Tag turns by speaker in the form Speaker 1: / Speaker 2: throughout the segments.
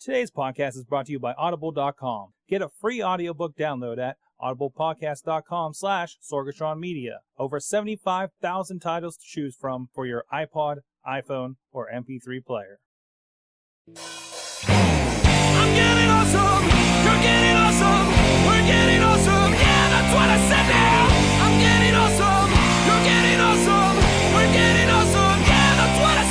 Speaker 1: Today's podcast is brought to you by Audible.com. Get a free audiobook download at audiblepodcast.com slash Sorgatron Media. Over 75,000 titles to choose from for your iPod, iPhone, or MP3 player.
Speaker 2: I'm getting awesome. You're getting awesome. We're getting awesome. Yeah, that's what I said now. I'm getting awesome. You're getting awesome. We're getting awesome. Yeah, that's what I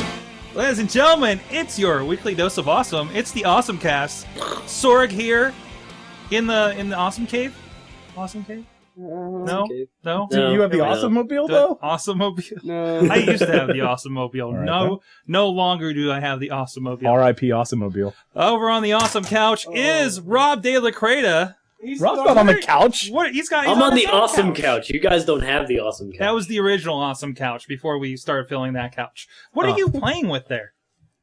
Speaker 2: said.
Speaker 1: Ladies and gentlemen, it's your weekly dose of awesome. It's the Awesome Cast. Sorg here in the in the Awesome Cave. Awesome Cave? No, no.
Speaker 3: Do you have the
Speaker 1: No.
Speaker 3: awesome mobile though?
Speaker 1: Awesome mobile.
Speaker 4: No.
Speaker 1: I used to have the awesome mobile.
Speaker 3: All right,
Speaker 1: no, no longer do I have the awesome mobile.
Speaker 3: R.I.P. Awesome Mobile.
Speaker 1: Over on the awesome couch is Rob De La Creta.
Speaker 4: He's
Speaker 3: Rob's not on the couch.
Speaker 1: What he's got? He's
Speaker 5: I'm on
Speaker 1: his
Speaker 5: the
Speaker 1: own
Speaker 5: awesome couch. You guys don't have the awesome couch.
Speaker 1: That was the original awesome couch before we started filling that couch. What
Speaker 3: Oh.
Speaker 1: are you playing with there?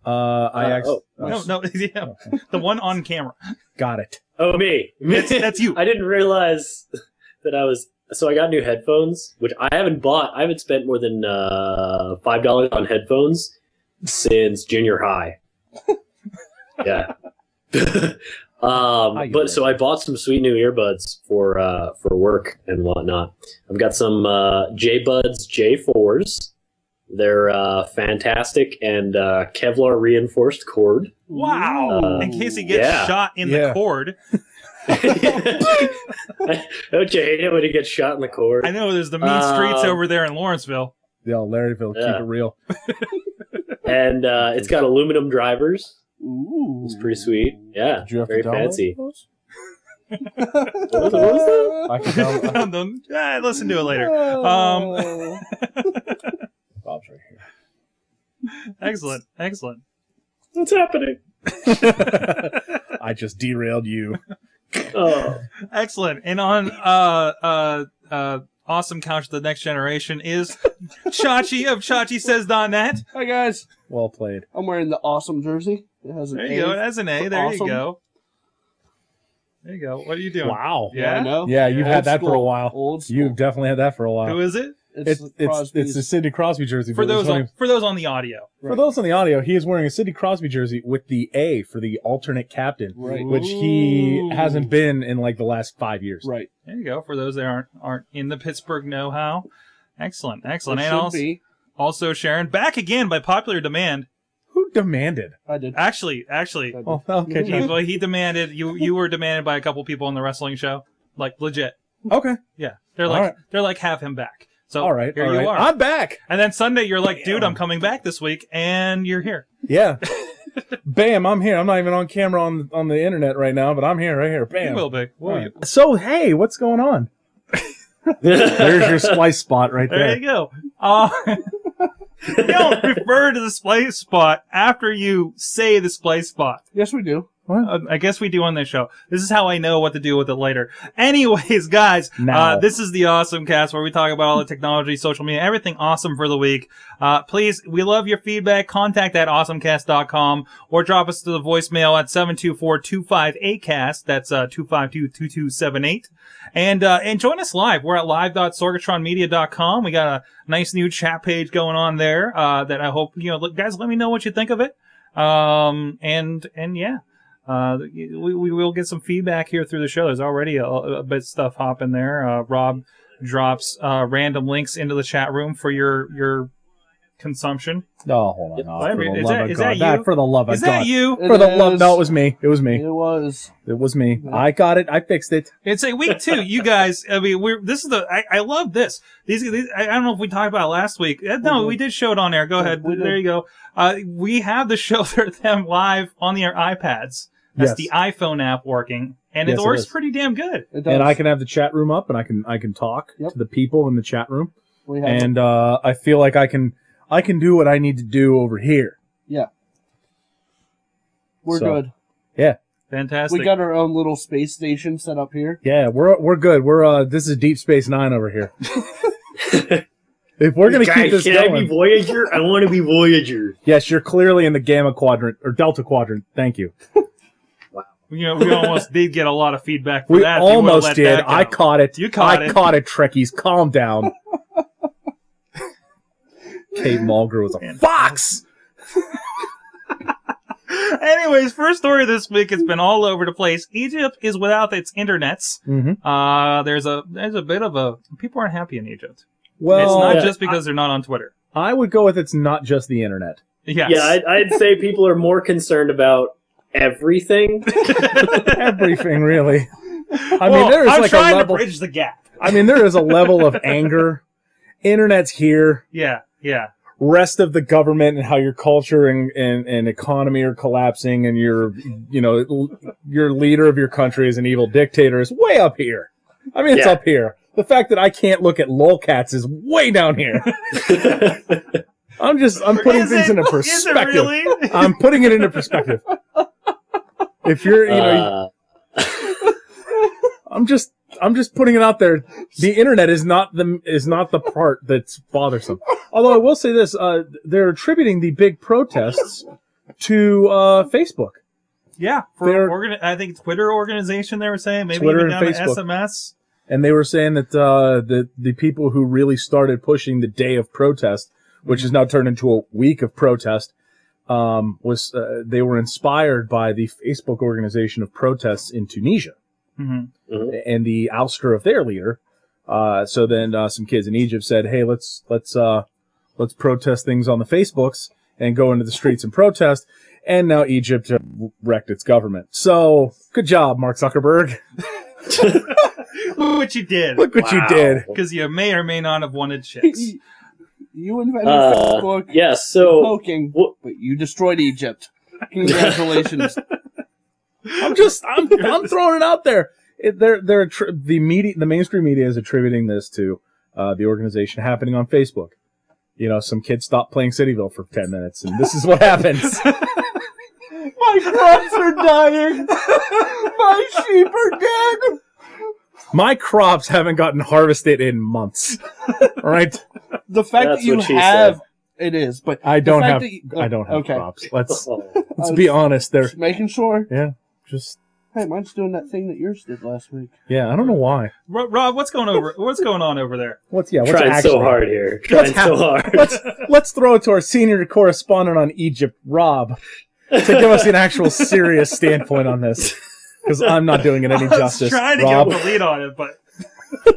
Speaker 3: Uh, I
Speaker 5: Uh,
Speaker 3: actually
Speaker 1: oh, No, no, yeah, the one on camera.
Speaker 3: got it.
Speaker 5: oh me.
Speaker 1: That's, that's you.
Speaker 5: I didn't realize that I was. So I got new headphones, which I haven't bought. I haven't spent more than uh, five dollars on headphones since junior high. yeah.
Speaker 3: I
Speaker 5: um,
Speaker 3: get
Speaker 5: but
Speaker 3: it.
Speaker 5: so I bought some sweet new earbuds for uh, for work and whatnot. I've got some uh, J Buds J fours. They're uh, fantastic and uh, Kevlar reinforced cord.
Speaker 1: Wow!
Speaker 5: Uh,
Speaker 1: in case he gets
Speaker 5: yeah.
Speaker 1: shot in the
Speaker 3: Yeah.
Speaker 1: cord,
Speaker 5: Don't you hate it when he gets shot in the cord?
Speaker 1: I know there's the mean streets
Speaker 5: Um,
Speaker 1: over there in Lawrenceville.
Speaker 3: Yeah, Larryville,
Speaker 5: Yeah.
Speaker 3: keep it real.
Speaker 5: And uh, it's got aluminum drivers.
Speaker 4: Ooh.
Speaker 5: It's pretty
Speaker 3: Mm.
Speaker 5: sweet. Yeah,
Speaker 3: Did you have
Speaker 5: very
Speaker 3: to download
Speaker 5: fancy.
Speaker 3: those?
Speaker 5: What was, what was that?
Speaker 3: I can download.
Speaker 1: Found them. Ah, listen to it later.
Speaker 4: Um.
Speaker 3: Rob's right here.
Speaker 1: Excellent, excellent.
Speaker 5: What's happening?
Speaker 3: I just derailed you.
Speaker 5: Oh,
Speaker 1: Excellent. And on uh uh uh awesome couch of the next generation is Chachi of Chachi says net.
Speaker 4: Hi guys.
Speaker 3: Well played.
Speaker 4: I'm wearing the awesome jersey. It has an
Speaker 1: There
Speaker 4: A.
Speaker 1: you go. That's an A.
Speaker 4: For
Speaker 1: There
Speaker 4: awesome.
Speaker 1: you go. There you go. What are you doing?
Speaker 3: Wow.
Speaker 4: Yeah, I
Speaker 1: Yeah.
Speaker 4: know.
Speaker 3: Yeah, you've
Speaker 4: Old
Speaker 3: had that for a
Speaker 4: school.
Speaker 3: while.
Speaker 4: Old school.
Speaker 3: You've definitely had that for a
Speaker 1: Who
Speaker 3: while.
Speaker 1: is it?
Speaker 3: It's
Speaker 4: it's
Speaker 3: it's it's
Speaker 4: Crosby's.
Speaker 3: a Sidney Crosby jersey.
Speaker 1: For
Speaker 3: but it was
Speaker 1: those
Speaker 3: funny-
Speaker 1: on for those on the audio.
Speaker 3: for those on the audio, he is wearing a Sidney Crosby jersey with the A for the alternate captain,
Speaker 4: right.
Speaker 3: which he
Speaker 1: Ooh.
Speaker 3: hasn't been in like the last five years.
Speaker 4: Right.
Speaker 1: There you go. For those that aren't aren't in the Pittsburgh know how. Excellent. Excellent.
Speaker 4: It
Speaker 1: And
Speaker 4: should
Speaker 1: also,
Speaker 4: be.
Speaker 1: also Sharon back again by popular demand.
Speaker 3: Who demanded?
Speaker 4: I did.
Speaker 1: Actually, actually,
Speaker 4: I did.
Speaker 3: Oh, okay.
Speaker 1: he,
Speaker 3: John.
Speaker 1: well, he demanded you you were demanded by a couple people on the wrestling show. Like legit.
Speaker 3: Okay.
Speaker 1: Yeah. They're
Speaker 3: All
Speaker 1: like
Speaker 3: right.
Speaker 1: they're like have him back. So
Speaker 3: All right.
Speaker 1: Oh, here
Speaker 3: all
Speaker 1: you
Speaker 3: right.
Speaker 1: are.
Speaker 3: I'm back.
Speaker 1: And then Sunday, you're like, dude,
Speaker 3: Bam.
Speaker 1: I'm coming back this week, and you're here.
Speaker 3: Yeah. Bam, I'm here. I'm not even on camera on on the internet right now, but I'm here right here.
Speaker 1: You
Speaker 3: Bam.
Speaker 1: will be. Will
Speaker 3: All
Speaker 1: you?
Speaker 3: right. So, hey, what's going on? There's your splice spot right
Speaker 1: There
Speaker 3: there.
Speaker 1: you go. Uh, you don't refer to the splay spot after you say the splay spot.
Speaker 4: Yes, we do.
Speaker 3: What?
Speaker 1: Uh, I guess we do on this show. This is how I know what to do with it later. Anyways, guys,
Speaker 3: Now.
Speaker 1: uh, this is the Awesome Cast where we talk about all the technology, social media, everything awesome for the week. Uh, please, we love your feedback. Contact at awesomecast.com or drop us to the voicemail at 724-258-CAST. That's uh, 252-2278. And, uh, and join us live. We're at live.sorgatronmedia.com. We got a nice new chat page going on there uh, that I hope, you know, look, guys, let me know what you think of it. Um, and, and yeah. Uh, we, we will get some feedback here through the show. There's already a, a bit of stuff hopping there. Uh, Rob drops uh, random links into the chat room for your your consumption.
Speaker 3: Oh, hold on.
Speaker 5: Yep.
Speaker 3: Oh,
Speaker 1: Wait a
Speaker 3: for the
Speaker 1: minute. Is
Speaker 3: love
Speaker 1: that-
Speaker 3: of
Speaker 1: is
Speaker 3: God.
Speaker 1: that you?
Speaker 3: for the love of
Speaker 1: Is that
Speaker 3: God.
Speaker 1: you?
Speaker 3: For the
Speaker 4: It
Speaker 3: love. No, it
Speaker 4: is-
Speaker 3: was me. It was me.
Speaker 4: It was.
Speaker 3: It was me. I got it. I fixed it.
Speaker 1: It's a week two. You guys, I mean, we're this is the. I, I love this. These, these I, I don't know if we talked about it last week. Uh, No,
Speaker 4: did.
Speaker 1: we did show it on air. Go
Speaker 4: Yeah,
Speaker 1: ahead.
Speaker 4: we did.
Speaker 1: There you go. Uh, we have the shelter them live on their iPads. That's
Speaker 3: Yes.
Speaker 1: the iPhone app working, and
Speaker 3: Yes,
Speaker 1: it
Speaker 3: it
Speaker 1: works
Speaker 3: is.
Speaker 1: pretty damn good.
Speaker 4: It does.
Speaker 3: And I can have the chat room up and I can I can talk
Speaker 4: Yep.
Speaker 3: to the people in the chat room.
Speaker 4: We have
Speaker 3: and uh, I feel like I can I can do what I need to do over here. so-
Speaker 4: We're good.
Speaker 1: Fantastic.
Speaker 4: We got our own little space station set up here.
Speaker 3: Yeah, we're we're good. We're uh, this is Deep Space Nine over here. if we're gonna
Speaker 5: Guys,
Speaker 3: keep this
Speaker 5: can I be
Speaker 3: going,
Speaker 5: Voyager? I want to be Voyager.
Speaker 3: yes, you're clearly in the Gamma Quadrant or Delta Quadrant. Thank you.
Speaker 1: You know, we almost did get a lot of feedback for
Speaker 3: We
Speaker 1: that. if you would've
Speaker 3: almost
Speaker 1: let
Speaker 3: did.
Speaker 1: that
Speaker 3: I
Speaker 1: go.
Speaker 3: caught it.
Speaker 1: You caught
Speaker 3: I
Speaker 1: it.
Speaker 3: caught it. Trekkies, calm down. Kate Mulgrew was a
Speaker 1: Man.
Speaker 3: fox.
Speaker 1: Anyways, first story this week. It's been all over the place. Egypt is without its internets.
Speaker 3: Mm-hmm.
Speaker 1: Uh, there's a there's a bit of a people aren't happy in Egypt.
Speaker 3: Well,
Speaker 1: it's not
Speaker 5: yeah.
Speaker 1: just because they're not on Twitter.
Speaker 3: I would go with it's not just the internet.
Speaker 1: Yes.
Speaker 5: Yeah, I'd, I'd say people are more concerned about everything.
Speaker 3: Everything, really. I
Speaker 1: Well,
Speaker 3: mean, there is
Speaker 1: I'm
Speaker 3: like a
Speaker 1: trying
Speaker 3: level.
Speaker 1: to bridge the gap.
Speaker 3: I mean, there is a level of anger. Internet's here.
Speaker 1: Yeah, yeah.
Speaker 3: Rest of the government and how your culture and, and, and economy are collapsing, and your you know l- your leader of your country is an evil dictator is way up here. I mean, it's
Speaker 5: Yeah.
Speaker 3: up here. The fact that I can't look at lolcats is way down here. I'm just I'm putting
Speaker 1: Is
Speaker 3: things
Speaker 1: it-
Speaker 3: into
Speaker 1: Is it
Speaker 3: perspective.
Speaker 1: really?
Speaker 3: I'm putting it into perspective. If you're, you know,
Speaker 5: Uh,
Speaker 3: I'm just, I'm just putting it out there. The internet is not the is not the part that's bothersome. Although I will say this, uh, they're attributing the big protests to uh, Facebook.
Speaker 1: yeah. For
Speaker 3: They're-
Speaker 1: organi- I think Twitter organization they were saying maybe
Speaker 3: Twitter
Speaker 1: even
Speaker 3: and
Speaker 1: down to
Speaker 3: Facebook.
Speaker 1: SMS.
Speaker 3: and they were saying that uh, the the people who really started pushing the day of protest, which has now turned into a week of protest, um, was uh, they were inspired by the Facebook organization of protests in Tunisia
Speaker 1: Mhm.
Speaker 3: and the ouster of their leader. Uh, so then uh, some kids in Egypt said, "Hey, let's let's uh, let's protest things on the Facebooks and go into the streets and protest." And now Egypt uh, wrecked its government. So good job, Mark Zuckerberg.
Speaker 1: Look what you did.
Speaker 3: Look
Speaker 5: wow.
Speaker 3: what you did.
Speaker 1: Because you may or may not have wanted chicks.
Speaker 4: you invented
Speaker 5: Uh,
Speaker 4: Facebook
Speaker 5: yeah, so
Speaker 4: poking,
Speaker 5: wh-
Speaker 4: but you destroyed Egypt. Congratulations.
Speaker 3: I'm just I'm I'm throwing it out there. It, they're they're attri- the media the mainstream media is attributing this to uh, the organization happening on Facebook. You know, some kids stopped playing Cityville for ten minutes, and this is what happens.
Speaker 4: My crops are dying. My sheep are dead.
Speaker 3: My crops haven't gotten harvested in months. All right,
Speaker 4: The fact
Speaker 5: That's
Speaker 4: that you
Speaker 5: what she
Speaker 4: have it is, but
Speaker 3: I
Speaker 4: the
Speaker 3: don't
Speaker 4: fact
Speaker 3: have
Speaker 4: that you-
Speaker 3: I don't have
Speaker 4: okay.
Speaker 3: crops. Let's
Speaker 5: oh,
Speaker 3: let's be honest. They're
Speaker 4: Just making sure.
Speaker 3: just
Speaker 4: Hey, mine's doing that thing that yours did last week.
Speaker 3: yeah. I don't know why.
Speaker 1: Ro- Rob, what's going over? What's going on over there?
Speaker 3: What's yeah? What's
Speaker 5: trying
Speaker 3: actually-
Speaker 5: so hard here. Trying so
Speaker 3: happening?
Speaker 5: hard.
Speaker 3: Let's let's throw it to our senior correspondent on Egypt, Rob, to give us an actual serious standpoint on this. Because I'm not doing it any
Speaker 1: I was
Speaker 3: justice.
Speaker 1: trying to
Speaker 3: Rob,
Speaker 1: get the lead on it, but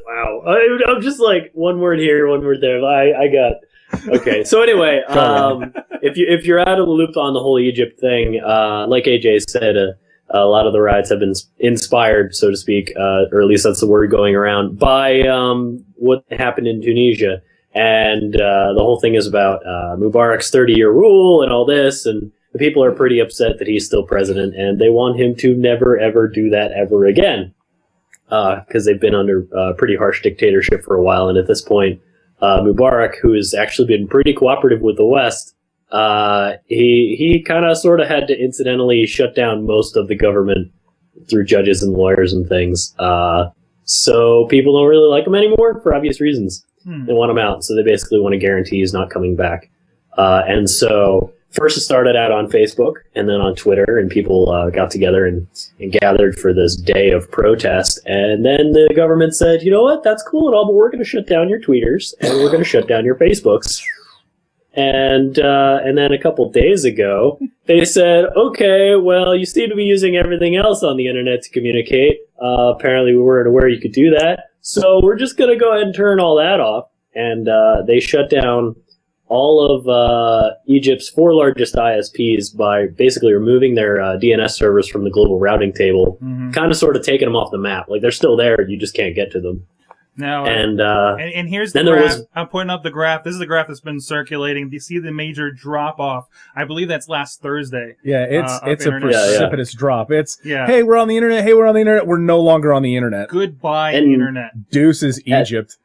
Speaker 5: Wow. I, I'm just like one word here, one word there. I, I got okay. So anyway,
Speaker 3: Go on.
Speaker 5: um, if you if you're out of the loop on the whole Egypt thing, uh, like AJ said, uh, a lot of the riots have been s- inspired, so to speak, uh, or at least that's the word going around by um, what happened in Tunisia. And uh, the whole thing is about uh, Mubarak's 30 year rule and all this, and the people are pretty upset that he's still president, and they want him to never ever do that ever again because they've been under uh, pretty harsh dictatorship for a while. And at this point, uh, Mubarak, who has actually been pretty cooperative with the West, uh, he he kind of sort of had to incidentally shut down most of the government through judges and lawyers and things. Uh, so people don't really like him anymore for obvious reasons
Speaker 1: hmm.
Speaker 5: they want him out. So they basically want to guarantee he's not coming back. Uh, and so first it started out on Facebook and then on Twitter, and people uh, got together and, and gathered for this day of protest. And then the government said, you know what, that's cool and all, but we're going to shut down your tweeters and we're going to shut down your Facebooks. And uh, and then a couple days ago, they said, okay, well, you seem to be using everything else on the internet to communicate. Uh, apparently, we weren't aware you could do that, so we're just going to go ahead and turn all that off and uh, they shut down all of uh, Egypt's four largest ISPs by basically removing their uh, DNS servers from the global routing table,
Speaker 1: Mhm.
Speaker 5: kind of sort of taking them off the map. Like they're still there, you just can't get to them.
Speaker 1: Now, uh,
Speaker 5: And uh,
Speaker 1: And, and here's the
Speaker 5: Then there
Speaker 1: graph.
Speaker 5: was-
Speaker 1: I'm pointing up the graph. This is the graph that's been circulating. You see the major drop off. I believe that's last Thursday.
Speaker 3: yeah, it's
Speaker 1: Uh, up
Speaker 3: it's a
Speaker 1: internet. Yeah,
Speaker 5: yeah.
Speaker 3: precipitous drop. It's
Speaker 1: Yeah.
Speaker 3: hey, we're on the internet. Hey, we're on the internet. We're no longer on the internet.
Speaker 1: Goodbye,
Speaker 5: And-
Speaker 1: internet.
Speaker 3: Deuces
Speaker 5: That-
Speaker 3: Egypt.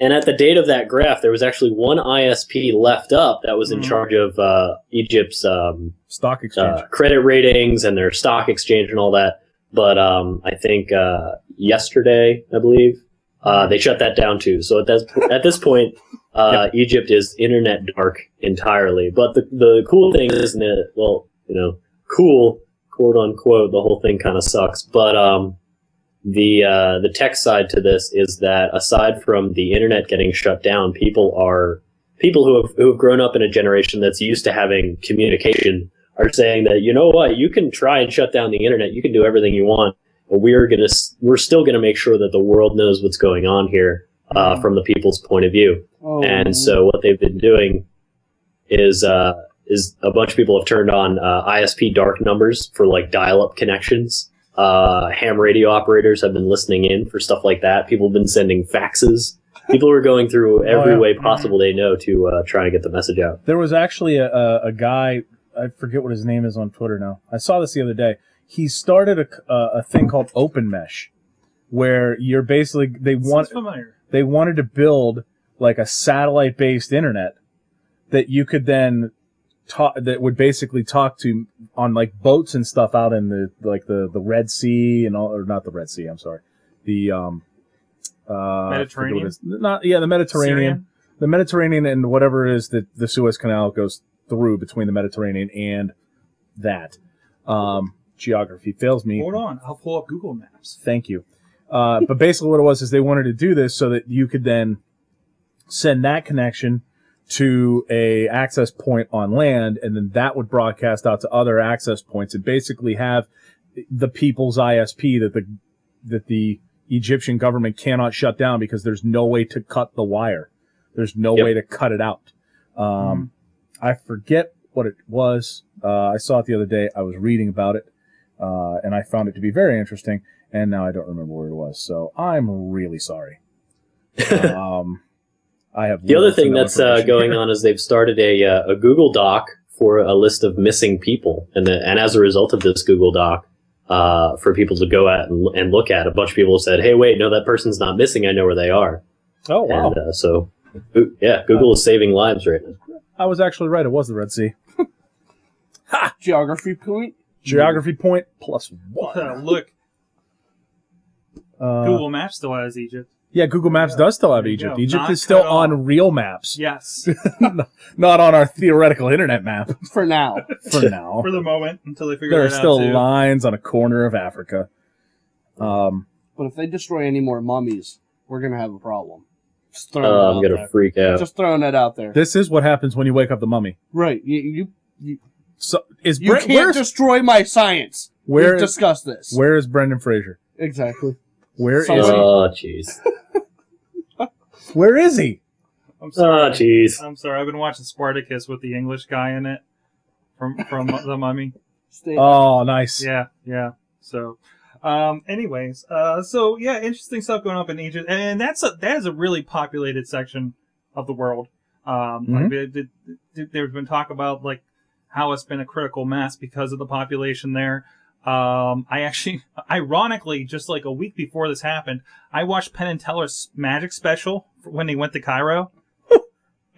Speaker 5: and at the date of that graph, there was actually one ISP left up that was in
Speaker 1: Mhm.
Speaker 5: charge of uh, Egypt's um,
Speaker 3: Stock exchange.
Speaker 5: uh, credit ratings and their stock exchange and all that. But um, I think uh, yesterday, I believe, uh, they shut that down too. So at this, at this point, uh, Egypt is internet dark entirely. But the, the cool thing is that, well, you know, cool, quote unquote, the whole thing kind of sucks. But um, the uh, the tech side to this is that aside from the internet getting shut down, people are people who have who have grown up in a generation that's used to having communication are saying that you know what, you can try and shut down the internet, you can do everything you want, but we're gonna s- we're still gonna make sure that the world knows what's going on here uh, from the people's point of view.
Speaker 4: Oh,
Speaker 5: And so what they've been doing is uh, is a bunch of people have turned on uh, ISP dark numbers for like dial-up connections. Uh, ham radio operators have been listening in for stuff like that. People have been sending faxes. People are going through every
Speaker 3: yeah.
Speaker 5: way possible they know to uh, try and get the message out.
Speaker 3: There was actually a, a, a guy, I forget what his name is on Twitter now. I saw this the other day. He started a, c- a- a thing called Open Mesh, where you're basically, they want,
Speaker 1: Sounds familiar.
Speaker 3: they wanted to build like a satellite based internet that you could then talk that would basically talk to on like boats and stuff out in the like the the Red Sea and all or not the Red Sea I'm sorry the um uh I forget what it is. not yeah the Mediterranean
Speaker 1: Syrian?
Speaker 3: the Mediterranean and whatever it is that the Suez Canal goes through between the Mediterranean and that um geography fails me
Speaker 1: Hold on, I'll pull up Google Maps.
Speaker 3: Thank you. Uh, but basically, what it was is they wanted to do this so that you could then send that connection to a access point on land, and then that would broadcast out to other access points, and basically have the people's ISP that the that the Egyptian government cannot shut down because there's no way to cut the wire. There's no
Speaker 5: Yep.
Speaker 3: way to cut it out. Um, I forget what it was. Uh, I saw it the other day. I was reading about it, uh, and I found it to be very interesting. And now I don't remember where it was, so I'm really sorry. Um, I have
Speaker 5: The other
Speaker 3: little to
Speaker 5: thing
Speaker 3: no
Speaker 5: that's uh,
Speaker 3: information
Speaker 5: going
Speaker 3: here.
Speaker 5: on is they've started a, uh, a Google Doc for a list of missing people, and the, and as a result of this Google Doc, uh, for people to go at and, and look at, a bunch of people said, "Hey, wait, no, that person's not missing. I know where they are."
Speaker 3: Oh wow!
Speaker 5: And uh, so, Goo- yeah, Google is saving lives right now.
Speaker 3: I was actually right. It was the Red Sea.
Speaker 4: geography point.
Speaker 3: Geography point plus
Speaker 1: Uh,
Speaker 3: one.
Speaker 1: look,
Speaker 3: Uh,
Speaker 1: Google Maps still has Egypt.
Speaker 3: Yeah, Google Maps does still have
Speaker 1: There you
Speaker 3: Egypt.
Speaker 1: go.
Speaker 3: Egypt
Speaker 1: Not
Speaker 3: is still
Speaker 1: cut off.
Speaker 3: on real maps,
Speaker 1: Yes,
Speaker 3: not on our theoretical internet map
Speaker 4: For now,
Speaker 3: for now.
Speaker 1: for the moment until they figure
Speaker 3: there are
Speaker 1: that
Speaker 3: still
Speaker 1: out. too.
Speaker 3: lines on a corner of Africa. Um,
Speaker 4: but if they destroy any more mummies, we're gonna have a problem. Just throwing
Speaker 3: Oh,
Speaker 4: that
Speaker 5: Uh, I'm
Speaker 4: out
Speaker 5: gonna
Speaker 4: there.
Speaker 5: freak out.
Speaker 4: Just throwing that out there.
Speaker 3: this is what happens when you wake up the mummy.
Speaker 4: right? You you, you,
Speaker 3: So is
Speaker 4: you
Speaker 3: Bre-
Speaker 4: can't
Speaker 3: where's,
Speaker 4: destroy my science.
Speaker 3: where
Speaker 4: We've
Speaker 3: is
Speaker 4: discussed this
Speaker 3: where is Brendan Fraser?
Speaker 4: exactly.
Speaker 3: Where is
Speaker 4: Somebody-
Speaker 3: he?
Speaker 5: oh, jeez.
Speaker 3: Where is he?
Speaker 1: I'm sorry.
Speaker 5: Oh, jeez.
Speaker 1: I'm sorry. I've been watching Spartacus with the English guy in it from from the Mummy.
Speaker 4: Stay
Speaker 3: Oh, nice.
Speaker 1: Yeah, yeah. So, um, anyways, uh, so yeah, interesting stuff going up in Egypt, and that's a that is a really populated section of the world. Um, like, it- it- it- there's been talk about like how it's been a critical mass because of the population there. Um, I actually, ironically, just like a week before this happened, I watched Penn and Teller's Magic Special when they went to Cairo,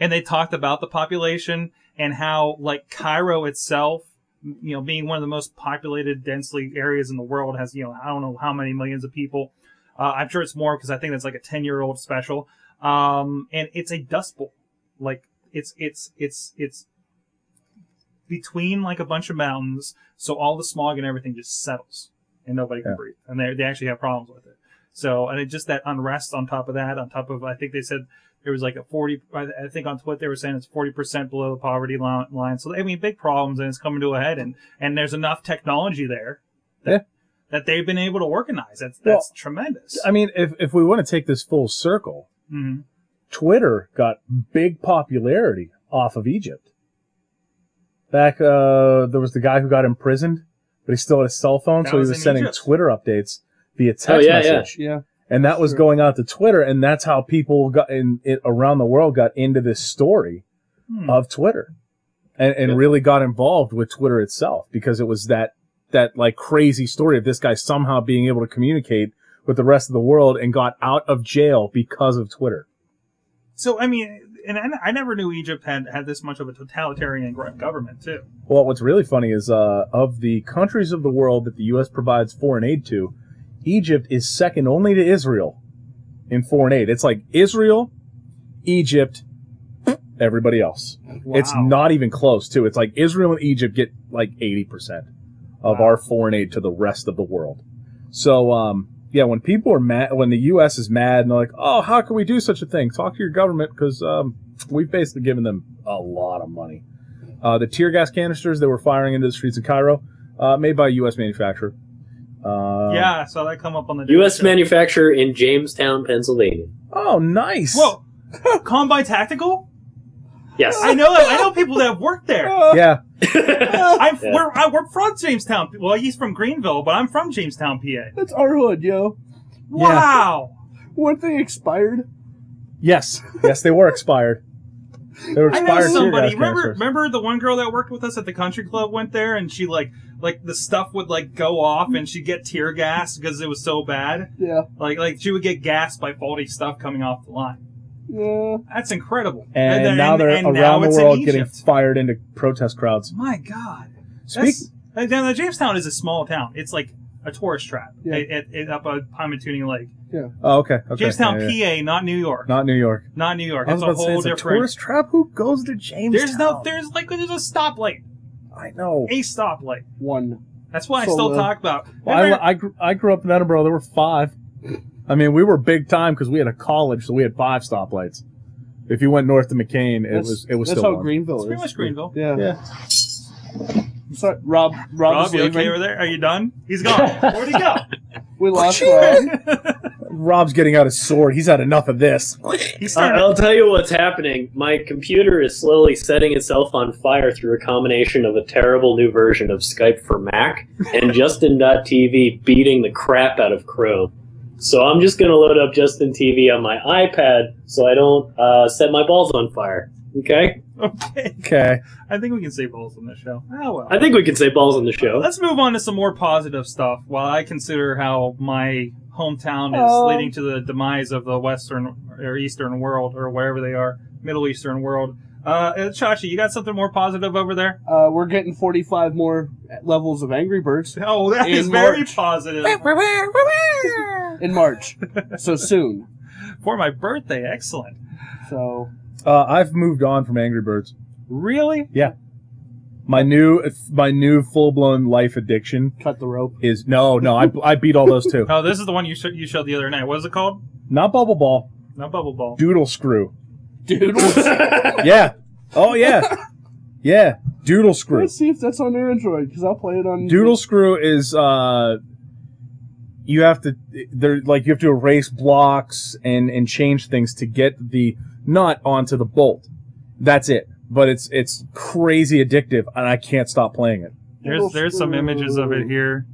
Speaker 1: and they talked about the population and how like Cairo itself you know, being one of the most populated, densely areas in the world, has you know, I don't know how many millions of people. Uh, I'm sure it's more because I think that's like a 10 year old special. Um, and it's a dust bowl. Like it's it's it's it's between like a bunch of mountains, so all the smog and everything just settles, and nobody can
Speaker 3: Yeah.
Speaker 1: breathe, and they they actually have problems with it. So, and it just that unrest on top of that, on top of I think they said there was like a 40 i I think on twitter they were saying it's 40% below the poverty li- line so i mean big problems and it's coming to a head and and there's enough technology there that,
Speaker 3: Yeah.
Speaker 1: that they've been able to organize that's
Speaker 3: Well,
Speaker 1: that's tremendous
Speaker 3: I mean, if if we want to take this full circle,
Speaker 1: Mhm.
Speaker 3: Twitter got big popularity off of Egypt. Back, uh, there was the guy who got imprisoned, but he still had a cell phone,
Speaker 1: That
Speaker 3: so
Speaker 1: was
Speaker 3: he was
Speaker 1: in
Speaker 3: sending
Speaker 1: Egypt.
Speaker 3: Twitter updates via text
Speaker 5: Oh, yeah, yeah.
Speaker 3: message,
Speaker 4: Yeah,
Speaker 3: and that was
Speaker 4: Sure.
Speaker 3: going out to Twitter, and that's how people got in it, around the world got into this story
Speaker 1: Hmm.
Speaker 3: of Twitter, and and
Speaker 5: Yeah.
Speaker 3: really got involved with Twitter itself because it was that that like crazy story of this guy somehow being able to communicate with the rest of the world and got out of jail because of Twitter.
Speaker 1: so i mean and I, I never knew egypt had had this much of a totalitarian gro- government too
Speaker 3: Well, what's really funny is uh, of the countries of the world that the U.S. provides foreign aid to, Egypt is second only to Israel in foreign aid. It's like Israel, Egypt, everybody else. It's
Speaker 1: Wow.
Speaker 3: not even close, too. It's like Israel and Egypt get like 80% of
Speaker 1: Wow.
Speaker 3: our foreign aid to the rest of the world. So, um, yeah, when people are mad, when the U.S. is mad and they're like, oh, how can we do such a thing? Talk to your government because um, we've basically given them a lot of money. Uh, the tear gas canisters that were firing into the streets of Cairo, uh, made by a U.S. manufacturer. Uh,
Speaker 1: yeah, I saw that come up on the
Speaker 5: U.S.
Speaker 1: menu.
Speaker 5: manufacturer in Jamestown, Pennsylvania.
Speaker 3: Oh, nice.
Speaker 1: Whoa, Combine Tactical.
Speaker 5: Yes.
Speaker 1: I know. I know people that have worked there.
Speaker 3: Yeah.
Speaker 1: I'm
Speaker 5: Yeah.
Speaker 1: we're, I work from Jamestown. Well, he's from Greenville, but I'm from Jamestown, PA.
Speaker 4: That's our hood, yo.
Speaker 1: Wow.
Speaker 4: Weren't they expired?
Speaker 3: Yes. Yes, they were expired. They were
Speaker 1: I
Speaker 3: expired.
Speaker 1: know
Speaker 3: tear
Speaker 1: somebody.
Speaker 3: gas
Speaker 1: Remember,
Speaker 3: canisters.
Speaker 1: remember the one girl that worked with us at the country club went there, and she like, like the stuff would like go off, and she'd get tear gas because it was so bad.
Speaker 4: Yeah.
Speaker 1: Like, like she would get gassed by faulty stuff coming off the line.
Speaker 4: Yeah.
Speaker 1: That's incredible.
Speaker 3: and,
Speaker 1: then-
Speaker 3: now they're
Speaker 1: and now
Speaker 3: around
Speaker 1: it's
Speaker 3: the
Speaker 1: in
Speaker 3: world getting
Speaker 1: Egypt.
Speaker 3: fired into protest crowds.
Speaker 1: My God.
Speaker 3: Speak,
Speaker 1: That's, now, Jamestown is a small town. It's like a tourist trap
Speaker 4: Yeah.
Speaker 1: it, it, it, up a Pontooning Lake.
Speaker 3: oh, okay, okay.
Speaker 1: Jamestown,
Speaker 3: Yeah, yeah.
Speaker 1: PA, not New York.
Speaker 3: not New York.
Speaker 1: Not New York.
Speaker 3: I
Speaker 1: It's
Speaker 3: was
Speaker 1: a
Speaker 3: about to say
Speaker 1: whole
Speaker 3: it's a
Speaker 1: different.
Speaker 3: tourist trap. Who goes to Jamestown?
Speaker 1: There's no. There's like there's a stoplight.
Speaker 3: I know.
Speaker 1: A stoplight.
Speaker 4: One.
Speaker 1: That's why I
Speaker 4: So,
Speaker 1: still
Speaker 4: uh,
Speaker 1: talk about.
Speaker 3: Well,
Speaker 1: Remember-
Speaker 3: I, I, grew, I grew up in Edinburgh. There were five. I mean, we were big time because we had a college, so we had five stoplights. If you went north to McCain, it
Speaker 4: That's-
Speaker 3: was it was
Speaker 4: That's
Speaker 3: still
Speaker 4: how
Speaker 3: one.
Speaker 4: Greenville
Speaker 1: it's
Speaker 4: is.
Speaker 1: pretty much Greenville.
Speaker 4: Yeah.
Speaker 3: Yeah.
Speaker 4: Sorry, Rob. Rob,
Speaker 1: Rob,
Speaker 4: is
Speaker 1: you okay
Speaker 4: leaving.
Speaker 1: over there? Are you done? He's gone. Where'd he go?
Speaker 4: We lost Rob.
Speaker 3: Rob's getting out his sword. He's had enough of this.
Speaker 1: He's
Speaker 5: I-
Speaker 1: starting.
Speaker 5: I'll tell you what's happening. My computer is slowly setting itself on fire through a combination of a terrible new version of Skype for Mac and Justin.tv beating the crap out of Chrome. So I'm just going to load up Justin TV on my iPad so I don't uh, set my balls on fire. Okay?
Speaker 1: okay.
Speaker 3: Okay.
Speaker 1: I think we can save balls on this show. Oh well.
Speaker 5: I think we can say balls on the show.
Speaker 1: Let's move on to some more positive stuff while I consider how my hometown is
Speaker 4: Oh.
Speaker 1: leading to the demise of the Western or Eastern world or wherever they are, Middle Eastern world. Uh, Uh, Chachi, you got something more positive over there?
Speaker 4: Uh, we're getting 45 more levels of Angry Birds
Speaker 1: Oh, that
Speaker 4: In
Speaker 1: is very
Speaker 4: March.
Speaker 1: positive.
Speaker 4: in March. so soon.
Speaker 1: For my birthday, excellent.
Speaker 4: So
Speaker 3: Uh, I've moved on from Angry Birds.
Speaker 1: Really?
Speaker 3: My new my new full blown life addiction
Speaker 4: cut the rope.
Speaker 3: is no no I, I beat all those too.
Speaker 1: Oh, this is the one you sh- you showed the other night. What is it called?
Speaker 3: Not bubble ball,
Speaker 1: Not bubble ball.
Speaker 3: doodle screw.
Speaker 4: Dude,
Speaker 3: Yeah. Oh yeah. Yeah. Doodle screw.
Speaker 4: let's see if that's on your Android because I'll play it on
Speaker 3: Doodle screw is uh you have to they're like you have to erase blocks and and change things to get the nut onto the bolt. That's it. But it's it's crazy addictive and I can't stop playing it.
Speaker 1: There's there's some images of it here.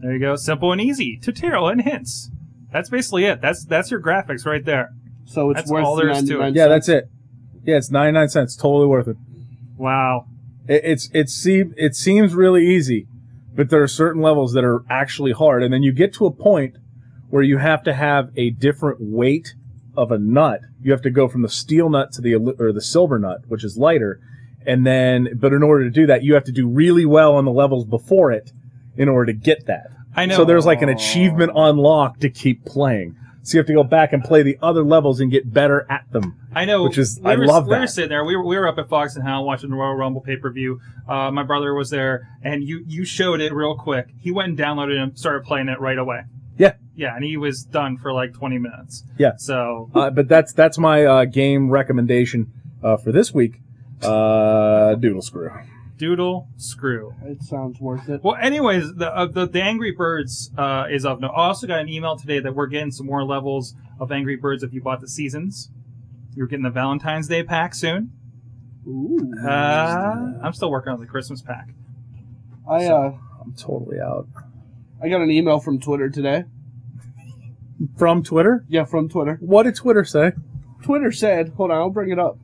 Speaker 1: There you go. Simple and easy. Tutorial and hints. That's basically it. That's that's your graphics right there.
Speaker 4: So it's
Speaker 1: That's
Speaker 4: worth
Speaker 1: all there is to it.
Speaker 4: 99
Speaker 3: Yeah, that's it. Yeah, it's 99 cents, totally worth it.
Speaker 1: Wow.
Speaker 3: It, it's it seem it seems really easy, but there are certain levels that are actually hard, and then you get to a point where you have to have a different weight of a nut. You have to go from the steel nut to the alu- or the silver nut, which is lighter, and then but in order to do that, you have to do really well on the levels before it in order to get that.
Speaker 1: I know.
Speaker 3: So there's like an achievement unlock to keep playing. So you have to go back and play the other levels and get better at them.
Speaker 1: I know.
Speaker 3: Which is-
Speaker 1: we
Speaker 3: I
Speaker 1: were,
Speaker 3: love
Speaker 1: we were
Speaker 3: that.
Speaker 1: sitting there. We were, we were up at Fox and Hound watching the Royal Rumble pay per view. Uh, my brother was there, and you you showed it real quick. He went and downloaded it and started playing it right away.
Speaker 3: Yeah.
Speaker 1: Yeah, and he was done for like 20 minutes.
Speaker 3: Yeah.
Speaker 1: So
Speaker 3: uh, but that's that's my uh, game recommendation uh, for this week. Uh, doodle screw.
Speaker 1: doodle screw.
Speaker 4: It sounds worth it.
Speaker 1: Well, anyways, the uh, the, the Angry Birds uh, is up. Now, I also got an email today that we're getting some more levels of Angry Birds if you bought the seasons. You're getting the Valentine's Day pack soon.
Speaker 4: Ooh.
Speaker 1: Uh, I'm still working on the Christmas pack.
Speaker 4: I uh,
Speaker 3: I'm totally out
Speaker 4: I got an email from Twitter today.
Speaker 3: from Twitter.
Speaker 4: Yeah, from Twitter.
Speaker 3: What did Twitter say?
Speaker 4: Twitter said, hold on, I'll bring it up.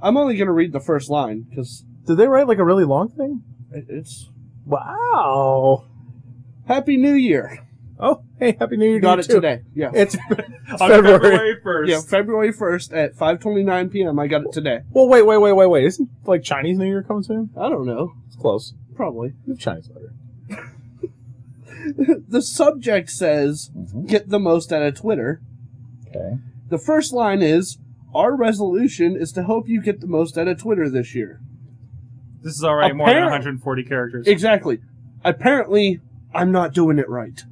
Speaker 4: I'm only going to read the first line because
Speaker 3: Did they write like a really long thing?
Speaker 4: it's
Speaker 3: Wow.
Speaker 4: Happy New Year.
Speaker 3: Oh, hey, happy New Year!
Speaker 4: You
Speaker 3: to
Speaker 4: got
Speaker 3: you
Speaker 4: it
Speaker 3: too.
Speaker 4: today. Yeah.
Speaker 3: It's
Speaker 1: On
Speaker 3: February.
Speaker 1: February 1st.
Speaker 4: Yeah, February 1st at 5:29 p.m. I got it today.
Speaker 3: well, wait, wait, wait, wait, wait. Isn't like Chinese New Year coming soon?
Speaker 4: I don't know.
Speaker 3: It's close.
Speaker 4: Probably.
Speaker 3: We have Chinese butter.
Speaker 4: the subject says,
Speaker 3: Mm-hmm.
Speaker 4: get the most out of Twitter.
Speaker 3: Okay.
Speaker 4: The first line is, our resolution is to help you get the most out of Twitter this year.
Speaker 1: This is already more than
Speaker 4: Apparent-
Speaker 1: 140 characters.
Speaker 4: Exactly. Apparently, I'm not doing it right.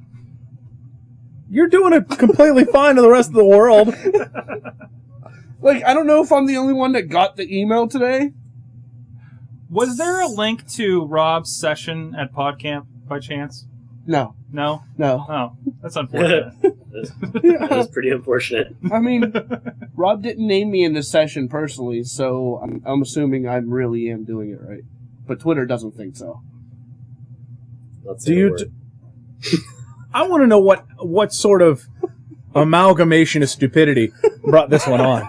Speaker 3: You're doing it completely fine to the rest of the world.
Speaker 4: Like, I don't know if I'm the only one that got the email today.
Speaker 1: Was there a link to Rob's session at PodCamp by chance?
Speaker 4: No,
Speaker 1: No.
Speaker 4: no.
Speaker 1: Oh, that's unfortunate.
Speaker 5: That was pretty unfortunate.
Speaker 4: I mean, Rob didn't name me in this session personally, so I'm, I'm assuming I really am doing it right. But Twitter doesn't think so.
Speaker 5: Not
Speaker 3: Do
Speaker 5: saying a
Speaker 3: you
Speaker 5: word.
Speaker 3: d- I want to know what what sort of amalgamation of stupidity brought this one on.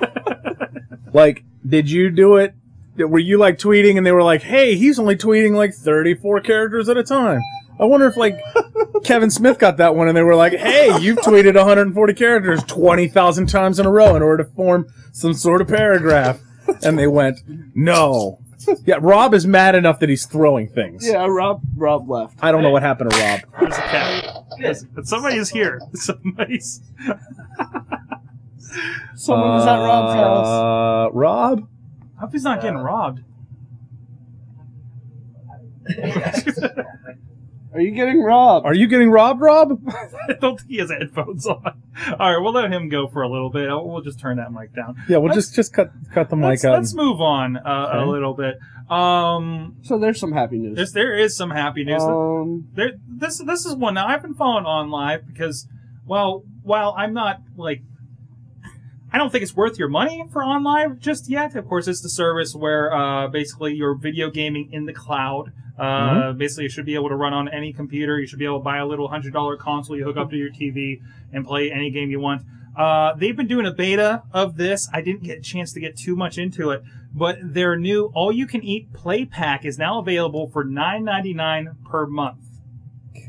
Speaker 3: like, did you do it? Were you like tweeting and they were like, "Hey, he's only tweeting like 34 characters at a time." I wonder if like Kevin Smith got that one and they were like, "Hey, you've tweeted 140 characters 20,000 times in a row in order to form some sort of paragraph." And they went, "No." Yeah, Rob is mad enough that he's throwing things.
Speaker 4: Yeah, Rob. Rob left.
Speaker 3: I don't know what happened to Rob.
Speaker 1: There's a cat. There's- but somebody's here. Somebody's.
Speaker 4: Someone was at Rob's house.
Speaker 3: Uh, Rob?
Speaker 1: I hope he's not getting robbed.
Speaker 4: Are you getting Rob?
Speaker 3: Are you getting robbed, Rob?
Speaker 1: I don't think he has headphones on. All right, we'll let him go for a little bit. We'll just turn that mic down.
Speaker 3: Yeah, we'll
Speaker 1: Let's-
Speaker 3: just just cut cut the mic
Speaker 1: Let's,
Speaker 3: out.
Speaker 1: let's move on uh, a
Speaker 3: Okay.
Speaker 1: little bit. Um,
Speaker 4: so there's some happy news.
Speaker 1: there's, there is some happy news.
Speaker 4: Um,
Speaker 1: there this this is one that I've been following on live because well while I'm not like I don't think it's worth your money for on live just yet. Of course, it's the service where uh, basically your video gaming in the cloud. Uh, Basically, you should be able to run on any computer. You should be able to buy a little hundred dollar console you hook up to your TV and play any game you want. Uh, they've been doing a beta of this. I didn't get a chance to get too much into it, but their new all you can eat play pack is now available for nine ninety nine per month.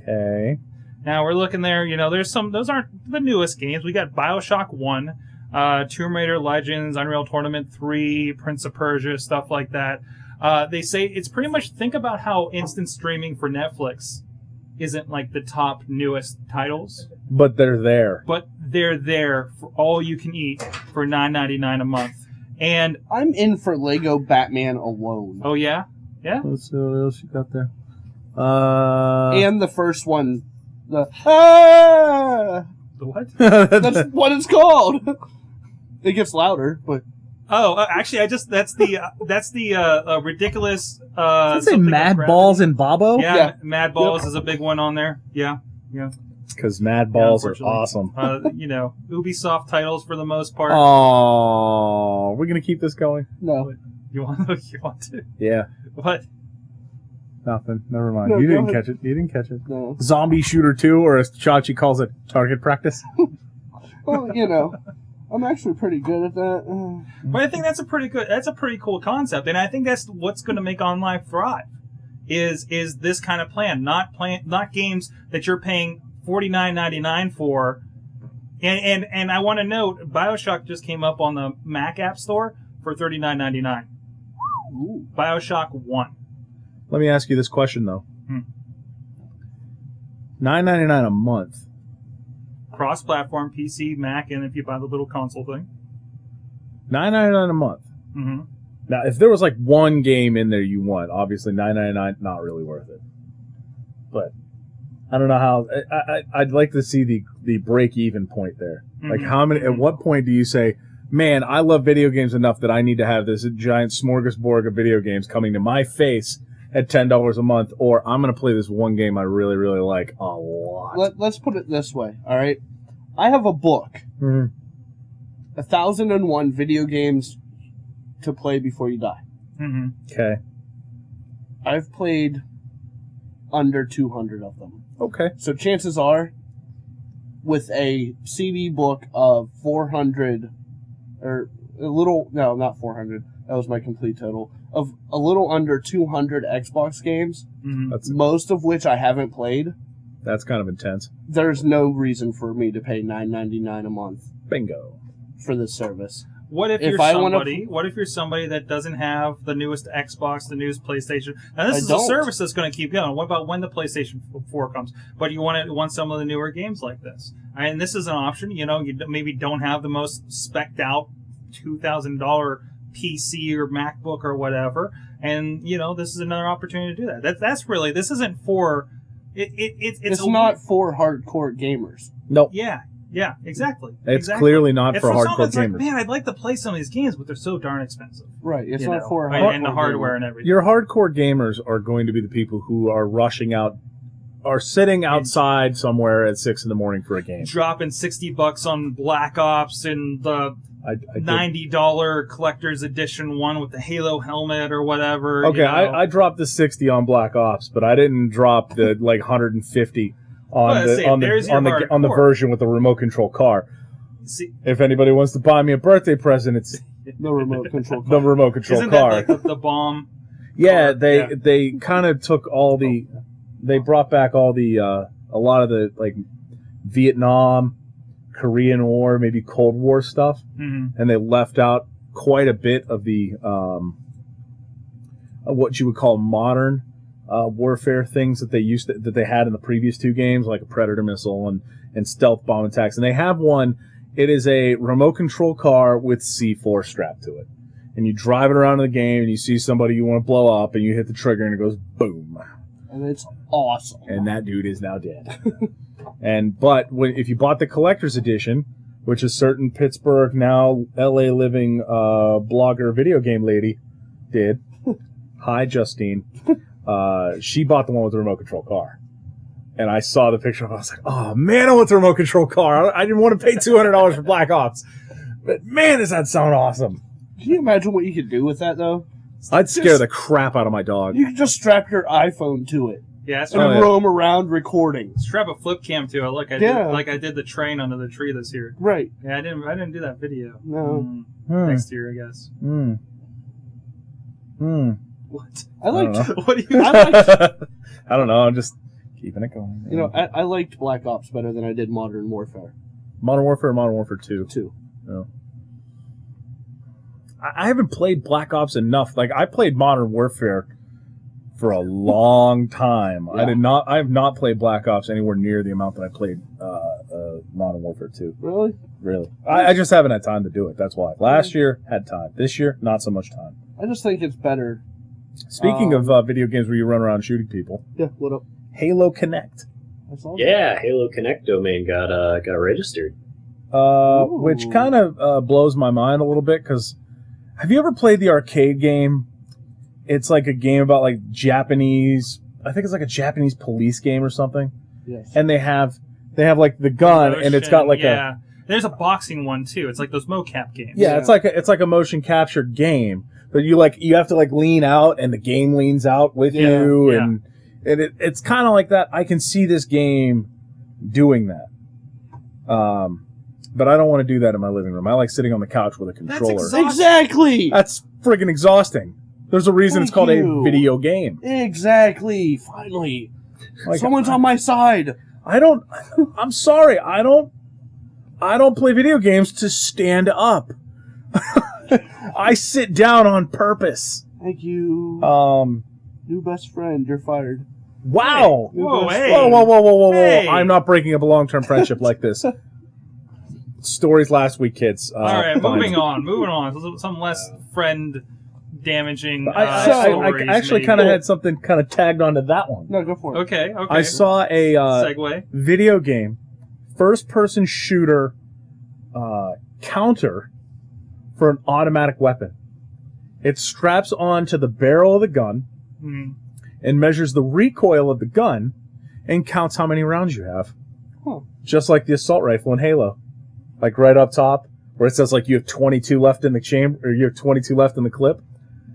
Speaker 3: okay.
Speaker 1: Now we're looking there. You know, there's some. Those aren't the newest games. We got Bioshock One, uh, Tomb Raider Legends, Unreal Tournament Three, Prince of Persia, stuff like that. Uh, they say it's pretty much think about how instant streaming for Netflix isn't like the top newest titles,
Speaker 3: But they're there.
Speaker 1: but they're there for all you can eat for nine ninety nine a month. And
Speaker 4: I'm in for Lego Batman alone,
Speaker 1: oh yeah,
Speaker 3: Let's see what else you got there. Uh,
Speaker 4: and the first one, the ah,
Speaker 1: the what?
Speaker 4: that's what it's called. it gets louder, but
Speaker 1: Oh, uh, actually, I just that's the uh, that's the uh, uh, ridiculous. Uh,
Speaker 6: Does it say
Speaker 1: something of
Speaker 6: Mad
Speaker 1: gravity.
Speaker 6: Balls and
Speaker 3: Oh,
Speaker 6: Bobo?
Speaker 1: Yeah,
Speaker 4: Yeah.
Speaker 1: Mad Balls is a big one on there. Yeah,
Speaker 3: because Mad Balls are
Speaker 1: unfortunately.
Speaker 3: awesome. Uh,
Speaker 1: uh, you know, Ubisoft titles for the most part.
Speaker 3: Oh, we're gonna keep this going.
Speaker 4: no.
Speaker 1: You want to? You want to?
Speaker 3: Yeah,
Speaker 1: What?
Speaker 3: nothing. Never mind.
Speaker 4: No,
Speaker 3: you
Speaker 4: go
Speaker 3: didn't
Speaker 4: ahead.
Speaker 3: catch it. You didn't catch it.
Speaker 4: No.
Speaker 3: Zombie Shooter Two, or as Chachi calls it, Target Practice.
Speaker 4: Well, you know, I'm actually pretty good at that.
Speaker 1: But I think that's a pretty good. That's a pretty cool concept, and I think that's what's going to make online thrive. Is is this kind of plan? Not plan. Not games that you're paying forty nine ninety nine for. And and and I want to note, Bioshock just came up on the Mac App Store for thirty nine ninety nine.
Speaker 4: Ooh.
Speaker 1: Bioshock One.
Speaker 3: Let me ask you this question though.
Speaker 1: Hmm.
Speaker 3: Nine ninety nine a month.
Speaker 1: Cross platform, PC, Mac, and if you buy the little console thing.
Speaker 3: Nine ninety nine a month.
Speaker 1: Mm-hmm.
Speaker 3: Now, if there was like one game in there you want, obviously nine ninety nine not really worth it. But I don't know how. I, I I'd like to see the the break even point there. Like
Speaker 1: Mhm.
Speaker 3: how many? At what point do you say, "Man, I love video games enough that I need to have this giant smorgasbord of video games coming to my face at ten dollars a month," or I'm going to play this one game I really really like a lot.
Speaker 4: Let, let's put it this way, all right? I have a book,
Speaker 3: Mhm.
Speaker 4: a 1001 video games to play before you die.
Speaker 1: Mm-hmm.
Speaker 3: Okay.
Speaker 4: I've played under 200 of them.
Speaker 3: Okay.
Speaker 4: So chances are, with a CD book of 400, or a little, no, not 400, that was my complete total, of a little under 200 Xbox games,
Speaker 1: Mm-hmm.
Speaker 3: That's
Speaker 4: most of which I haven't played,
Speaker 3: that's kind of intense.
Speaker 4: there's no reason for me to pay 9.99 a month
Speaker 3: Bingo.
Speaker 4: for this service.
Speaker 1: What if,
Speaker 4: If
Speaker 1: you're
Speaker 4: I wanna-
Speaker 1: somebody? What if you're somebody that doesn't have the newest Xbox, the newest PlayStation? Now this
Speaker 4: I
Speaker 1: is a
Speaker 4: don't.
Speaker 1: service that's going to keep going. What about when the PlayStation f- Four comes? But you want to want some of the newer games like this, and this is an option. You know, you d- maybe don't have the most specked out two thousand dollar PC or MacBook or whatever, and you know this is another opportunity to do that. That that's really this isn't for. It, it, it, it's
Speaker 4: It's,
Speaker 1: a-
Speaker 4: not for hardcore gamers.
Speaker 3: Nope.
Speaker 1: Yeah, Yeah, exactly.
Speaker 3: It's
Speaker 1: exactly.
Speaker 3: clearly not
Speaker 1: If
Speaker 3: for
Speaker 1: someone
Speaker 3: hardcore
Speaker 1: that's like,
Speaker 3: gamers.
Speaker 1: Man, I'd like to play some of these games, but they're so darn expensive.
Speaker 4: Right. It's
Speaker 1: you
Speaker 4: not
Speaker 1: know,
Speaker 4: for a
Speaker 1: and, and the
Speaker 4: hardcore
Speaker 1: hardware
Speaker 4: gamer.
Speaker 1: and everything.
Speaker 3: Your hardcore gamers are going to be the people who are rushing out, are sitting outside somewhere at six in the morning for a game.
Speaker 1: dropping sixty bucks on Black Ops and the
Speaker 3: I, I did-
Speaker 1: ninety dollar collector's edition one with the Halo helmet or whatever. you
Speaker 3: okay,
Speaker 1: know.
Speaker 3: I, I dropped the sixty on Black Ops, but I didn't drop the like hundred and fifty on
Speaker 1: Well,
Speaker 3: the
Speaker 1: see,
Speaker 3: on the
Speaker 1: there's your
Speaker 3: on the on the
Speaker 1: hardcore.
Speaker 3: version with the remote control car.
Speaker 1: See,
Speaker 3: If anybody wants to buy me a birthday present, it's
Speaker 4: No remote control.
Speaker 3: the remote control
Speaker 1: isn't
Speaker 3: car.
Speaker 1: that like the, the bomb?
Speaker 3: yeah,
Speaker 1: car,
Speaker 3: they
Speaker 1: yeah.
Speaker 3: they kind of took all the, they brought back all the uh, a lot of the like Vietnam, Korean War, maybe Cold War stuff.
Speaker 1: hmm
Speaker 3: and they left out quite a bit of the um, uh, what you would call modern uh, warfare things that they used to, that they had in the previous two games, like a predator missile and and stealth bomb attacks. And they have one. It is a remote control car with C4 strapped to it, and you drive it around in the game, and you see somebody you want to blow up, and you hit the trigger, and it goes boom
Speaker 4: And it's awesome.
Speaker 3: and that dude is now dead. and but when, if you bought the collector's edition, which a certain Pittsburgh now L.A. living uh, blogger video game lady did, hi Justine, uh, she bought the one with the remote control car. And I saw the picture. and I was like, "Oh man, I want the remote control car. I I didn't want to pay two hundred dollars for Black Ops, but man, does that sound awesome?
Speaker 4: Can you imagine what you could do with that though?
Speaker 3: I'd scare the crap out of my dog.
Speaker 4: You could just strap your iPhone to it
Speaker 1: Yeah, that's
Speaker 4: and
Speaker 3: Oh, yeah.
Speaker 4: roam around recording.
Speaker 1: strap a flip cam to it, like I
Speaker 4: Yeah.
Speaker 1: did, like I did the train under the tree this year.
Speaker 4: Right.
Speaker 1: Yeah, I didn't, I didn't do that video.
Speaker 4: No.
Speaker 1: Mm,
Speaker 3: Hmm.
Speaker 1: next year, I guess.
Speaker 3: Hmm. Hmm.
Speaker 1: What?
Speaker 4: I liked.
Speaker 3: don't
Speaker 1: what do you?
Speaker 4: I liked.
Speaker 3: I don't know. I'm just keeping it going.
Speaker 4: You know, I, I liked Black Ops better than I did Modern Warfare
Speaker 3: Modern Warfare, or Modern Warfare Two.
Speaker 4: Two.
Speaker 3: I, I haven't played Black Ops enough. Like I played Modern Warfare for a long time. I
Speaker 4: Yeah.
Speaker 3: did not. I have not played Black Ops anywhere near the amount that I played uh, uh, Modern Warfare Two.
Speaker 4: Really?
Speaker 3: Really, I, I just haven't had time to do it. That's why. Last year had time. This year, not so much time.
Speaker 4: I just think it's better.
Speaker 3: Speaking
Speaker 4: Um,
Speaker 3: of uh, video games where you run around shooting people,
Speaker 4: Yeah. What up?
Speaker 3: Halo Connect,
Speaker 4: I saw that.
Speaker 5: Yeah, Halo Connect domain got uh, got registered.
Speaker 3: uh, which
Speaker 4: Ooh.
Speaker 3: kind of uh, blows my mind a little bit because have you ever played the arcade game? It's like a game about like Japanese. I think it's like a Japanese police game or something.
Speaker 4: Yes.
Speaker 3: And they have they have like the gun, and it's got like a
Speaker 1: Oh, yeah. There's a boxing one too. It's like those mocap games.
Speaker 3: yeah, it's like a, it's like a motion capture game. But you like you have to like lean out, and the game leans out with
Speaker 4: Yeah,
Speaker 3: you,
Speaker 1: yeah.
Speaker 3: and and it, it's kind of like that. I can see this game doing that. Um, but I don't want to do that in my living room. I like sitting on the couch with a controller.
Speaker 1: exact-
Speaker 4: Exactly.
Speaker 3: That's friggin' exhausting. There's a reason it's
Speaker 4: Thank
Speaker 3: called a
Speaker 4: you.
Speaker 3: video game.
Speaker 4: Exactly. Finally,
Speaker 3: Like,
Speaker 4: someone's
Speaker 3: I,
Speaker 4: on my side.
Speaker 3: I don't. I'm sorry. I don't. I don't play video games to stand up. I sit down on purpose.
Speaker 4: Thank you.
Speaker 3: Um.
Speaker 4: New best friend. You're fired.
Speaker 3: Wow.
Speaker 1: Whoa, hey.
Speaker 3: Whoa, whoa, whoa, whoa, whoa, whoa!
Speaker 1: Hey.
Speaker 3: I'm not breaking up a long-term friendship like this. Stories last week, kids. Uh,
Speaker 1: All right,
Speaker 3: fine.
Speaker 1: moving on, moving on. Some less friend damaging.
Speaker 3: I,
Speaker 1: Uh,
Speaker 3: I, I- I
Speaker 1: stories,
Speaker 3: actually
Speaker 1: maybe.
Speaker 3: kind of had something kind of tagged onto that one.
Speaker 4: No, go for it.
Speaker 1: Okay, okay.
Speaker 3: I saw a uh,
Speaker 1: segue.
Speaker 3: video game first person shooter uh, counter for an automatic weapon. It straps onto the barrel of the gun
Speaker 1: Hmm.
Speaker 3: and measures the recoil of the gun and counts how many rounds you have.
Speaker 4: Huh.
Speaker 3: Just like the assault rifle in Halo. Like right up top where it says like you have 22 left in the chamber or you have 22 left in the clip.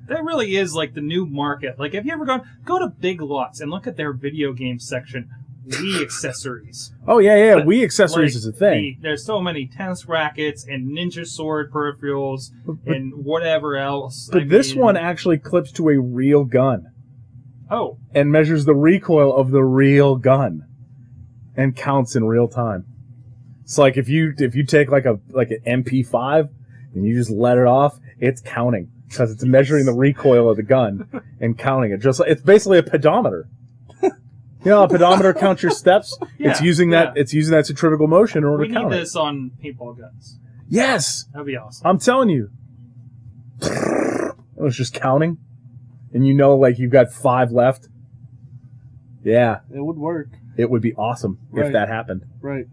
Speaker 1: That really is like the new market. Like, have you ever gone go to Big Lots and look at their video game section? Wii accessories.
Speaker 3: Oh yeah, yeah, Wii accessories
Speaker 1: Like,
Speaker 3: is a thing.
Speaker 1: the- there's so many tennis rackets and ninja sword peripherals and whatever else.
Speaker 3: But
Speaker 1: I
Speaker 3: this
Speaker 1: mean-
Speaker 3: one actually clips to a real gun.
Speaker 1: oh,
Speaker 3: and measures the recoil of the real gun and counts in real time. It's like if you if you take like a like an MP5 and you just let it off, it's counting because it's measuring the recoil of the gun and counting it. Just like, it's basically a pedometer. You know, a pedometer counts your steps.
Speaker 1: yeah,
Speaker 3: it's using that it's using that centrifugal motion in
Speaker 1: yeah.
Speaker 3: order
Speaker 1: We
Speaker 3: to
Speaker 1: need
Speaker 3: count it.
Speaker 1: this on paintball guns.
Speaker 3: Yes,
Speaker 1: That'd be awesome.
Speaker 3: I'm telling you. It was just counting, and you know, like you've got five left. Yeah,
Speaker 4: It would work.
Speaker 3: it would be awesome
Speaker 4: Right.
Speaker 3: if that happened.
Speaker 4: Right.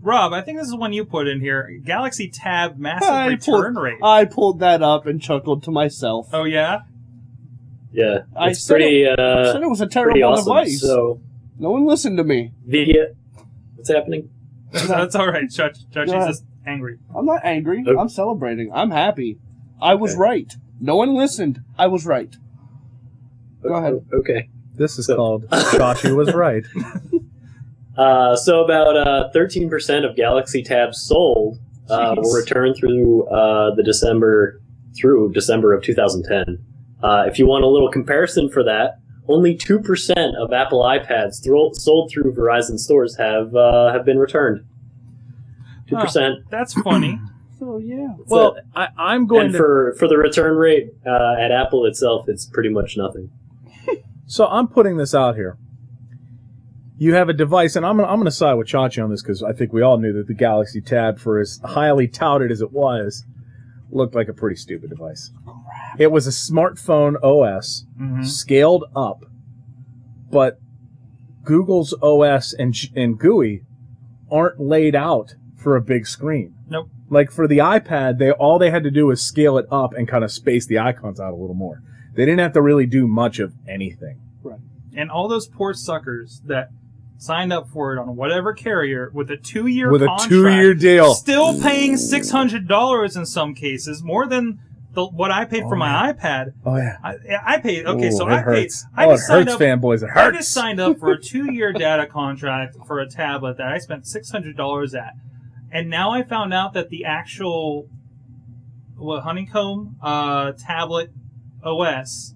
Speaker 1: Rob, I think this is one you put in here. Galaxy Tab massive
Speaker 4: I pulled-
Speaker 1: return rate.
Speaker 4: I pulled that up and chuckled to myself.
Speaker 1: oh yeah,
Speaker 5: Yeah,
Speaker 4: I
Speaker 5: it's
Speaker 4: said
Speaker 5: pretty
Speaker 4: I
Speaker 5: uh,
Speaker 4: said it was a
Speaker 5: pretty
Speaker 4: terrible
Speaker 5: awesome.
Speaker 4: device.
Speaker 5: So
Speaker 4: No one listened to me.
Speaker 5: the uh, what's happening?
Speaker 1: that's, that's all right. Judge, Judge,
Speaker 4: Yeah.
Speaker 1: he's just angry.
Speaker 4: I'm not angry.
Speaker 5: Oh.
Speaker 4: I'm celebrating. I'm happy. I was
Speaker 5: Okay.
Speaker 4: right. No one listened. I was right. Go ahead.
Speaker 5: Okay.
Speaker 3: This is
Speaker 5: So-
Speaker 3: called Chachi was right.
Speaker 5: Uh, so about thirteen percent of Galaxy tabs sold uh,
Speaker 1: Jeez.
Speaker 5: will return through uh, the December through December of 2010. Uh, if you want a little comparison for that, only two percent of Apple iPads thr- sold through Verizon stores have uh, have been returned. Two percent.
Speaker 1: That's funny.
Speaker 4: So yeah.
Speaker 3: Well, I, I'm going
Speaker 5: and
Speaker 3: to.
Speaker 5: for for the return rate uh, at Apple itself, it's pretty much nothing.
Speaker 3: So I'm putting this out here. You have a device, and I'm gonna, I'm going to side with Chachi on this because I think we all knew that the Galaxy Tab, for as highly touted as it was, looked like a pretty stupid device. It was a smartphone OS
Speaker 1: Mhm.
Speaker 3: scaled up, but Google's OS and sh- and GUI aren't laid out for a big screen.
Speaker 1: Nope.
Speaker 3: Like for the iPad, they all they had to do was scale it up and kind of space the icons out a little more. They didn't have to really do much of anything.
Speaker 1: And all those poor suckers that signed up for it on whatever carrier with a two-year
Speaker 3: With a
Speaker 1: contract,
Speaker 3: two-year deal.
Speaker 1: still paying six hundred dollars in some cases, more than the, what I paid for
Speaker 3: Oh,
Speaker 1: my iPad.
Speaker 3: Oh yeah.
Speaker 1: I, I paid. Okay,
Speaker 3: Ooh,
Speaker 1: so
Speaker 3: it
Speaker 1: I paid.
Speaker 3: hurts.
Speaker 1: I
Speaker 3: oh, it
Speaker 1: just signed
Speaker 3: hurts,
Speaker 1: up
Speaker 3: fanboys. It
Speaker 1: I just
Speaker 3: hurts.
Speaker 1: signed up for a two-year data contract for a tablet that I spent six hundred dollars at, and now I found out that the actual what honeycomb uh, tablet OS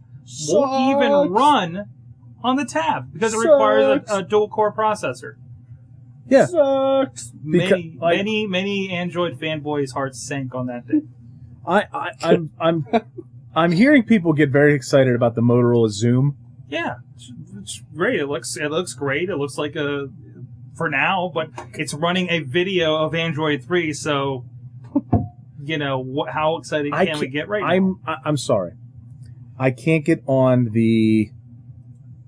Speaker 1: won't even run on the tab because it requires
Speaker 4: Sucks.
Speaker 1: a, a dual-core processor.
Speaker 3: Yeah.
Speaker 4: Sucks.
Speaker 3: Because-
Speaker 1: many,
Speaker 3: like-
Speaker 1: many, many Android fanboys' hearts sank on that day.
Speaker 3: I, I I'm I'm I'm hearing people get very excited about the Motorola Zoom.
Speaker 1: Yeah, it's, it's great. It looks it looks great. It looks like a for now, but it's running a video of Android three. So you know wh- how excited
Speaker 3: I
Speaker 1: can we
Speaker 3: can't-
Speaker 1: get right now?
Speaker 3: I'm I, I'm sorry. I can't get on the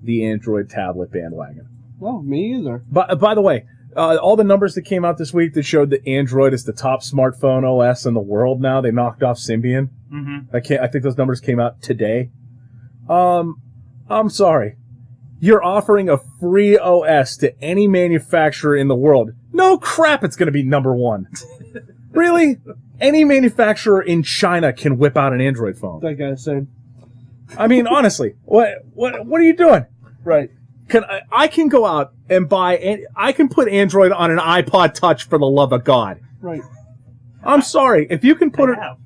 Speaker 3: the Android tablet bandwagon.
Speaker 4: No, me either.
Speaker 3: But by the way, uh, all the numbers that came out this week that showed that Android is the top smartphone OS in the world now. They knocked off Symbian.
Speaker 1: hmm
Speaker 3: I can't. I think those numbers came out today. Um, I'm sorry. You're offering a free OS to any manufacturer in the world. No crap, it's going to be number one. really? Any manufacturer in China can whip out an Android phone.
Speaker 4: That guy said.
Speaker 3: I mean, honestly, what what what are you doing?
Speaker 4: Right.
Speaker 3: Can I, I can go out and buy? an- I can put Android on an iPod Touch for the love of God.
Speaker 4: Right.
Speaker 3: I'm sorry. If you can put it,
Speaker 1: I have.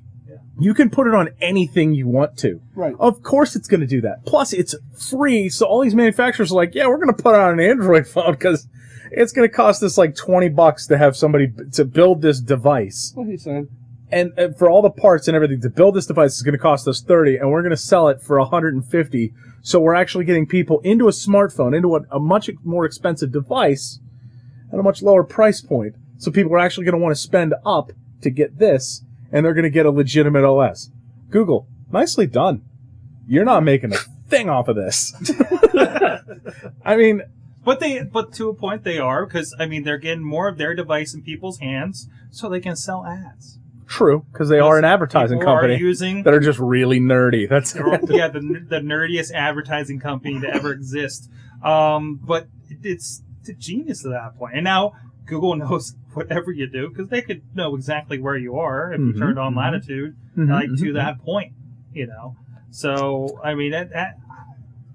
Speaker 3: you can put it on anything you want to.
Speaker 4: Right.
Speaker 3: Of course it's going to do that. Plus, it's free, so all these manufacturers are like, yeah, we're going to put out an Android phone because it's going to cost us like 20 bucks to have somebody b- to build this device.
Speaker 4: What he said.
Speaker 3: And, and for all the parts and everything, to build this device is going to cost us 30 and we're going to sell it for 150 So we're actually getting people into a smartphone, into a, a much more expensive device at a much lower price point. So people are actually going to want to spend up to get this and they're going to get a legitimate OS. Google, nicely done. You're not making a thing off of this. I mean,
Speaker 1: But they, but to a point, they are because I mean they're getting more of their device in people's hands, so they can sell ads.
Speaker 3: true, because they are an advertising
Speaker 1: People
Speaker 3: company
Speaker 1: Are using
Speaker 3: that are just really nerdy. That's
Speaker 1: They're- yeah, the, the nerdiest advertising company to ever exist. Um, but it's the genius at that point. And now Google knows whatever you do because they could know exactly where you are if
Speaker 4: Mm-hmm,
Speaker 3: Mhm,
Speaker 1: you turned on
Speaker 3: mhm.
Speaker 1: latitude, like to that point, you know. So I mean, it, that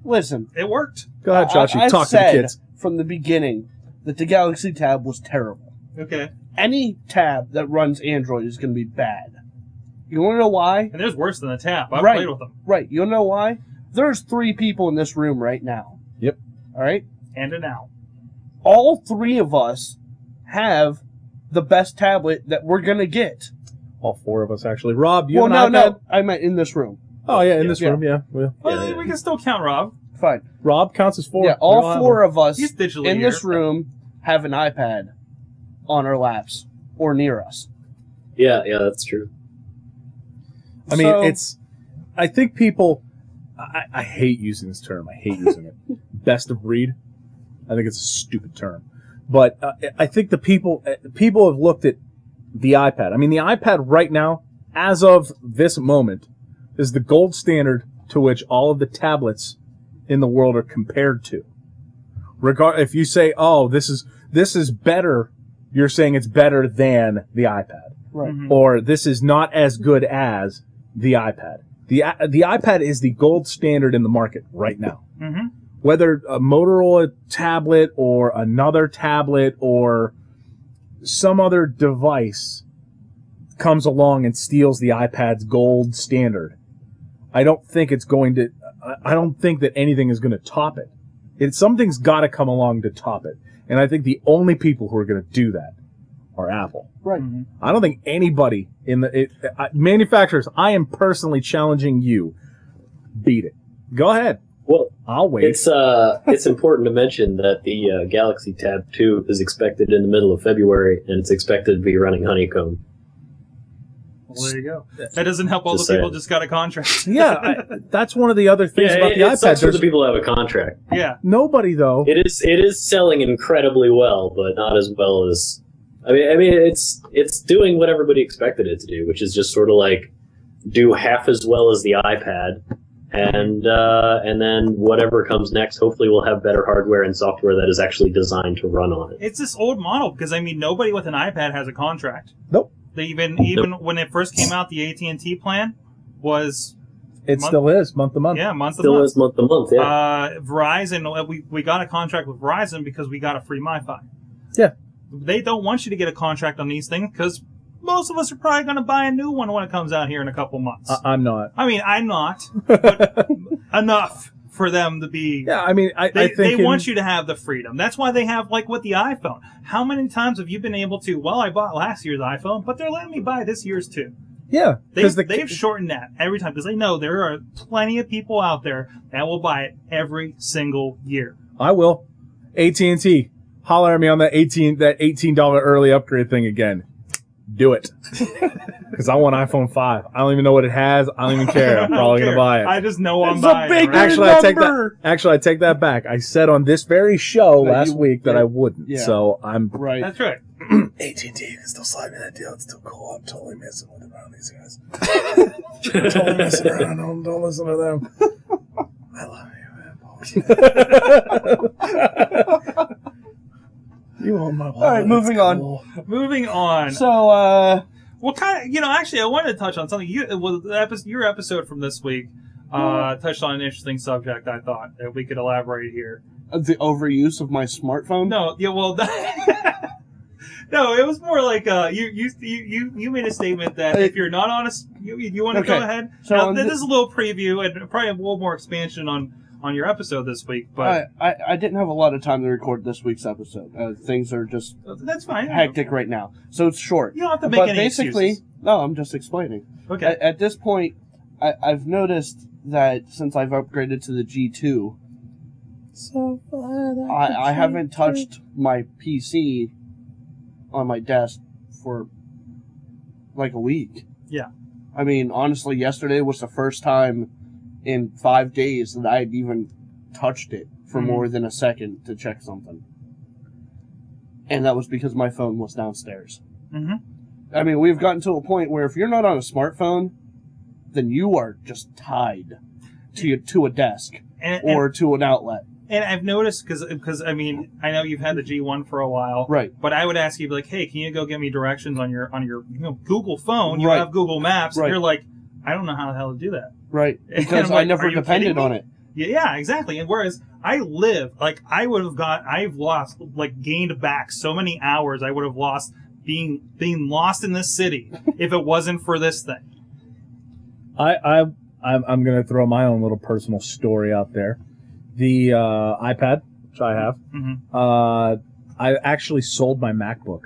Speaker 4: Listen.
Speaker 1: it worked.
Speaker 3: Go ahead, Josh.
Speaker 4: I- I
Speaker 3: talk
Speaker 4: said
Speaker 3: to the kids.
Speaker 4: from the beginning that the Galaxy Tab was terrible.
Speaker 1: Okay,
Speaker 4: Any tab that runs Android is going to be bad. You want to know why?
Speaker 1: and there's worse than the tap. I've
Speaker 4: Right.
Speaker 1: played with them
Speaker 4: Right. You wanna know why? There's three people in this room right now.
Speaker 3: Yep.
Speaker 4: All right.
Speaker 1: and an out.
Speaker 4: All three of us have the best tablet that we're going to get.
Speaker 3: All four of us actually. Rob, you
Speaker 4: well, no,
Speaker 3: have an iPad?
Speaker 4: no. I meant in this room.
Speaker 3: Oh yeah, in this
Speaker 4: Yeah.
Speaker 3: room, yeah. Well,
Speaker 1: Well,
Speaker 5: yeah.
Speaker 1: we can still count Rob.
Speaker 4: Fine.
Speaker 3: Rob counts as four.
Speaker 4: Yeah, all four of us
Speaker 1: He's digitally
Speaker 4: in
Speaker 1: here.
Speaker 4: this room have an iPad on our laps or near us.
Speaker 5: Yeah, yeah, that's true.
Speaker 3: I mean,
Speaker 4: So-
Speaker 3: it's. I think people. I, I hate using this term. I hate using it. Best of breed. I think it's a stupid term. But uh, I think the people uh, people have looked at the iPad. I mean, the iPad right now, as of this moment, is the gold standard to which all of the tablets in the world are compared to. Regard if you say, "Oh, this is this is better," you're saying it's better than the iPad
Speaker 4: Right.
Speaker 1: Mm-hmm.
Speaker 3: or this is not as good as the iPad. The i- the iPad is the gold standard in the market right now.
Speaker 1: Mhm.
Speaker 3: Whether a Motorola tablet or another tablet or some other device comes along and steals the iPad's gold standard, I don't think it's going to. I- I don't think that anything is going to top it. It something's got to come along to top it, and I think the only people who are going to do that are Apple.
Speaker 4: Right.
Speaker 3: I don't think anybody in the it, I, manufacturers. I am personally challenging you. Beat it. Go ahead.
Speaker 5: Well,
Speaker 3: I'll wait.
Speaker 5: it's uh, it's important to mention that the uh, Galaxy Tab 2 is expected in the middle of February, and it's expected to be running Honeycomb.
Speaker 1: Well, there you go. That doesn't help all
Speaker 5: Just
Speaker 1: the people
Speaker 5: saying.
Speaker 1: just got a contract.
Speaker 3: yeah, I, that's one of the other things
Speaker 5: Yeah,
Speaker 3: about
Speaker 5: it,
Speaker 3: the
Speaker 5: it
Speaker 3: iPad.
Speaker 5: sucks for
Speaker 3: There's
Speaker 5: the people who have a contract.
Speaker 1: yeah.
Speaker 3: nobody though.
Speaker 5: It is it is selling incredibly well, but not as well as I mean I mean it's it's doing what everybody expected it to do, which is just sort of like do half as well as the iPad and uh, and then whatever comes next hopefully will have better hardware and software that is actually designed to run on it.
Speaker 1: It's this old model because I mean nobody with an iPad has a contract.
Speaker 3: Nope.
Speaker 1: They even even when it first came out, the AT and T plan was
Speaker 3: It
Speaker 1: month-
Speaker 3: still is month to month.
Speaker 1: yeah month to
Speaker 5: Still
Speaker 1: month.
Speaker 5: is month to month, yeah.
Speaker 1: Uh, Verizon, we, we got a contract with Verizon because we got a free MiFi.
Speaker 3: Yeah.
Speaker 1: They don't want you to get a contract on these things because most of us are probably going to buy a new one when it comes out here in a couple months.
Speaker 3: I, I'm not.
Speaker 1: I mean, I'm not, but enough for them to be.
Speaker 3: Yeah, I mean, I,
Speaker 1: They,
Speaker 3: I think
Speaker 1: they want you to have the freedom. That's why they have like with the iPhone. How many times have you been able to? Well, I bought last year's iPhone, but they're letting me buy this year's too.
Speaker 3: Yeah,
Speaker 1: They,
Speaker 3: because the
Speaker 1: they've shortened that every time because they know there are plenty of people out there that will buy it every single year.
Speaker 3: I will. AT and T, holler at me on that eighteen that eighteen dollar early upgrade thing again. Do it, because I want iPhone five. I don't even know what it has. I don't even care. I'm
Speaker 1: I don't
Speaker 3: probably gonna
Speaker 1: care.
Speaker 3: buy it.
Speaker 1: I just know I'm
Speaker 3: It's a
Speaker 1: buying. it,
Speaker 3: big
Speaker 1: right?
Speaker 3: Actually, I take that. Actually, I take that back. I said on this very show
Speaker 4: That
Speaker 3: last
Speaker 4: you-
Speaker 3: week that
Speaker 4: that-
Speaker 3: I wouldn't.
Speaker 4: yeah.
Speaker 3: So I'm
Speaker 4: Right.
Speaker 1: That's right.
Speaker 3: AT and T can still slide me that deal. It's still cool. I'm totally messing with around these guys. totally messing around. Don't, don't listen to them. I love you, man. you own my wallet.
Speaker 4: All right, moving on.
Speaker 1: Moving on.
Speaker 4: So, uh,
Speaker 1: Well, kind of, you know, actually, I wanted to touch on something. You, well, the episode, your episode from this week
Speaker 3: Mm-hmm.
Speaker 1: uh, touched on an interesting subject. I thought that we could elaborate here.
Speaker 4: the overuse of my smartphone.
Speaker 1: No, yeah, well, no, it was more like uh, you, you, you, you, you made a statement that if you're not honest, you, you want to go
Speaker 4: Okay.
Speaker 1: ahead.
Speaker 4: So
Speaker 1: now,
Speaker 4: on
Speaker 1: this
Speaker 4: thi-
Speaker 1: is a little preview and probably a little more expansion on on your episode this week, but
Speaker 4: I, I, I didn't have a lot of time to record this week's episode. Uh, things are just
Speaker 1: that's fine.
Speaker 4: hectic right now, so it's short.
Speaker 1: You don't have to make
Speaker 4: But
Speaker 1: any
Speaker 4: basically,
Speaker 1: excuses.
Speaker 4: no, I'm just explaining.
Speaker 1: Okay.
Speaker 4: At, at this point, I, I've noticed that since I've upgraded to the G2, I, I haven't touched my PC on my desk for like a week.
Speaker 1: Yeah.
Speaker 4: I mean, honestly, yesterday was the first time in five days that I had even touched it for
Speaker 1: Mhm.
Speaker 4: more than a second to check something. And that was because my phone was downstairs.
Speaker 1: hmm
Speaker 4: I mean, we've gotten to a point where if you're not on a smartphone, then you are just tied to your, to a desk
Speaker 1: And, and,
Speaker 4: or to an outlet.
Speaker 1: and I've noticed because I mean I know you've had the G1 for a while,
Speaker 4: Right.
Speaker 1: But I would ask you, be like, hey, can you go get me directions on your on your you know, Google phone? You
Speaker 4: Right.
Speaker 1: have Google Maps, and
Speaker 4: Right.
Speaker 1: you're like, I don't know how the hell to do that.
Speaker 4: Right.
Speaker 1: And I'm like,
Speaker 4: Because I
Speaker 1: "Are
Speaker 4: never
Speaker 1: you kidding
Speaker 4: depended
Speaker 1: me?"
Speaker 4: on it.
Speaker 1: Yeah, yeah, exactly. And whereas I live, like I would have got, I've lost, like gained back so many hours. I would have lost being being lost in this city if it wasn't for this thing.
Speaker 3: I, I I'm, I'm gonna throw my own little personal story out there. The uh, iPad, which I have,
Speaker 1: Mhm.
Speaker 3: uh, I actually sold my MacBook.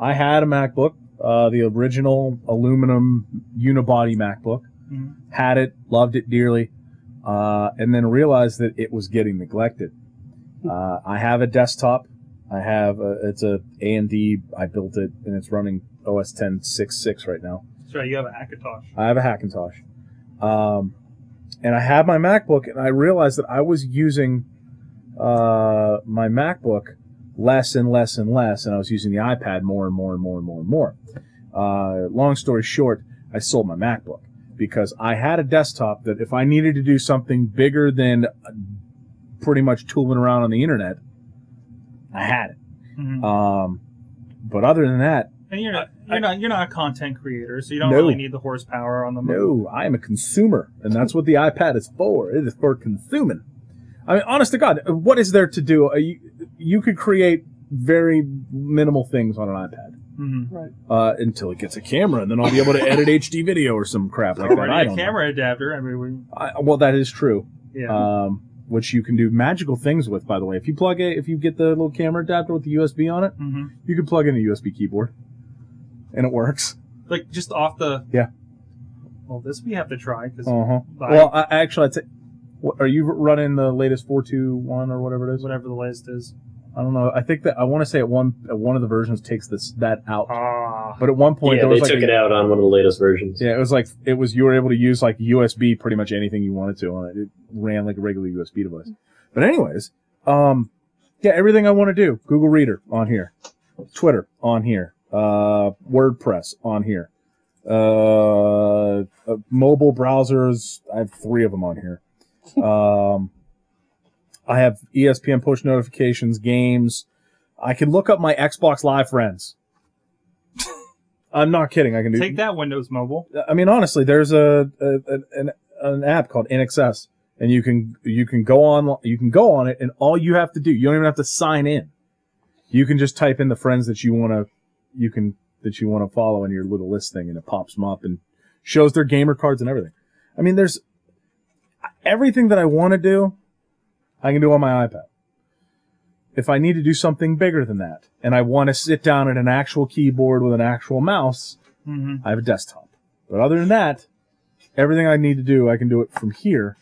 Speaker 3: I had a MacBook, uh, the original aluminum unibody MacBook.
Speaker 1: Mhm.
Speaker 3: Had it, loved it dearly, uh, and then realized that it was getting neglected. Uh, I have a desktop. I have a, it's a AMD. I built it, and it's running OS 10.6.6 right now.
Speaker 1: That's right. You have a Hackintosh.
Speaker 3: I have a Hackintosh. Um, and I had my MacBook, and I realized that I was using uh, my MacBook less and less and less, and I was using the iPad more and more and more and more and more. Uh, long story short, I sold my MacBook because I had a desktop that if I needed to do something bigger than pretty much tooling around on the internet, I had it.
Speaker 1: Mhm.
Speaker 3: Um, but other than that,
Speaker 1: And you're not, you're not you're not a content creator, so you don't
Speaker 3: No.
Speaker 1: really need the horsepower on the
Speaker 3: No, I am a consumer, and that's what the iPad is for. It is for consuming. I mean, honest to God, what is there to do? Uh, You, you could create very minimal things on an iPad
Speaker 1: Mhm.
Speaker 3: uh, until it gets a camera, and then I'll be able to edit HD video or some crap like that.
Speaker 1: Already
Speaker 3: I
Speaker 1: a
Speaker 3: don't know.
Speaker 1: camera adapter. I mean,
Speaker 3: I, well, that is true.
Speaker 1: we, yeah.
Speaker 3: Um, which you can do magical things with, by the way. If you plug it, if you get the little camera adapter with the USB on it,
Speaker 1: hmm
Speaker 3: you can plug in a USB keyboard, and it works.
Speaker 1: Like just off the.
Speaker 3: Yeah.
Speaker 1: Well, this we have to try because
Speaker 3: Uh huh. Well, I, actually, I'd say, what, are you running the latest four two one or whatever it is?
Speaker 1: whatever the latest is.
Speaker 3: I don't know. I think that I want to say at one at one of the versions takes this that out.
Speaker 1: Ah.
Speaker 3: But at one
Speaker 5: Uh-huh.
Speaker 3: point
Speaker 5: yeah,
Speaker 3: there
Speaker 5: they
Speaker 3: was like
Speaker 5: took
Speaker 3: a-
Speaker 5: it out on one of the latest versions.
Speaker 3: yeah, it was like it was you were able to use like USB pretty much anything you wanted to on it. It ran like a regular USB device. But anyways, um, yeah, everything I want to do, Google Reader on here, Twitter on here, uh, WordPress on here, uh, uh, mobile browsers. I have three of them on here. Um, I have E ESPN push notifications, games. I can look up my Xbox Live friends. I'm not kidding. I can do
Speaker 1: Take that Windows Mobile.
Speaker 3: I mean, honestly, there's a, a an, an app called NXS, and you can you can go on you can go on it, and all you have to do, you don't even have to sign in. You can just type in the friends that you want to you can that you want to follow in your little list thing, and it pops them up and shows their gamer cards and everything. I mean, there's everything that I want to do, I can do on my iPad. If I need to do something bigger than that, and I want to sit down at an actual keyboard with an actual mouse,
Speaker 1: hmm
Speaker 3: I have a desktop. But other than that, everything I need to do, I can do it from here.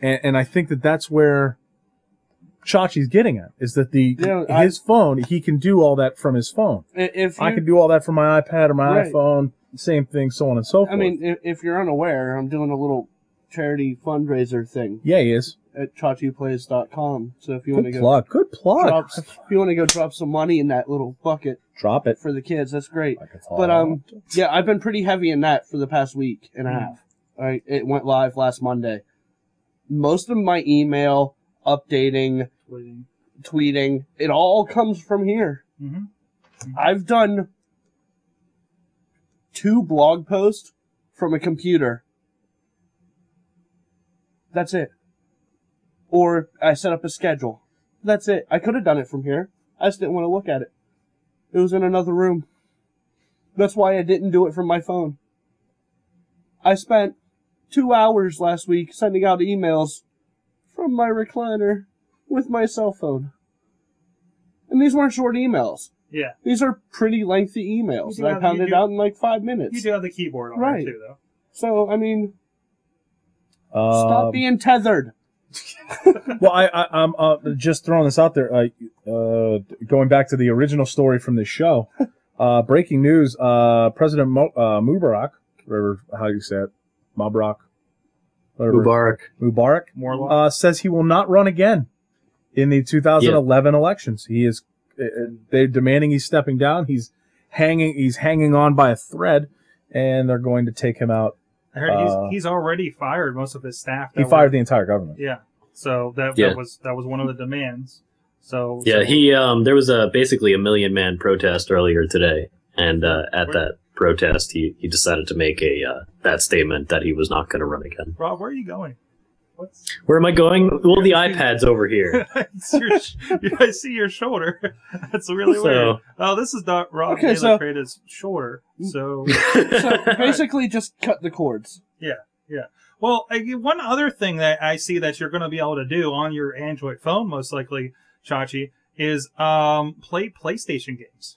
Speaker 3: And, and I think that that's where Chachi's getting at is that the
Speaker 4: Yeah, I-
Speaker 3: his phone, he can do all that from his phone.
Speaker 4: I- If you,
Speaker 3: I can do all that from my iPad or my
Speaker 4: Right.
Speaker 3: iPhone, same thing, so on and so forth.
Speaker 4: I mean, if, if you're unaware, I'm doing a little charity fundraiser thing
Speaker 3: yeah, he is.
Speaker 4: at chachiplays.com. So if you want to
Speaker 3: Good
Speaker 4: go
Speaker 3: plug. Good plug.
Speaker 4: drop, if you want to go drop some money in that little bucket
Speaker 3: Drop it.
Speaker 4: for the kids, that's great.
Speaker 3: Like it's
Speaker 4: But
Speaker 3: hot.
Speaker 4: um, yeah, I've been pretty heavy in that for the past week and a half. All right, it went live last Monday. Most of my email updating,
Speaker 1: Mm-hmm.
Speaker 4: tweeting, it all comes from here. I've done two blog posts from a computer. That's it. Or I set up a schedule. That's it. I could have done it from here. I just didn't want to look at it. It was in another room. That's why I didn't do it from my phone. I spent two hours last week sending out emails from my recliner with my cell phone. And these weren't short emails.
Speaker 1: Yeah.
Speaker 4: These are pretty lengthy
Speaker 1: You
Speaker 4: emails
Speaker 1: do
Speaker 4: that I
Speaker 1: have-
Speaker 4: pounded
Speaker 1: you do-
Speaker 4: out in like five
Speaker 1: You
Speaker 4: minutes.
Speaker 1: do have the keyboard on
Speaker 4: Right.
Speaker 1: there too, though.
Speaker 4: So, I mean,
Speaker 3: Um,
Speaker 4: stop being tethered.
Speaker 3: well, I, I, I'm uh, just throwing this out there. Uh, uh, going back to the original story from this show, uh, breaking news: uh, President Mo- uh, Mubarak, whatever how you say it, Mubarak, whatever,
Speaker 5: Mubarak.
Speaker 3: Mubarak,
Speaker 1: More
Speaker 3: uh, says he will not run again in the 2011 elections. He is uh, uh, they're demanding he's stepping down. He's hanging. He's hanging on by a thread, and they're going to take him out.
Speaker 1: I heard
Speaker 3: uh,
Speaker 1: he's, he's already fired most of his staff.
Speaker 3: He
Speaker 1: that were-
Speaker 3: fired the entire government.
Speaker 1: Yeah. So that,
Speaker 5: Yeah.
Speaker 1: that was that was one of the demands. So
Speaker 5: Yeah,
Speaker 1: so-
Speaker 5: he um there was a basically a million man protest earlier today, and uh, at that protest, he he decided to make a uh, that statement that he was not going to run again.
Speaker 1: Rob, where are you going? What's
Speaker 5: Where am I going? Well, the iPad's over here.
Speaker 1: It's your sh- I see your shoulder. That's really
Speaker 5: So-
Speaker 1: weird. Oh, this is not Rob
Speaker 4: Okay,
Speaker 1: Taylor
Speaker 4: so- Mm,
Speaker 1: Creator's shoulder. So,
Speaker 4: so basically, just cut the cords.
Speaker 1: well, I, one other thing that I see that you're going to be able to do on your Android phone, most likely, Chachi, is um, play PlayStation games.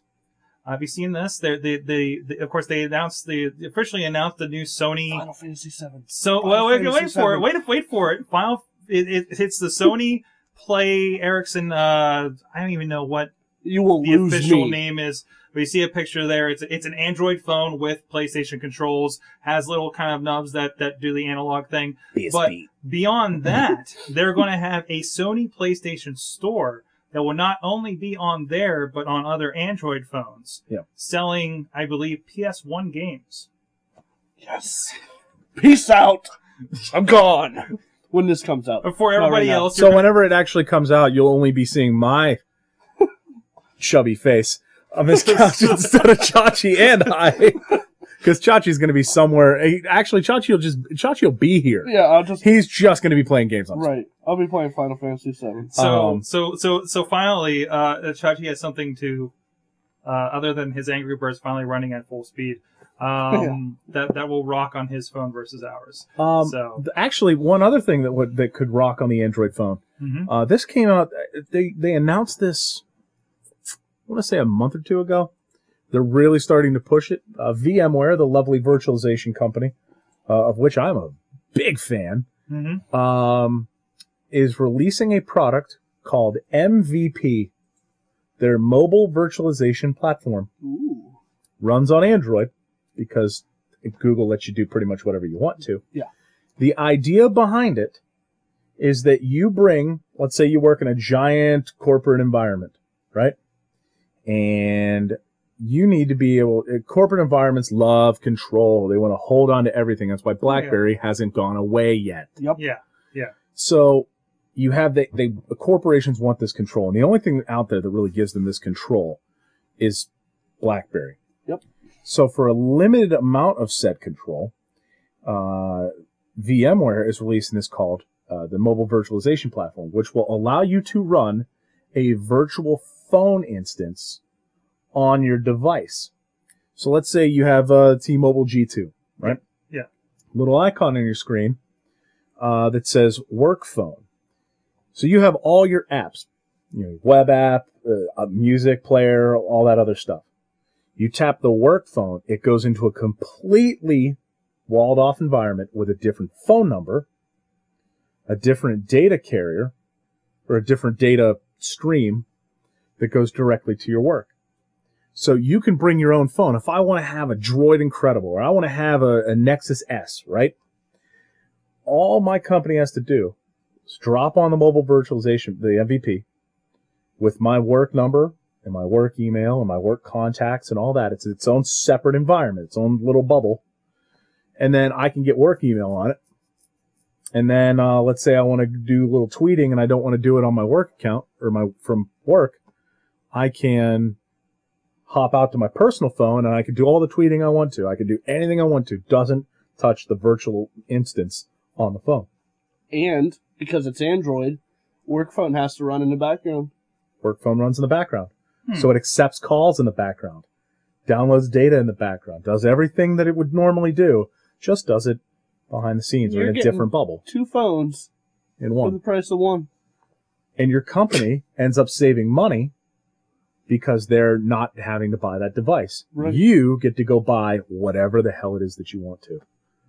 Speaker 1: Have you seen this? They, they, they, they, of course, they announced the they officially announced the new Sony.
Speaker 4: Final Fantasy VII.
Speaker 1: So
Speaker 4: Final
Speaker 1: well, wait,
Speaker 4: Fantasy
Speaker 1: wait for it.
Speaker 4: VII.
Speaker 1: Wait, wait for it. Final. It, it, it's the Sony Play Ericsson. Uh, I don't even know what
Speaker 4: You will
Speaker 1: the
Speaker 4: lose
Speaker 1: official
Speaker 4: me.
Speaker 1: name is. But you see a picture there. It's it's an Android phone with PlayStation controls. Has little kind of nubs that that do the analog thing. But beyond that, they're going to have a Sony PlayStation store that will not only be on there but on other Android phones.
Speaker 3: Yeah.
Speaker 1: Selling, I believe, PS1 games.
Speaker 4: Yes. Peace out. I'm gone. When this comes out.
Speaker 1: But for everybody
Speaker 4: right now.
Speaker 1: else,
Speaker 3: So
Speaker 1: you're-
Speaker 3: whenever it actually comes out, you'll only be seeing my chubby face on this couch instead of Chachi and I, because Chachi's going to be somewhere. eh, Actually, Chachi will just Chachi will be here.
Speaker 4: Yeah, I'll just
Speaker 3: He's just going to be playing games on.
Speaker 4: right. I'll be playing Final Fantasy VII.
Speaker 1: so
Speaker 3: um,
Speaker 1: so so so finally, uh, Chachi has something to, uh, other than his Angry Birds finally running at full speed, um, that that will rock on his phone versus ours.
Speaker 3: Um,
Speaker 1: so
Speaker 3: th- actually, one other thing that would that could rock on the Android phone.
Speaker 1: mhm.
Speaker 3: Uh, this came out. They they announced this. I want to say a month or two ago. They're really starting to push it. Uh, VMware, the lovely virtualization company, uh, of which I'm a big fan,
Speaker 1: Mhm.
Speaker 3: um, is releasing a product called MVP, their mobile virtualization platform.
Speaker 4: Ooh.
Speaker 3: Runs on Android because Google lets you do pretty much whatever you want to.
Speaker 4: Yeah.
Speaker 3: The idea behind it is that you bring, let's say you work in a giant corporate environment, right? And you need to be able, uh, corporate environments love control. They want to hold on to everything. That's why BlackBerry hasn't gone away yet.
Speaker 4: Yep.
Speaker 1: yeah,
Speaker 3: So you have the, they the corporations want this control, and the only thing out there that really gives them this control is BlackBerry.
Speaker 4: Yep.
Speaker 3: So for a limited amount of said control, uh, VMware is releasing this called uh, the Mobile Virtualization Platform, which will allow you to run a virtual phone instance on your device. So let's say you have a T-Mobile G2, right?
Speaker 1: Yeah.
Speaker 3: Little icon on your screen uh, that says work phone. So you have all your apps, you know, web app, uh, uh, music player, all that other stuff. You tap the work phone, it goes into a completely walled off environment with a different phone number, a different data carrier, or a different data stream that goes directly to your work. So you can bring your own phone. If I want to have a Droid Incredible or I want to have a, a Nexus S, right? all my company has to do is drop on the mobile virtualization, the MVP, with my work number and my work email and my work contacts and all that. It's its own separate environment, its own little bubble. And then I can get work email on it. And then uh, let's say I want to do a little tweeting and I don't want to do it on my work account or my from work, I can hop out to my personal phone and I can do all the tweeting I want to. I can do anything I want to. Doesn't touch the virtual instance on the phone.
Speaker 4: And because it's Android, work phone has to run in the background.
Speaker 3: Work phone runs in the background.
Speaker 4: Hmm.
Speaker 3: So it accepts calls in the background, downloads data in the background, does everything that it would normally do, just does it behind the scenes or
Speaker 4: You're
Speaker 3: in a
Speaker 4: getting-
Speaker 3: different bubble
Speaker 4: Two phones
Speaker 3: in
Speaker 4: for the
Speaker 3: one.
Speaker 4: price of one.
Speaker 3: And your company ends up saving money because they're not having to buy that device.
Speaker 4: Right.
Speaker 3: You get to go buy whatever the hell it is that you want to.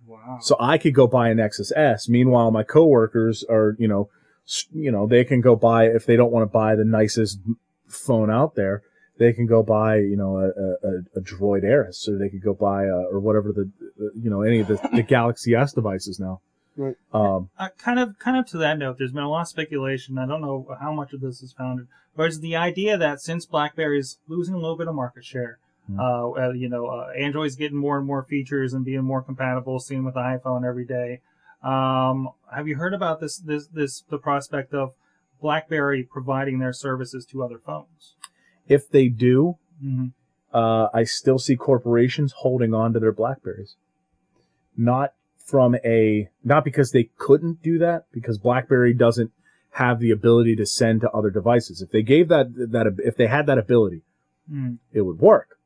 Speaker 1: wow.
Speaker 3: So I could go buy a Nexus S. Meanwhile, my coworkers are, you know, s- you know, they can go buy if they don't want to buy the nicest phone out there. They can go buy, you know, a, a, a Droid Aeris, or they could go buy, a, or whatever the, the- you know, any of the, the Galaxy S devices now.
Speaker 4: Right.
Speaker 3: Um,
Speaker 1: uh, kind of kind of to that note there's been a lot of speculation i don't know how much of this is founded but it's the idea that since blackberry is losing a little bit of market share
Speaker 3: Hmm.
Speaker 1: uh, uh, you know uh, android's getting more and more features and being more compatible seen with the iphone every day um, have you heard about this this this the prospect of blackberry providing their services to other phones
Speaker 3: if they do,
Speaker 1: mm-hmm.
Speaker 3: uh, I still see corporations holding on to their Blackberries. Not from a, not because they couldn't do that, because BlackBerry doesn't have the ability to send to other devices. If they gave that, that, if they had that ability,
Speaker 1: Mm.
Speaker 3: it would work.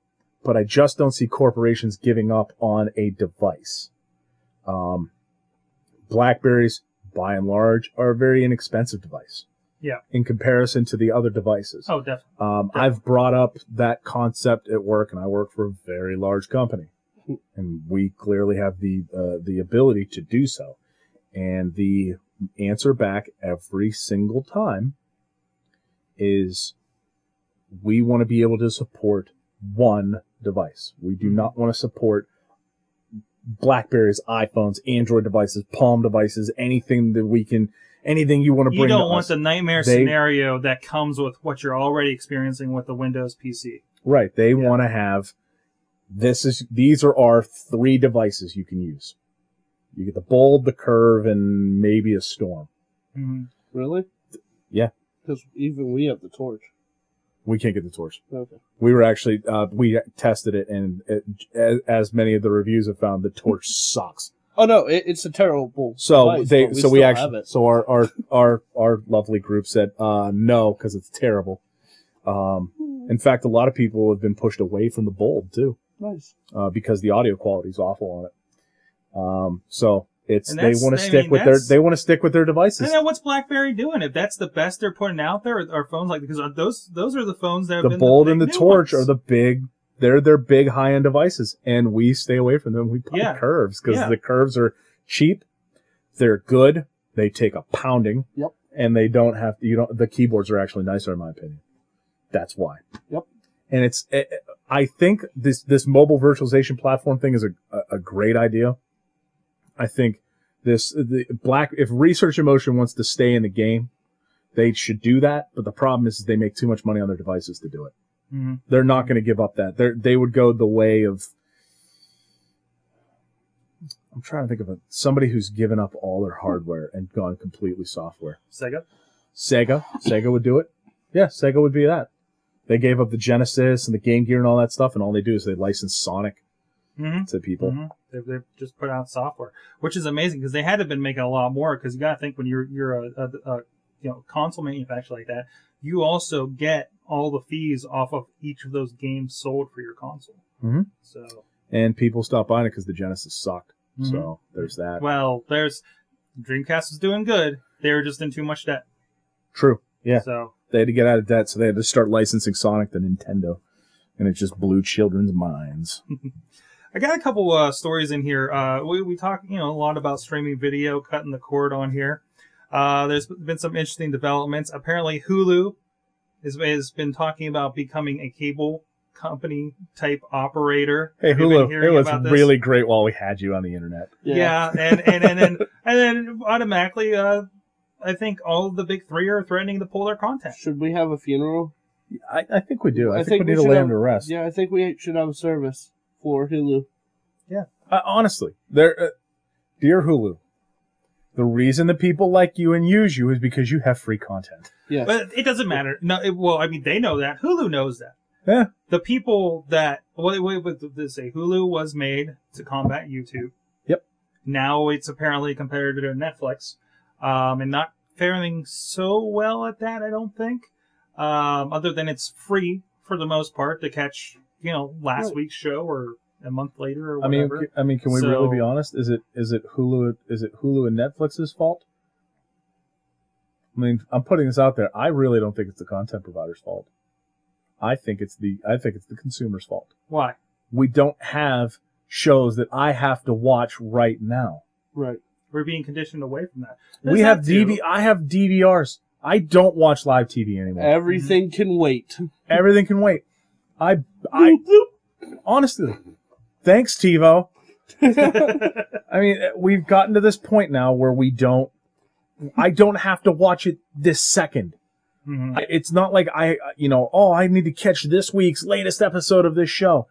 Speaker 3: But I just don't see corporations giving up on a device. Um, Blackberries, by and large, are a very inexpensive device.
Speaker 1: Yeah.
Speaker 3: In comparison to the other devices.
Speaker 1: oh definitely
Speaker 3: Um, I've brought up that concept at work, and I work for a very large company,
Speaker 1: Hmm.
Speaker 3: and we clearly have the uh, the ability to do so. And the answer back every single time is, we want to be able to support one device. We
Speaker 1: Hmm.
Speaker 3: do not want to support Blackberries, iPhones, Android devices, Palm devices, anything that we can anything you want to bring
Speaker 1: You
Speaker 3: to
Speaker 1: don't want
Speaker 3: us.
Speaker 1: the nightmare
Speaker 3: They-
Speaker 1: scenario that comes with what you're already experiencing with the Windows PC.
Speaker 3: Right. They want to have this is these are our three devices you can use. You get the bulb, the curve, and maybe a storm. Mm-hmm.
Speaker 1: Mhm.
Speaker 4: Really?
Speaker 3: Yeah.
Speaker 4: Because even we have the torch.
Speaker 3: We can't get the torch.
Speaker 4: Okay.
Speaker 3: We were actually uh, we tested it, and it, as, as many of the reviews have found, the torch sucks.
Speaker 4: Oh no, it, it's a terrible.
Speaker 3: So
Speaker 4: device,
Speaker 3: they
Speaker 4: but
Speaker 3: so we
Speaker 4: still have
Speaker 3: actually
Speaker 4: it.
Speaker 3: so our our our our lovely group said uh, no because it's terrible. Um, in fact, a lot of people have been pushed away from the bulb too
Speaker 4: nice.
Speaker 3: uh, because the audio quality is awful on it. Um, so it's
Speaker 1: And
Speaker 3: they
Speaker 1: that's-
Speaker 3: want
Speaker 1: I
Speaker 3: to stick
Speaker 1: mean,
Speaker 3: with their
Speaker 1: that's-
Speaker 3: they want to stick with their
Speaker 1: And
Speaker 3: devices.
Speaker 1: then what's BlackBerry doing? If that's the best they're putting out there, are phones like because those those are the phones that have
Speaker 3: The
Speaker 1: been
Speaker 3: Bold and the
Speaker 1: big new
Speaker 3: Torch
Speaker 1: ones.
Speaker 3: are the big they're their big high end devices, and we stay away from them. We buy
Speaker 1: Yeah.
Speaker 3: curves because
Speaker 1: Yeah.
Speaker 3: the curves are cheap, they're good, they take a pounding,
Speaker 4: Yep.
Speaker 3: and they don't have you don't the keyboards are actually nicer in my opinion. That's why.
Speaker 4: Yep.
Speaker 3: And it's eh, eh, I think this this mobile virtualization platform thing is a a, a great idea. I think this the black if research emotion wants to stay in the game they should do that but the problem is they make too much money on their devices to do it
Speaker 1: Mhm.
Speaker 3: they're not going to give up that they they would go the way of i'm trying to think of a, somebody who's given up all their hardware and gone completely software
Speaker 1: Sega.
Speaker 3: sega sega would do it yeah sega would be that they gave up the genesis and the game gear and all that stuff and all they do is they license sonic
Speaker 1: hmm
Speaker 3: to people
Speaker 1: Mhm. They've, they've just put out software, which is amazing because they had to have been making a lot more. Because you got to think when you're you're a, a, a you know console manufacturer like that, you also get all the fees off of each of those games sold for your console.
Speaker 3: Mhm.
Speaker 1: So
Speaker 3: and people stopped buying it because the genesis sucked
Speaker 1: mhm.
Speaker 3: so there's that
Speaker 1: well, there's Dreamcast was doing good. They were just in too much debt.
Speaker 3: true yeah
Speaker 1: So
Speaker 3: they had to get out of debt, so they had to start licensing Sonic to Nintendo, and it just blew children's minds.
Speaker 1: I got a couple uh, stories in here. Uh, we we talk you know a lot about streaming video, cutting the cord on here. Uh, there's been some interesting developments. Apparently, Hulu is has been talking about becoming a cable company type operator.
Speaker 3: Hey
Speaker 1: Have you been
Speaker 3: Hulu,
Speaker 1: hearing
Speaker 3: it was
Speaker 1: about this?
Speaker 3: really great while we had you on the internet.
Speaker 1: yeah, and and and then and then automatically, uh, I think all of the big three are threatening to pull their content.
Speaker 4: Should we have a funeral?
Speaker 3: I, I think we do. I,
Speaker 4: I
Speaker 3: think, we
Speaker 4: think we
Speaker 3: need to
Speaker 4: should
Speaker 3: lay
Speaker 4: have-
Speaker 3: him to rest.
Speaker 4: Yeah, I think we should have a service for Hulu.
Speaker 3: Uh, honestly, there, uh, dear Hulu, the reason that people like you and use you is because you have free content.
Speaker 4: Yes.
Speaker 1: But it doesn't matter. No, it, well, I mean, they know that. Hulu knows that.
Speaker 3: Yeah.
Speaker 1: The people that what what what did they say? Hulu was made to combat YouTube.
Speaker 3: Yep.
Speaker 1: Now it's apparently compared to Netflix, um, and not faring so well at that. I don't think. Um, other than it's free for the most part to catch, you know, last
Speaker 4: Right.
Speaker 1: week's show or a month later or
Speaker 3: I mean,
Speaker 1: whatever.
Speaker 3: c- I mean, can we
Speaker 1: So-
Speaker 3: really be honest? Is it is it Hulu? Is it Hulu and Netflix's fault? I mean, I'm putting this out there. I really don't think it's the content provider's fault. I think it's the I think it's the consumer's fault.
Speaker 1: Why?
Speaker 3: We don't have shows that I have to watch right now.
Speaker 4: right.
Speaker 1: We're being conditioned away from that.
Speaker 3: we
Speaker 1: There's
Speaker 3: have
Speaker 1: that too.
Speaker 3: DV. I have DVRs. I don't watch live TV
Speaker 4: Eh.
Speaker 3: anymore.
Speaker 4: Everything can wait.
Speaker 3: Everything can wait. I I honestly, thanks TiVo. I mean, eh, we've gotten to this point now where we don't. I don't have to watch it this second.
Speaker 1: Mhm.
Speaker 3: I- It's not like I, you know, oh, I need to catch this week's latest episode of this show.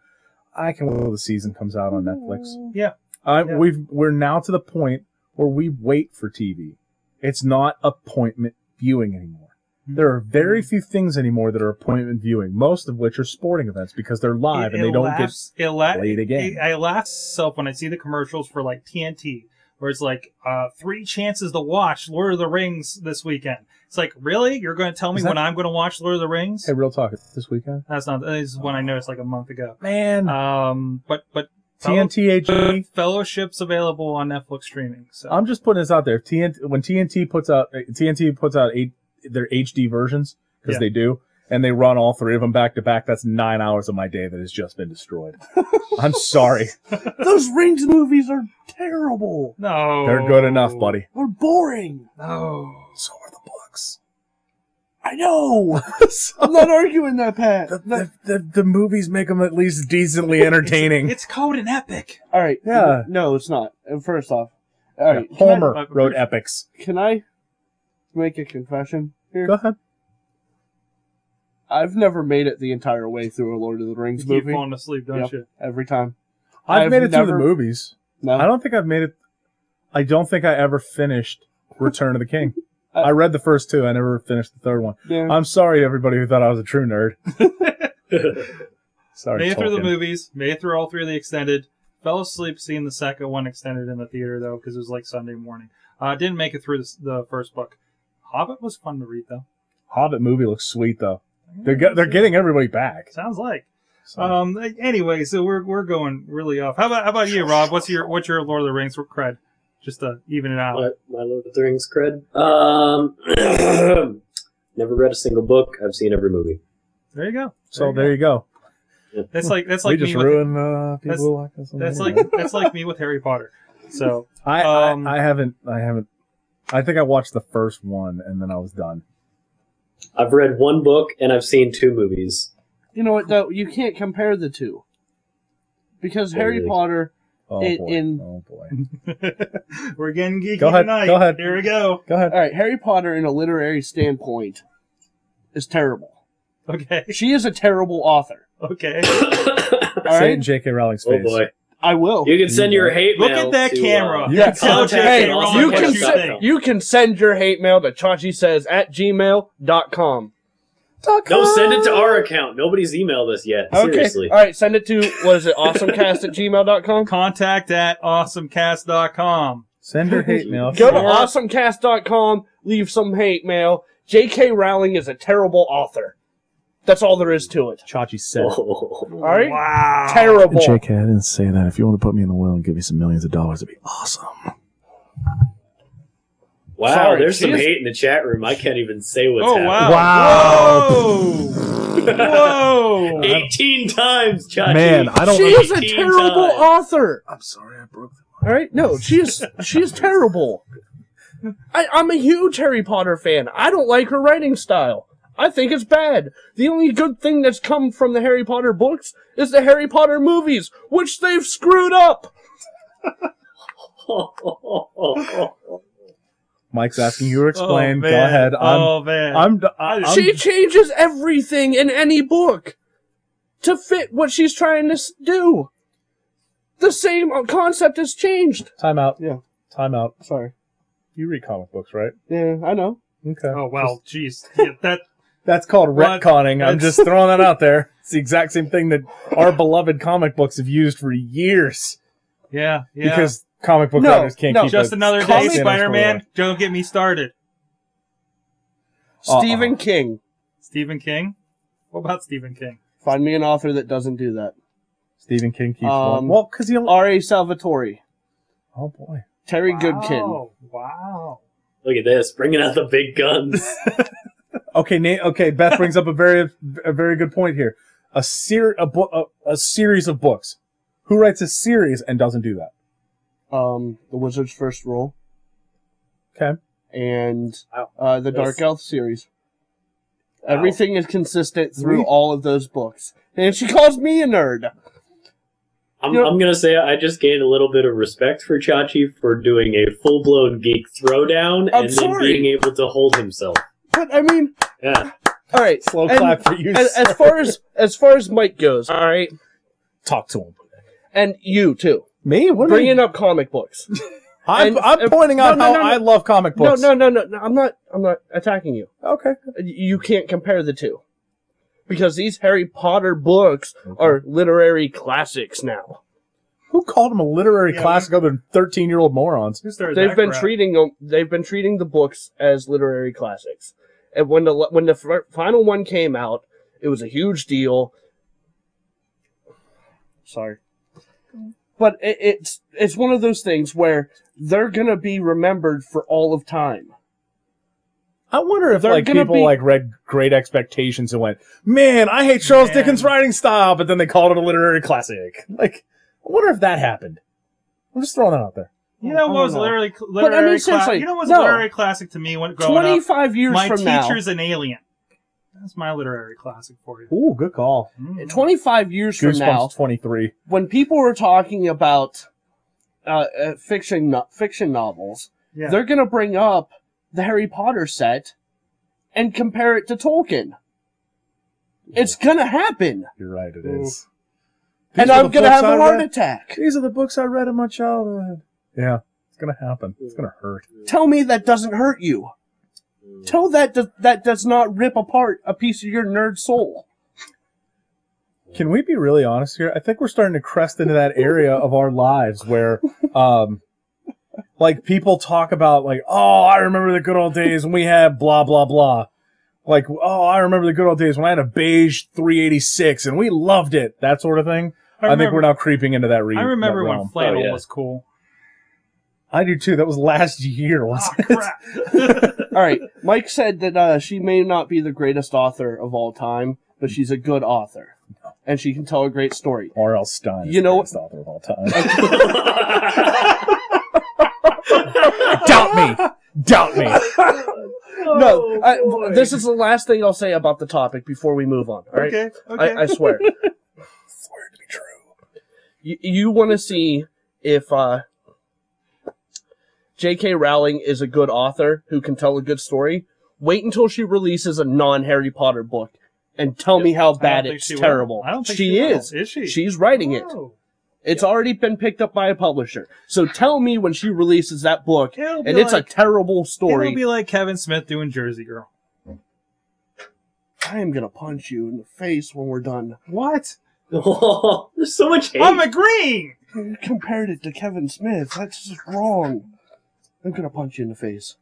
Speaker 3: I can wait till the season comes out on Netflix.
Speaker 1: Yeah.
Speaker 3: I,
Speaker 1: Yeah.
Speaker 3: We've we're now to the point where we wait for TV. It's not appointment viewing anymore.
Speaker 1: Hmm.
Speaker 3: There are very few things anymore that are appointment viewing. Most of which are sporting events because they're live
Speaker 1: It-
Speaker 3: and they
Speaker 1: it
Speaker 3: don't get
Speaker 1: laughs, it la-
Speaker 3: played again.
Speaker 1: I, I laugh myself when I see the commercials for like TNT, where it's like uh, three chances to watch Lord of the Rings this weekend. It's like, really? You're going to tell me
Speaker 3: Is that-
Speaker 1: when I'm going to watch Lord of the Rings?
Speaker 3: Hey, real talk. It's this weekend, Uh,
Speaker 1: That's not. This is one I noticed like a month ago.
Speaker 3: man.
Speaker 1: Um, but but
Speaker 3: TNTHE.
Speaker 1: Fellowship's available on Netflix streaming. So
Speaker 3: I'm just putting this out there. If TNT, when TNT puts out uh, TNT puts out eight, their HD versions because
Speaker 1: Yeah.
Speaker 3: they do, and they run all three of them back to back. That's nine hours of my day that has just been destroyed. I'm sorry.
Speaker 4: Those Rings movies are terrible.
Speaker 1: no,
Speaker 3: They're good enough, buddy.
Speaker 4: They're boring.
Speaker 1: No.
Speaker 3: So are the books.
Speaker 4: I know.
Speaker 3: So
Speaker 4: I'm not arguing that, Pat.
Speaker 3: the, the, the, the movies make them at least decently entertaining.
Speaker 1: It's called an epic.
Speaker 4: All right.
Speaker 3: Yeah.
Speaker 4: No, it's not. Uh, First off, all right.
Speaker 3: Homer
Speaker 1: I-
Speaker 3: wrote epics.
Speaker 4: Can I? make a confession here?
Speaker 3: Go ahead.
Speaker 4: I've never made it the entire way through a Lord of the Rings
Speaker 1: You keep
Speaker 4: movie.
Speaker 1: falling asleep, don't
Speaker 4: Yep.
Speaker 1: you?
Speaker 4: Every time.
Speaker 3: I've,
Speaker 4: I've
Speaker 3: made it through
Speaker 4: never-
Speaker 3: the movies.
Speaker 4: No.
Speaker 3: I don't think I've made it. I don't think I ever finished Return of the King.
Speaker 1: Uh,
Speaker 3: I read the first two. I never finished the third one.
Speaker 4: Yeah.
Speaker 3: I'm sorry, everybody who thought I was a true nerd. Sorry,
Speaker 1: Made it through the
Speaker 3: Tolkien.
Speaker 1: movies. Made it through all three of the extended. Fell asleep seeing the second one extended in the theater though, because it was like Sunday morning. Uh, didn't make it through the, s- the first book. Hobbit was fun to read though.
Speaker 3: Hobbit movie looks sweet though. They're ge- they're getting Oh. everybody back.
Speaker 1: Sounds like.
Speaker 3: So,
Speaker 1: Uh, Um. Anyway, so we're we're going really off. How about how about you, Rob? What's your what's your Lord of the Rings cred? Just to even it out.
Speaker 5: my, my Lord of the Rings cred. Um, never read a single book. I've seen every movie.
Speaker 1: There you go.
Speaker 3: so there you go.
Speaker 1: That's like that's like
Speaker 3: we
Speaker 1: me
Speaker 3: just
Speaker 1: with
Speaker 3: ruin uh, people
Speaker 1: that's-
Speaker 3: who like us. on the
Speaker 1: that's like
Speaker 3: internet.
Speaker 1: that's like me with Harry Potter. So
Speaker 3: I,
Speaker 1: um,
Speaker 3: I I haven't I haven't. I think I watched the first one and then I was done.
Speaker 5: I've read one book and I've seen two movies.
Speaker 4: You know what though? You can't compare the two. Because
Speaker 5: Yeah,
Speaker 4: Harry
Speaker 5: really.
Speaker 4: Potter
Speaker 3: Oh
Speaker 4: In-
Speaker 3: boy!
Speaker 4: in-
Speaker 3: oh boy!
Speaker 1: we're getting geeky
Speaker 3: Go ahead,
Speaker 1: tonight.
Speaker 3: go ahead.
Speaker 1: Here we go.
Speaker 3: Go ahead.
Speaker 4: Alright, Harry Potter in a literary standpoint is terrible.
Speaker 1: Okay.
Speaker 4: She is a terrible author.
Speaker 1: Okay.
Speaker 5: oh
Speaker 3: Say it
Speaker 4: Alright?
Speaker 3: in J.K. Rowling's face.
Speaker 5: boy,
Speaker 4: I will.
Speaker 5: you can send your hate
Speaker 1: Look
Speaker 5: mail
Speaker 1: at that
Speaker 5: to,
Speaker 1: camera.
Speaker 5: uh,
Speaker 1: You
Speaker 4: Yes.
Speaker 1: can tell
Speaker 5: Contact
Speaker 1: J.K.
Speaker 5: us
Speaker 1: Rowling
Speaker 5: on
Speaker 4: you
Speaker 1: what
Speaker 4: can
Speaker 1: you
Speaker 4: send-
Speaker 1: think.
Speaker 4: You can send your hate mail to Chachi says at gmail.com.
Speaker 5: No, send it to our account. Nobody's emailed us yet. Seriously.
Speaker 4: Okay. All right, send it to, what is it, awesomecast at gmail.com?
Speaker 1: Contact at awesomecast.com.
Speaker 3: Send your hate mail.
Speaker 4: Go to
Speaker 1: Or-
Speaker 4: awesomecast.com, leave some hate mail. J.K. Rowling is a terrible author. That's all there is to it.
Speaker 3: Chachi said.
Speaker 5: Oh.
Speaker 4: All right?
Speaker 1: Wow.
Speaker 4: Terrible.
Speaker 6: JK, I didn't say that. If you want to put me in the will and give me some millions of dollars, it'd be awesome.
Speaker 5: Wow,
Speaker 4: Sorry,
Speaker 5: there's some
Speaker 4: she's-
Speaker 5: hate in the chat room. I can't even say what's
Speaker 1: Oh wow.
Speaker 5: happening.
Speaker 6: Wow.
Speaker 1: Whoa. Whoa.
Speaker 5: 18 times, Chachi.
Speaker 6: Man, I don't
Speaker 4: She
Speaker 6: know.
Speaker 4: is a
Speaker 5: 18
Speaker 4: terrible
Speaker 5: times.
Speaker 4: author.
Speaker 6: I'm sorry, I broke the
Speaker 4: All right, no, she is she is terrible. I, I'm a huge Harry Potter fan. I don't like her writing style. I think it's bad. The only good thing that's come from the Harry Potter books is the Harry Potter movies, which they've screwed up.
Speaker 3: Mike's asking you to explain.
Speaker 1: Oh,
Speaker 3: Go
Speaker 1: man.
Speaker 3: ahead. I'm
Speaker 1: oh man.
Speaker 3: I'm d- I- I'm
Speaker 4: she changes everything in any book to fit what she's trying to s- do. The same uh, concept has changed.
Speaker 3: time out.
Speaker 4: Yeah.
Speaker 3: Time out.
Speaker 4: Sorry.
Speaker 3: You read comic books, right?
Speaker 4: Yeah, I know.
Speaker 3: Okay.
Speaker 1: oh well. Jeez. Yeah, that.
Speaker 3: That's called
Speaker 1: What?
Speaker 3: retconning. I'm
Speaker 1: That's-
Speaker 3: just throwing that out there. It's the exact same thing that our beloved comic books have used for years
Speaker 1: Yeah. Yeah.
Speaker 3: because comic book
Speaker 4: No,
Speaker 3: writers can't
Speaker 4: no.
Speaker 3: keep
Speaker 1: just
Speaker 3: a
Speaker 1: another day,
Speaker 3: constant
Speaker 1: Spider Man.
Speaker 3: storyline.
Speaker 1: Don't get me started.
Speaker 3: Uh-uh.
Speaker 4: Stephen King.
Speaker 1: Stephen King. What about Stephen King?
Speaker 4: Find me an author that doesn't do that.
Speaker 3: Stephen King keeps
Speaker 4: Um,
Speaker 3: one. Well, because he.
Speaker 1: oh.
Speaker 4: R.A. Salvatore,
Speaker 3: Oh boy.
Speaker 4: Terry Goodkin.
Speaker 1: Oh, Wow.
Speaker 5: Look at this, bringing out the big guns.
Speaker 3: Okay. Na- okay. Beth brings up a very a very good point here. A ser- a, bo- a, a series of books. Who writes a series and doesn't do that?
Speaker 4: Um, The Wizard's First Rule.
Speaker 3: Okay.
Speaker 4: And
Speaker 5: Wow.
Speaker 4: uh, the
Speaker 5: That's-
Speaker 4: Dark Elf series. Everything is consistent through
Speaker 3: We-
Speaker 4: all of those books. And she calls me a nerd.
Speaker 5: I'm,
Speaker 4: You know-
Speaker 5: I'm gonna say I just gained a little bit of respect for Chachi for doing a full blown geek throwdown
Speaker 4: I'm
Speaker 5: and
Speaker 4: sorry.
Speaker 5: then being able to hold himself.
Speaker 4: But I mean,
Speaker 5: Yeah,
Speaker 4: all right.
Speaker 3: Slow
Speaker 4: and-
Speaker 3: clap for you.
Speaker 4: As,
Speaker 3: sir.
Speaker 4: as far as as far as Mike goes, all right,
Speaker 3: talk to him.
Speaker 4: and you too,
Speaker 3: Me? What
Speaker 4: bringing up comic books.
Speaker 3: I'm,
Speaker 4: and-
Speaker 3: I'm
Speaker 4: and-
Speaker 3: pointing out
Speaker 4: no, no,
Speaker 3: how
Speaker 4: no,
Speaker 3: I love comic
Speaker 4: No,
Speaker 3: books.
Speaker 4: no, no, no, no. I'm not. I'm not attacking you.
Speaker 3: Okay.
Speaker 4: you can't compare the two because these Harry Potter books are literary classics now.
Speaker 3: Who called him a literary
Speaker 1: Yeah,
Speaker 3: classic other than 13 year old morons?
Speaker 1: Who started
Speaker 4: They've
Speaker 1: that
Speaker 4: been
Speaker 1: crap?
Speaker 4: treating them. They've been treating the books as literary classics. And when the when the fir- final one came out, it was a huge deal. Sorry, but it, it's it's one of those things where they're gonna be remembered for all of time.
Speaker 3: I wonder if
Speaker 4: They're
Speaker 3: like
Speaker 4: gonna
Speaker 3: people
Speaker 4: be-
Speaker 3: like read Great Expectations and went, "Man, I hate Charles
Speaker 1: Man.
Speaker 3: Dickens' writing style," but then they called it a literary classic. Like, I wonder if that happened. I'm just throwing that out there.
Speaker 1: You know what
Speaker 4: I don't
Speaker 1: was
Speaker 4: know.
Speaker 1: literary,
Speaker 4: I
Speaker 1: literary cla-
Speaker 4: mean, seriously,
Speaker 1: You know what was
Speaker 4: no.
Speaker 1: literary classic to me when growing
Speaker 4: Twenty
Speaker 1: up?
Speaker 4: five years
Speaker 1: My
Speaker 4: from now,
Speaker 1: teacher's an alien. That's my literary classic for you.
Speaker 3: Ooh, good call.
Speaker 1: Mm.
Speaker 4: twenty five years from now,
Speaker 3: Goosebumps 23.
Speaker 4: when people are talking about uh, uh, fiction no- fiction novels,
Speaker 1: Yeah.
Speaker 4: they're going to bring up the Harry Potter set and compare it to Tolkien. It's gonna happen,
Speaker 3: You're right. It
Speaker 4: Ooh.
Speaker 3: is. These
Speaker 4: and
Speaker 3: are
Speaker 4: I'm
Speaker 3: the
Speaker 4: gonna
Speaker 3: books
Speaker 4: have
Speaker 3: I
Speaker 4: a heart
Speaker 3: read-
Speaker 4: attack.
Speaker 3: These are the books I read in my childhood. Yeah, it's gonna happen. It's gonna hurt.
Speaker 4: Tell me that doesn't hurt you. Tell that do- that does not rip apart a piece of your nerd soul.
Speaker 3: Can we be really honest here? I think we're starting to crest into that area of our lives where, um, like people talk about like, oh, I remember the good old days when we had blah blah blah. Like, oh, I remember the good old days when I had a beige 386 and we loved it. That sort of thing. I, think
Speaker 1: remember-
Speaker 3: we're now creeping into that. Re-
Speaker 1: I remember
Speaker 3: that
Speaker 1: when
Speaker 3: realm.
Speaker 1: flannel
Speaker 5: Oh, yeah.
Speaker 1: was cool.
Speaker 3: I do too. That was last year,
Speaker 1: Ah,
Speaker 3: wasn't it?
Speaker 1: crap.
Speaker 4: All right, Mike said that uh, she may not be the greatest author of all time, but she's a good author, and she can tell a great story.
Speaker 3: R.L. Stein. is
Speaker 4: You
Speaker 3: the
Speaker 4: know-
Speaker 3: greatest author of all time.
Speaker 5: Doubt
Speaker 3: Doubt me. Doubt me.
Speaker 4: no,
Speaker 1: Oh,
Speaker 4: I, this is the last thing I'll say about the topic before we move on. All right,
Speaker 1: Okay, okay.
Speaker 4: I, I swear.
Speaker 3: Swear to be true.
Speaker 4: you, you want to see if uh, J.K. Rowling is a good author who can tell a good story. Wait until she releases a non Harry Potter book and tell me how
Speaker 1: I don't
Speaker 4: bad
Speaker 1: think
Speaker 4: it's
Speaker 1: she will.
Speaker 4: terrible.
Speaker 1: I don't think
Speaker 4: she,
Speaker 1: will.
Speaker 4: is.
Speaker 1: Is she?
Speaker 4: She's writing it.
Speaker 1: Oh.
Speaker 4: It's already been picked up by a publisher. So tell me when she releases that book
Speaker 1: It'll be
Speaker 4: and it's a
Speaker 1: like-
Speaker 4: terrible story.
Speaker 1: It'll be like Kevin Smith doing Jersey Girl.
Speaker 4: I am going to punch you in the face when we're done.
Speaker 1: What?
Speaker 5: There's so much hate.
Speaker 1: I'm agreeing.
Speaker 4: You compared it to Kevin Smith. That's just wrong. I'm gonna punch you in the face.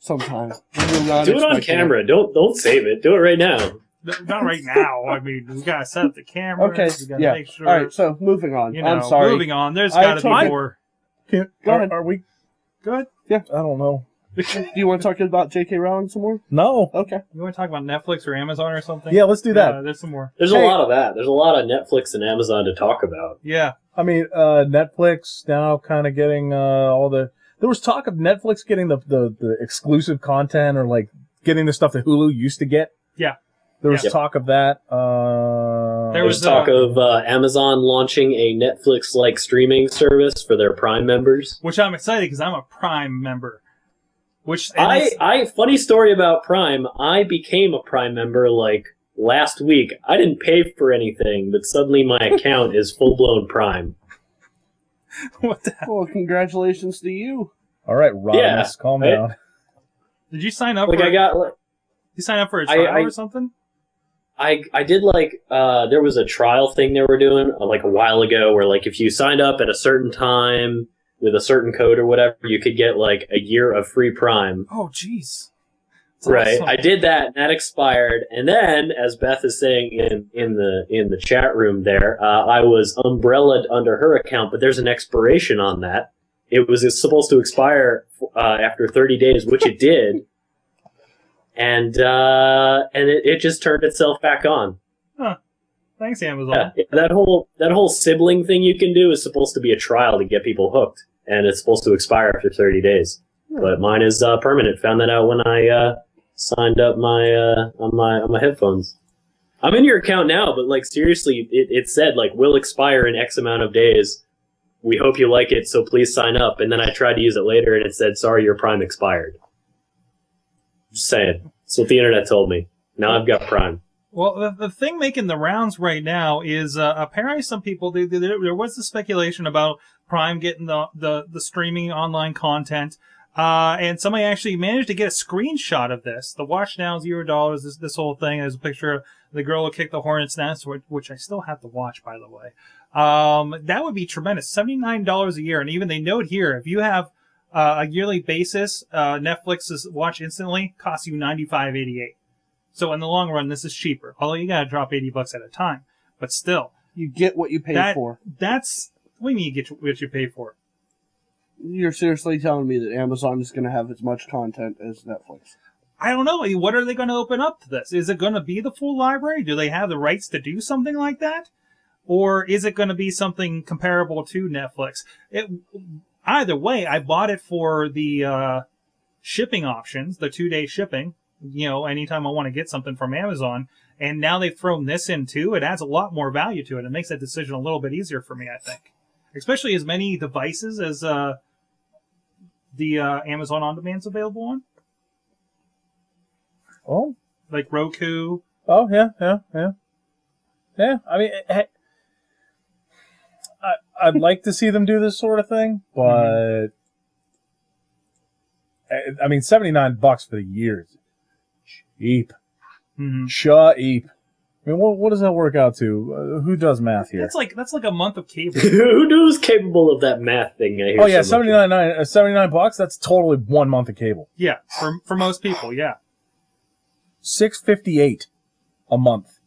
Speaker 4: Sometime. When you're not
Speaker 5: Do it on
Speaker 4: expecting
Speaker 5: camera. Don't don't save it. Do it right now.
Speaker 1: No, Not right now. I mean, we gotta set up the camera.
Speaker 4: Okay,
Speaker 1: We gotta
Speaker 4: yeah.
Speaker 1: make sure.
Speaker 4: All right. So moving on.
Speaker 1: you know,
Speaker 4: I'm sorry.
Speaker 1: Moving on. There's
Speaker 4: I
Speaker 1: gotta
Speaker 4: told-
Speaker 1: be more.
Speaker 3: Can't,
Speaker 4: Go
Speaker 3: are,
Speaker 4: ahead.
Speaker 3: are we?
Speaker 1: Go ahead.
Speaker 3: I don't know.
Speaker 4: Do you want to talk about J.K. Rowling some more?
Speaker 3: No.
Speaker 4: Okay.
Speaker 1: You want to talk about Netflix or Amazon or something?
Speaker 3: Yeah, let's do that.
Speaker 1: Yeah, there's some more.
Speaker 5: There's
Speaker 3: Hey.
Speaker 5: a lot of that. There's a lot of Netflix and Amazon to talk about.
Speaker 1: Yeah.
Speaker 3: I mean, uh, Netflix now kind of getting uh, all the. There was talk of Netflix getting the, the, the exclusive content or like getting the stuff that Hulu used to get.
Speaker 1: Yeah.
Speaker 3: There was
Speaker 1: Yeah.
Speaker 3: talk of that. Uh,
Speaker 1: There
Speaker 5: There's
Speaker 1: was,
Speaker 5: talk
Speaker 1: uh,
Speaker 5: of uh, Amazon launching a Netflix-like streaming service for their Prime members.
Speaker 1: Which I'm excited because I'm a Prime member. Which and
Speaker 5: I,
Speaker 1: it's-
Speaker 5: I funny story about Prime. I became a Prime member like last week. I didn't pay for anything, but suddenly my account is full-blown Prime.
Speaker 1: what the hell?
Speaker 4: Well, congratulations to you.
Speaker 3: All right, Rodimus, calm
Speaker 5: Right?
Speaker 3: down.
Speaker 1: Did you sign up?
Speaker 5: Like
Speaker 1: for,
Speaker 5: I got like,
Speaker 1: you sign up for a
Speaker 5: I-
Speaker 1: trial
Speaker 5: I-
Speaker 1: or something?
Speaker 5: I I did like uh, there was a trial thing they were doing uh, like a while ago where like if you signed up at a certain time with a certain code or whatever you could get like a year of free prime.
Speaker 1: Oh, jeez. That's
Speaker 5: Right.
Speaker 1: awesome.
Speaker 5: I did that and that expired and then as Beth is saying in in the in the chat room there uh, I was umbrellaed under her account but there's an expiration on that. It was it's supposed to expire uh, after 30 days which it did. And uh, and it, it just turned itself back on.
Speaker 1: Thanks, Amazon.
Speaker 5: Yeah, that whole that whole sibling thing you can do is supposed to be a trial to get people hooked, and it's supposed to expire after thirty days. But mine is uh, permanent. Found that out when I uh, signed up my uh, on my on my headphones. I'm in your account now, but like seriously, it, it said like will expire in X amount of days. We hope you like it, so please sign up. And then I tried to use it later, and it said, "Sorry, your Prime expired." Just saying. That's what the internet told me. Now I've got Prime.
Speaker 1: Well, the, the thing making the rounds right now is uh, apparently some people they, they, there was the speculation about Prime getting the the, the streaming online content, uh, and somebody actually managed to get a screenshot of this. The watch now zero dollars. This this whole thing. There's a picture of the girl who kicked the hornet's nest, which, which I still have to watch, by the way. Um, that would be tremendous. Seventy nine dollars a year, and even they note here if you have uh, a yearly basis, uh, Netflix's watch instantly costs you ninety five eighty eight. So in the long run, this is cheaper. Although you gotta drop eighty bucks at a time, but still,
Speaker 4: You get what you pay
Speaker 1: That-
Speaker 4: for.
Speaker 1: that's what do you mean you get what you pay for.
Speaker 4: You're seriously telling me that Amazon is gonna have as much content as Netflix?
Speaker 1: I don't know. What are they going to open up to this? Is it going to be the full library? Do they have the rights to do something like that? Or is it going to be something comparable to Netflix? It, either way, I bought it for the uh, shipping options, the two day shipping. You know, anytime I want to get something from Amazon. And now they've thrown this in too. It adds a lot more value to it. It makes that decision a little bit easier for me, I think. Especially as many devices as uh, the uh, Amazon On Demand's available on.
Speaker 3: Oh,
Speaker 1: like Roku.
Speaker 3: oh yeah, yeah, yeah, yeah. I mean, eh, I, I'd like to see them do this sort of thing, but Eh, I mean, seventy nine bucks for the year is cheap,
Speaker 1: Mm-hmm.
Speaker 3: cheap. I mean, what, what does that work out to? Uh, who does math here?
Speaker 1: That's like that's like a month of cable.
Speaker 5: Who knows capable of that math thing? I hear
Speaker 3: Oh
Speaker 5: so
Speaker 3: yeah,
Speaker 5: much
Speaker 3: seventy nine nine uh, seventy nine bucks. That's totally one month of cable.
Speaker 1: yeah, for for most people, yeah.
Speaker 3: Six fifty eight a month.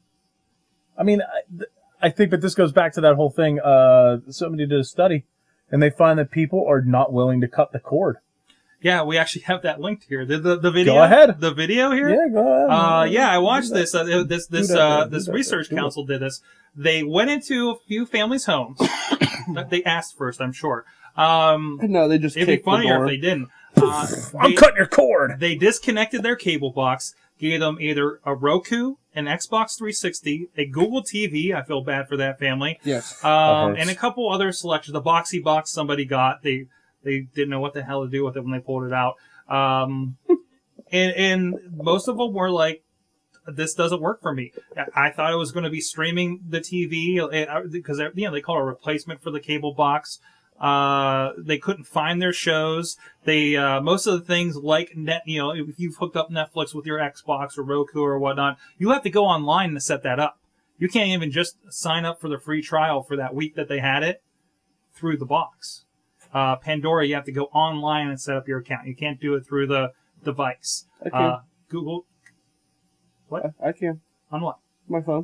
Speaker 3: I mean, I, th- I think that this goes back to that whole thing. Uh, somebody did a study, and they find that people are not willing to cut the cord.
Speaker 1: Yeah, we actually have that linked here. The the, the video.
Speaker 3: ahead.
Speaker 1: The video here.
Speaker 3: Yeah, go ahead.
Speaker 1: Uh, yeah, I watched this. Uh, this this
Speaker 3: that,
Speaker 1: uh,
Speaker 3: do
Speaker 1: this
Speaker 3: that,
Speaker 1: research
Speaker 3: do it.
Speaker 1: council did this. They went into a few families' homes. they asked first, I'm sure. Um,
Speaker 4: No, they just
Speaker 1: it'd be
Speaker 4: kicked the
Speaker 1: funnier
Speaker 4: door.
Speaker 1: if they didn't. Uh,
Speaker 3: I'm
Speaker 1: they-
Speaker 3: cutting your cord.
Speaker 1: They disconnected their cable box, gave them either a Roku, an Xbox 360, a Google TV. I feel bad for that family.
Speaker 4: Yes.
Speaker 1: Um,
Speaker 3: hurts.
Speaker 1: and a couple other selections. The boxy box somebody got. They they didn't know what the hell to do with it when they pulled it out. Um, and and most of them were like, "This doesn't work for me." I- I thought it was going to be streaming the eh, TV because uh, you know they call it a replacement for the cable box. Uh, they couldn't find their shows. They uh, most of the things like net, you know, if you've hooked up Netflix with your Xbox or Roku or whatnot, you have to go online to set that up. You can't even just sign up for the free trial for that week that they had it through the box. Uh, Pandora, you have to go online and set up your account. You can't do it through the device.
Speaker 4: Okay.
Speaker 1: Uh, Google
Speaker 4: I, I can.
Speaker 1: on what?
Speaker 4: My phone.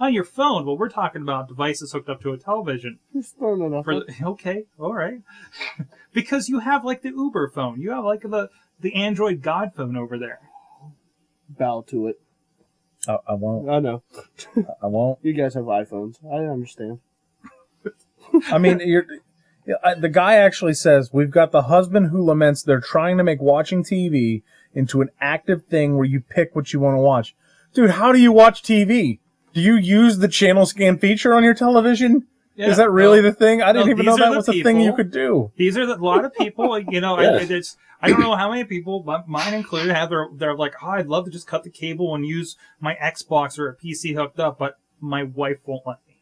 Speaker 1: On Oh, your phone. Well, we're talking about devices hooked up to a television.
Speaker 4: Just throwing it up.
Speaker 1: For the, okay, all right. because you have like the Uber phone. You have like the the Android God phone over there.
Speaker 4: Bow to it.
Speaker 3: I, I won't.
Speaker 4: I know.
Speaker 3: I won't.
Speaker 4: You guys have iPhones. I understand.
Speaker 3: I mean, you're. yeah, I- The guy actually says we've got the husband who laments they're trying to make watching TV into an active thing where you pick what you want to watch. Dude, how do you watch TV? Do you use the channel scan feature on your television?
Speaker 1: Yeah,
Speaker 3: Is that really
Speaker 1: uh,
Speaker 3: the thing? I didn't
Speaker 1: no, these
Speaker 3: even know
Speaker 1: are
Speaker 3: that
Speaker 1: the
Speaker 3: was a thing you
Speaker 1: people.
Speaker 3: could do.
Speaker 1: These are the, a lot of people, like, you know, I-
Speaker 5: Yeah.
Speaker 1: I, it's, I don't know how many people, but mine included, have their, they're like, oh, I'd love to just cut the cable and use my Xbox or a PC hooked up, but my wife won't let me.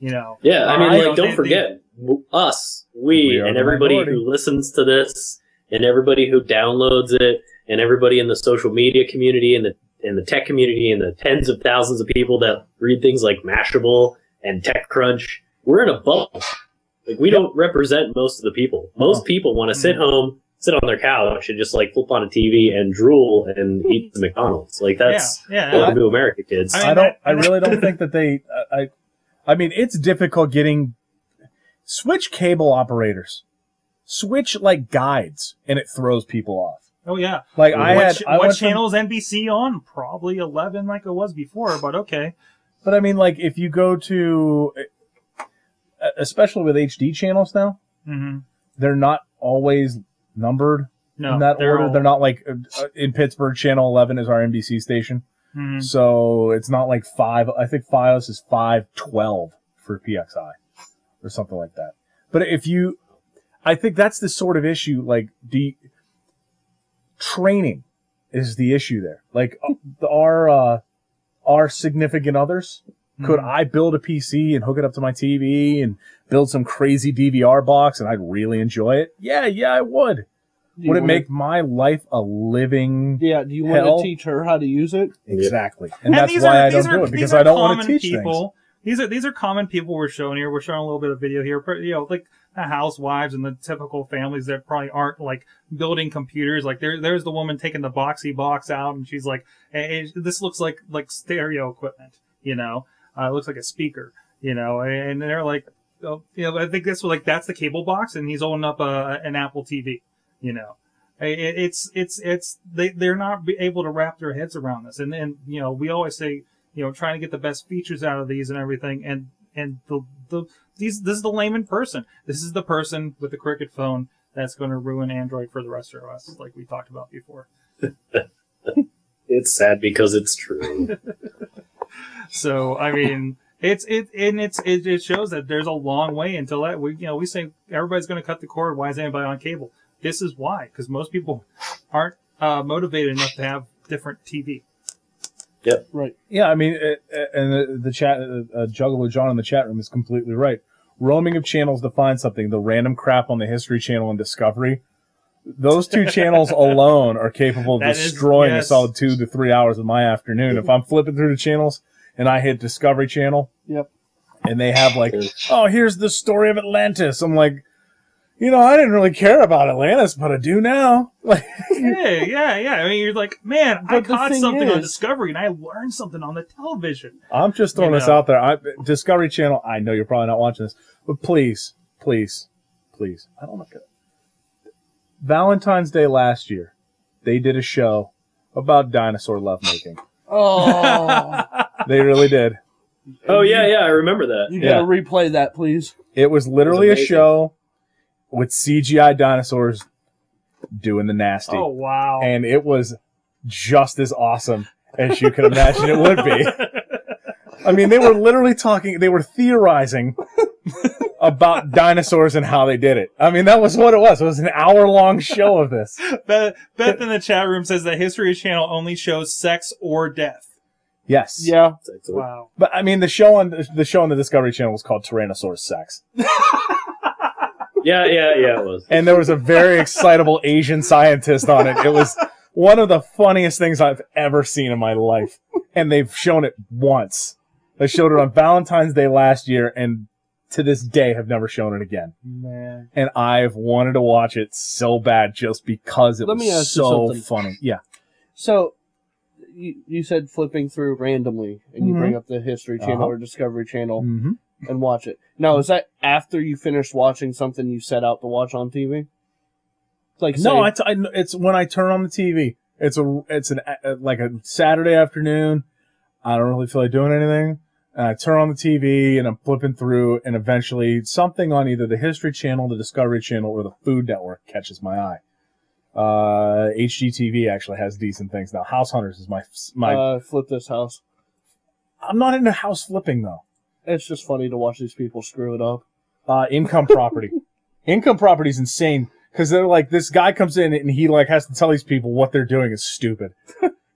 Speaker 1: You know?
Speaker 5: Yeah, I mean,
Speaker 1: Uh,
Speaker 5: like,
Speaker 1: they-
Speaker 5: don't
Speaker 1: they-
Speaker 5: forget w us, we,
Speaker 3: We are
Speaker 5: and
Speaker 3: the
Speaker 5: everybody
Speaker 3: minority.
Speaker 5: who listens to this, and everybody who downloads it, and everybody in the social media community, and the and the tech community, and the tens of thousands of people that read things like Mashable and TechCrunch. We're in a bubble. Like, we don't represent most of the people.
Speaker 3: Oh.
Speaker 5: Most people want to sit home, sit on their couch, and just like flip on a TV and drool and eat the McDonald's. Like that's
Speaker 1: yeah, yeah.
Speaker 5: welcome to America, kids.
Speaker 1: I mean,
Speaker 3: I don't.
Speaker 1: I-
Speaker 3: I really don't think that they. I, I, I mean, it's difficult getting switch cable operators, switch like guides, and it throws people off.
Speaker 1: Oh, yeah.
Speaker 3: Like I
Speaker 1: what
Speaker 3: had.
Speaker 1: ch-
Speaker 3: I
Speaker 1: what
Speaker 3: went from-
Speaker 1: channel is NBC on? Probably 11 like it was before, but okay.
Speaker 3: but I mean, like if you go to, e, especially with HD channels now,
Speaker 1: hmm
Speaker 3: they're not always numbered
Speaker 1: No.
Speaker 3: in that
Speaker 1: they're
Speaker 3: order.
Speaker 1: all-
Speaker 3: They're not like uh, in Pittsburgh. Channel eleven is our NBC station.
Speaker 1: Mhm.
Speaker 3: So it's not like five. I think FiOS is five twelve for PXI or something like that. But if you, I think that's the sort of issue. Like the training is the issue there. Like uh, the- our uh, our significant others. Could
Speaker 1: Mhm.
Speaker 3: I build a PC and hook it up to my TV and build some crazy DVR box and I'd really enjoy it? Yeah, yeah, I would.
Speaker 4: Do you
Speaker 3: Would it
Speaker 4: wanna-
Speaker 3: make my life a living?
Speaker 4: Yeah. Do you
Speaker 3: hell?
Speaker 4: want to teach her how to use it?
Speaker 3: Exactly. And, that's why I don't do it because
Speaker 1: these are
Speaker 3: I don't want to
Speaker 1: common
Speaker 3: teach things.
Speaker 1: people. These are these are common people we're showing here. We're showing a little bit of video here, but you know, like the housewives and the typical families that probably aren't like building computers. Like there, there's the woman taking the boxy box out, and she's like, hey, "This looks like like stereo equipment, you know? Uh, it looks like a speaker, you know?" And they're like, oh, "You know, I think that's like that's the cable box, and he's holding up a, an Apple TV, you know." I- it- it's it's it's they they're not be able to wrap their heads around this and and you know we always say you know trying to get the best features out of these and everything and and the the these this is the layman person this is the person with the cricket phone that's going to ruin android for the rest of us like we talked about before
Speaker 5: It's sad because it's true.
Speaker 1: so i mean it's it and it's it, it shows that there's a long way until that we you know we say everybody's going to cut the cord why is anybody on cable this is why because most people aren't uh, motivated enough to have different TV.
Speaker 4: Right.
Speaker 3: Yeah, I mean, uh, uh, and the, the chat, uh, uh, Juggalo John in the chat room is completely right. Roaming of channels to find something, the random crap on the History Channel and Discovery, those two channels alone are capable of
Speaker 1: That is-
Speaker 3: destroying
Speaker 1: yes.
Speaker 3: a solid two to three hours of my afternoon. If I'm flipping through the channels and I hit Discovery Channel,
Speaker 4: Yep.
Speaker 3: and they have like, oh, here's the story of Atlantis. I'm like, you know, I didn't really care about Atlantis, but I do now. Like,
Speaker 1: yeah, yeah, yeah. I mean, you're like, man, I
Speaker 4: But the
Speaker 1: caught
Speaker 4: thing
Speaker 1: something on
Speaker 4: is-
Speaker 1: Discovery and I learned something on the television.
Speaker 3: I'm just throwing
Speaker 1: You
Speaker 3: this
Speaker 1: know.
Speaker 3: out there. I, Discovery Channel. I know you're probably not watching this, but please, please, please. I don't know. Valentine's Day last year, they did a show about dinosaur lovemaking.
Speaker 4: Oh,
Speaker 3: they really did.
Speaker 5: Oh yeah, yeah, I remember that.
Speaker 4: you gotta replay that, please.
Speaker 3: It was literally a
Speaker 5: amazing.
Speaker 3: show with CGI dinosaurs doing the nasty,
Speaker 1: Oh wow.
Speaker 3: and it was just as awesome as you could imagine it would be. I mean, they were literally talking, they were theorizing about dinosaurs and how they did it. I mean, that was what it was. It was an hour long show of this.
Speaker 1: Beth, Beth in the chat room says that History Channel only shows sex or death.
Speaker 3: Yes.
Speaker 4: Yeah.
Speaker 1: Wow.
Speaker 3: But I mean, the show on the show on the Discovery Channel was called Tyrannosaurus Sex,
Speaker 5: Yeah, yeah, yeah, it was.
Speaker 3: and there was a very excitable Asian scientist on it. It was one of the funniest things I've ever seen in my life, and they've shown it once. They showed it on Valentine's Day last year, and to this day have never shown it again.
Speaker 1: Man.
Speaker 3: and I've wanted to watch it so bad just because it
Speaker 4: Let
Speaker 3: was
Speaker 4: me ask you
Speaker 3: so
Speaker 4: something.
Speaker 3: funny. Yeah,
Speaker 4: So, you, you said flipping through randomly, and you
Speaker 3: Mhm.
Speaker 4: bring up the History Channel
Speaker 3: Uh-huh.
Speaker 4: or Discovery Channel
Speaker 3: mm-hmm.
Speaker 4: and watch it. Now, is that after you finish watching something you set out to watch on TV? Like,
Speaker 3: no,
Speaker 4: say-
Speaker 3: I t- I, it's when I turn on the TV. It's a it's an uh, like a Saturday afternoon. I don't really feel like doing anything. And I turn on the TV and I'm flipping through, and eventually something on either the History Channel, the Discovery Channel, or the Food Network catches my eye. Uh, HGTV actually has decent things now. House Hunters is my my.
Speaker 4: uh, flip this house.
Speaker 3: I'm not into house flipping though.
Speaker 4: It's just funny to watch these people screw it up.
Speaker 3: uh, income property. income property is insane because they're like this guy comes in and he like has to tell these people what they're doing is stupid.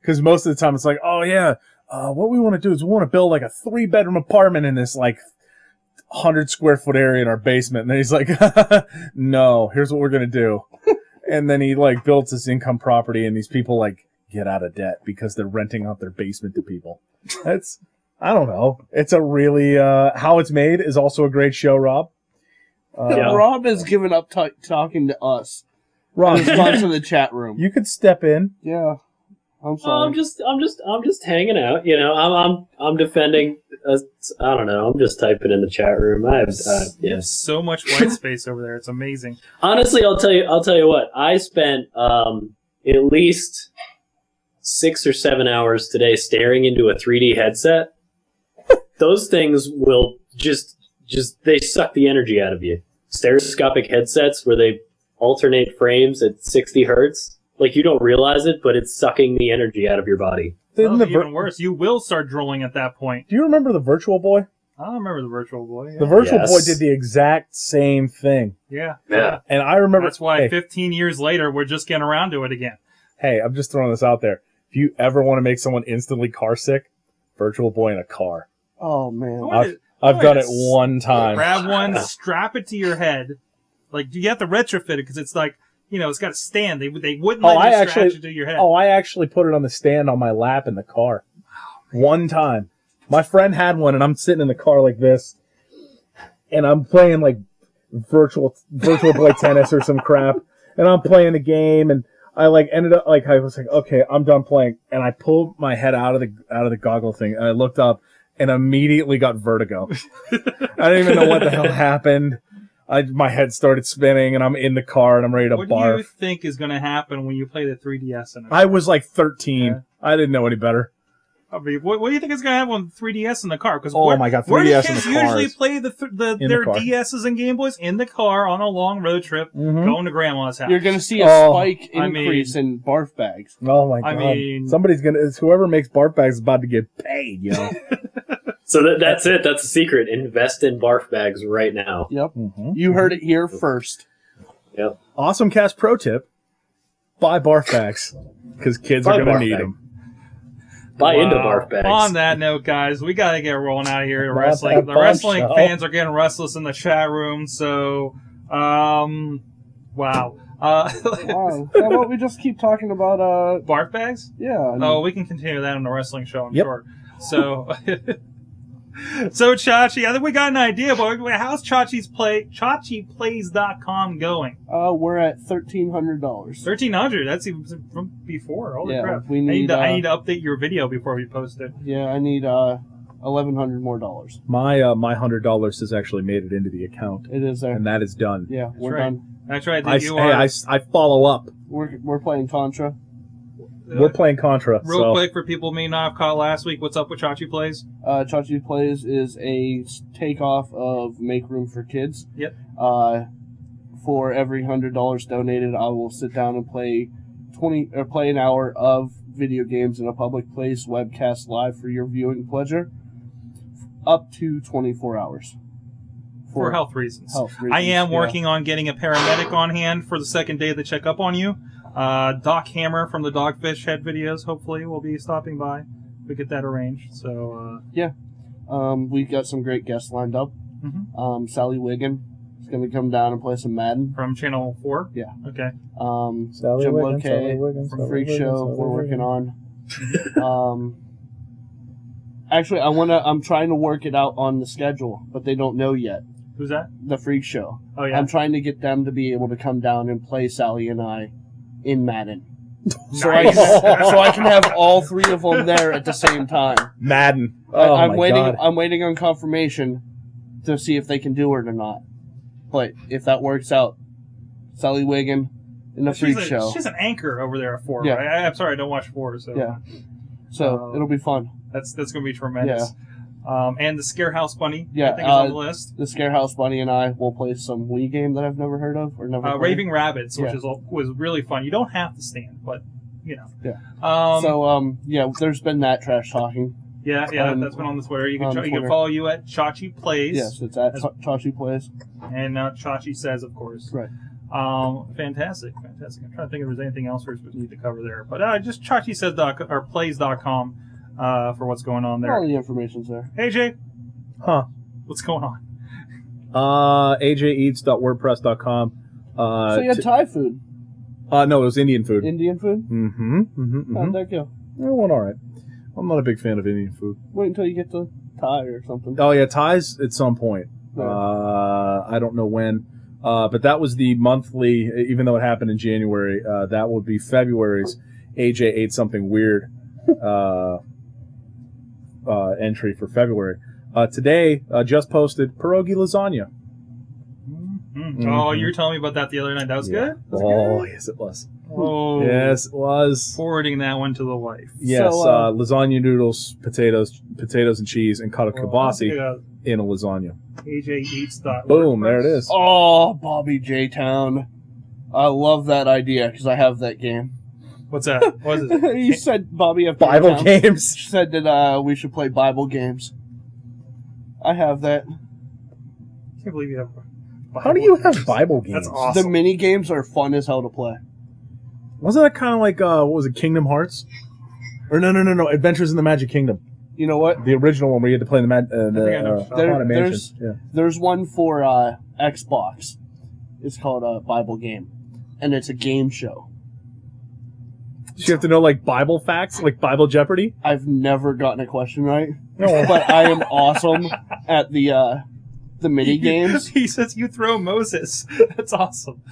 Speaker 3: Because most of the time it's like, oh yeah, uh, what we want to do is we want to build like a three bedroom apartment in this like hundred square foot area in our basement, and then he's like, no, here's what we're gonna do. And then he like builds this income property, and these people like get out of debt because they're renting out their basement to people. That's I don't know. It's a really uh, how it's made is also a great show, Rob. Uh,
Speaker 5: Yeah.
Speaker 4: Rob has given up t- talking to us.
Speaker 3: Rob,
Speaker 4: He's gone to the chat room.
Speaker 3: you could step in.
Speaker 4: yeah, I'm
Speaker 5: Oh, I'm
Speaker 4: sorry.
Speaker 5: just, I'm just, I'm just hanging out. You know, I'm, I'm, I'm defending. uh, I don't know. I'm just typing in the chat room. I have, uh, yeah.
Speaker 1: There's so much white space over there. It's amazing.
Speaker 5: Honestly, I'll tell you, I'll tell you what. I spent um, at least six or seven hours today staring into a 3D headset. Those things will just, just they suck the energy out of you. Stereoscopic headsets where they alternate frames at 60 hertz. Like you don't realize it, but it's sucking the energy out of your body.
Speaker 1: That'll
Speaker 3: Didn't the
Speaker 1: be
Speaker 3: vir-
Speaker 1: even worse. You will start drooling at that point.
Speaker 3: do you remember the Virtual Boy?
Speaker 1: I don't remember the Virtual Boy. Yeah.
Speaker 3: The Virtual
Speaker 5: Yes.
Speaker 3: Boy did the exact same thing,
Speaker 1: yeah.
Speaker 5: Yeah.
Speaker 3: and I remember.
Speaker 1: That's why
Speaker 3: Hey,
Speaker 1: 15 years later, we're just getting around to it again.
Speaker 3: hey, I'm just throwing this out there. If you ever want to make someone instantly car sick, Virtual Boy in a car.
Speaker 4: oh
Speaker 1: I
Speaker 4: man,
Speaker 1: wanted to-
Speaker 3: I've
Speaker 1: Oh,
Speaker 3: done
Speaker 1: yes.
Speaker 3: it one time.
Speaker 1: grab one, strap it to your head. Like you have to retrofit it because it's like you know it's got a stand. They they wouldn't
Speaker 3: Oh,
Speaker 1: let
Speaker 3: I
Speaker 1: you
Speaker 3: actually-
Speaker 1: scratch it to your head.
Speaker 3: Oh, I actually put it on the stand on my lap in the car. One time. My friend had one, and I'm sitting in the car like this, and I'm playing like virtual virtual boy tennis or some crap, and I'm playing the game, and I like ended up like I was like, okay, I'm done playing, and I pulled my head out of the out of the goggle thing, and I looked up, and immediately got vertigo. I didn't even know what the hell happened. I, my head started spinning, and I'm in the car, and I'm ready to
Speaker 1: what
Speaker 3: barf.
Speaker 1: do you think is going to happen when you play the 3ds? In a car?
Speaker 3: I was like 13.
Speaker 1: Yeah.
Speaker 3: I didn't know any better.
Speaker 1: I mean, what, what do you think is going to happen with 3ds in the car? Because
Speaker 3: Oh
Speaker 1: where,
Speaker 3: my God,
Speaker 1: where do
Speaker 3: 3DS in
Speaker 1: kids
Speaker 3: the cars.
Speaker 1: usually play the, th- the
Speaker 3: the
Speaker 1: their
Speaker 3: car.
Speaker 1: DSs and Game Boys in the car on a long road trip,
Speaker 3: Mm-hmm.
Speaker 1: going to grandma's house?
Speaker 4: you're gonna see a
Speaker 3: Oh,
Speaker 4: spike
Speaker 1: I
Speaker 4: increase in barf bags.
Speaker 3: Oh my god!
Speaker 1: I mean-
Speaker 3: somebody's gonna it's whoever makes barf bags is about to get paid. You know.
Speaker 5: So that, that's it. That's the secret. Invest in barf bags right now.
Speaker 4: Yep,
Speaker 3: mm-hmm.
Speaker 4: you heard it here first.
Speaker 3: Awesome cast pro tip: Buy barf bags because kids
Speaker 5: Buy
Speaker 3: are going
Speaker 5: barf
Speaker 3: to need
Speaker 5: bag.
Speaker 3: them.
Speaker 5: Buy into
Speaker 1: Wow.
Speaker 5: barf bags.
Speaker 1: On that note, guys, we gotta get rolling out of here. The
Speaker 7: Barf
Speaker 1: wrestling,
Speaker 7: bag
Speaker 1: the wrestling
Speaker 7: bombshell.
Speaker 1: fans are getting restless in the chat room. So, um, wow. Uh,
Speaker 4: Wow. How about we just keep talking about uh
Speaker 1: barf bags?
Speaker 4: yeah. and-
Speaker 1: Oh, we can continue that on the wrestling show. I'm
Speaker 3: Yep.
Speaker 1: sure. So, so Chachi, I think we got an idea, but how's Chachi's play? ChachiPlays.com going?
Speaker 4: Uh, we're at thirteen hundred dollars.
Speaker 1: Thirteen hundred. That's even from before. Holy
Speaker 4: Yeah,
Speaker 1: crap!
Speaker 4: we
Speaker 1: I need
Speaker 4: need,
Speaker 1: to, I
Speaker 4: uh,
Speaker 1: need to update your video before we post it.
Speaker 4: Yeah, I need uh eleven hundred more dollars.
Speaker 3: My uh, my hundred dollars has actually made it into the account,
Speaker 4: It is there.
Speaker 3: and that is done.
Speaker 4: Yeah, we're
Speaker 1: right.
Speaker 4: done.
Speaker 1: That's right.
Speaker 3: I,
Speaker 1: That
Speaker 3: s-
Speaker 1: you
Speaker 3: hey,
Speaker 1: are.
Speaker 3: I s- I follow up.
Speaker 4: We're we're playing Contra.
Speaker 1: uh,
Speaker 3: We're playing Contra.
Speaker 1: Real
Speaker 3: so.
Speaker 1: quick for people who may not have caught last week, what's up with Chachi Plays?
Speaker 4: Uh, Chachi Plays is a s- takeoff of Make Room for Kids.
Speaker 1: Yep.
Speaker 4: Uh, for every hundred dollars donated, I will sit down and play twenty or play an hour of video games in a public place webcast live for your viewing pleasure, up to twenty four hours.
Speaker 1: For, health reasons.
Speaker 4: health
Speaker 1: I
Speaker 4: reasons,
Speaker 1: am
Speaker 4: yeah.
Speaker 1: working on getting a paramedic on hand for the second day of the checkup on you. Uh, Doc Hammer from the Dogfish Head videos, hopefully, will be stopping by. We get that arranged. So, uh,
Speaker 4: Um, we've got some great guests lined up.
Speaker 1: Mhm.
Speaker 4: Um, Sally Wiggin is going to come down and play some Madden.
Speaker 1: uh, from Channel 4?
Speaker 4: Yeah.
Speaker 1: Okay.
Speaker 4: Um,
Speaker 7: Sally
Speaker 4: Jim
Speaker 7: Wiggins,
Speaker 4: Bouquet
Speaker 7: Sally Wiggins,
Speaker 4: from
Speaker 7: Sally
Speaker 4: Freak
Speaker 7: Wiggins,
Speaker 4: Show
Speaker 7: Sally
Speaker 4: we're working
Speaker 7: Wiggins.
Speaker 4: on. um, actually, I want to. I'm trying to work it out on the schedule, but they don't know yet.
Speaker 1: Who's that?
Speaker 4: The Freak Show.
Speaker 1: Oh, yeah.
Speaker 4: I'm trying to get them to be able to come down and play Sally and I in Madden, so I
Speaker 1: Nice.
Speaker 4: so I can have all three of them there at the same time.
Speaker 3: Madden. Oh
Speaker 4: I, I'm
Speaker 3: my
Speaker 4: waiting.
Speaker 3: god.
Speaker 4: I'm waiting on confirmation to see if they can do it or not. But if that works out, Sally Wiggin in the
Speaker 1: she's,
Speaker 4: Freak
Speaker 1: a-
Speaker 4: Show.
Speaker 1: she's an anchor over there at 4.
Speaker 4: Yeah.
Speaker 1: right? I, I'm sorry, I don't watch 4, so
Speaker 4: Yeah. So
Speaker 1: Uh,
Speaker 4: it'll be fun.
Speaker 1: that's that's going to be tremendous. Um, and the Scarehouse Bunny, I
Speaker 4: Yeah,
Speaker 1: think, is on
Speaker 4: uh,
Speaker 1: the list.
Speaker 4: The Scarehouse Bunny and I will play some Wii game that I've never heard of or never.
Speaker 1: uh,
Speaker 4: played.
Speaker 1: Raving Rabbits, which
Speaker 4: Yeah.
Speaker 1: is al- was really fun. You don't have to stand, but you know.
Speaker 4: Yeah.
Speaker 1: Um,
Speaker 4: so um yeah, there's been that trash talking.
Speaker 1: yeah, yeah,
Speaker 4: on-
Speaker 1: that's been on the Twitter. You can
Speaker 4: on
Speaker 1: ch- you can
Speaker 4: Twitter.
Speaker 1: follow you at Chachi Plays,
Speaker 4: Yes, it's at
Speaker 1: as-
Speaker 4: Ta- Tachi Plays.
Speaker 1: and uh, Chachi says, of course.
Speaker 4: Right.
Speaker 1: Um, fantastic, fantastic. I'm trying to think if there's anything else we need to cover there, but uh, just Chachi says doc or plays.com uh, for what's going on
Speaker 4: All
Speaker 1: there.
Speaker 4: the information's there.
Speaker 1: Hey AJ,
Speaker 3: Huh.
Speaker 1: what's going on?
Speaker 3: Uh, ajeats.wordpress.com. Uh,
Speaker 4: so you had
Speaker 3: t-
Speaker 4: Thai food,
Speaker 3: uh, no, it was Indian food.
Speaker 4: Indian food.
Speaker 3: mm-hmm. Mm-hmm.
Speaker 4: How'd
Speaker 3: mm-hmm.
Speaker 4: that go?
Speaker 3: It went all right. I'm not a big fan of Indian food.
Speaker 4: Wait until you get to Thai or something.
Speaker 3: Oh yeah, ties at some point.
Speaker 4: Yeah.
Speaker 3: Uh, I don't know when. Uh, but that was the monthly, even though it happened in January, uh, that would be February's AJ ate something weird uh, uh, entry for February. Uh, today, uh, just posted pierogi lasagna.
Speaker 1: Mhm. Oh, you were telling me about that the other night. That was
Speaker 3: Mm-hmm. Yeah.
Speaker 1: good. That was
Speaker 3: Oh,
Speaker 1: good?
Speaker 3: yes, it was.
Speaker 1: Oh,
Speaker 3: Yes, it was.
Speaker 1: Forwarding that one to the wife.
Speaker 3: Yes,
Speaker 4: So,
Speaker 3: uh,
Speaker 4: uh,
Speaker 3: lasagna noodles, potatoes, potatoes and cheese, and cut a kibasi
Speaker 1: Oh, Yeah.
Speaker 3: in a lasagna.
Speaker 1: AJ eats.
Speaker 3: Boom, there it is.
Speaker 4: Oh, Bobby J Town. I love that idea because I have that game.
Speaker 1: What's that? What is it?
Speaker 4: you said Bobby F.
Speaker 3: Bible
Speaker 4: J-Town
Speaker 3: games.
Speaker 4: said that uh, we should play Bible games. I have that.
Speaker 1: I can't believe you have.
Speaker 3: How do you have Bible games?
Speaker 1: That's awesome.
Speaker 4: The mini games are fun as hell to play.
Speaker 3: Wasn't that kind of like uh, what was it, Kingdom Hearts? Or no, no, no, no, Adventures in the Magic Kingdom,
Speaker 4: You know what?
Speaker 3: the original one where you had to play in the, ma- uh,
Speaker 1: think I know
Speaker 3: the
Speaker 1: what
Speaker 3: uh,
Speaker 1: you're
Speaker 3: Haunted
Speaker 4: talking about.
Speaker 3: Mansion. Yeah.
Speaker 4: There's one for uh, Xbox. It's called a Bible game, and it's a game show.
Speaker 3: So you have to know like Bible facts, like Bible Jeopardy.
Speaker 4: I've never gotten a question right,
Speaker 3: No,
Speaker 4: but I am awesome at the uh, the mini games.
Speaker 1: He says you throw Moses. That's awesome.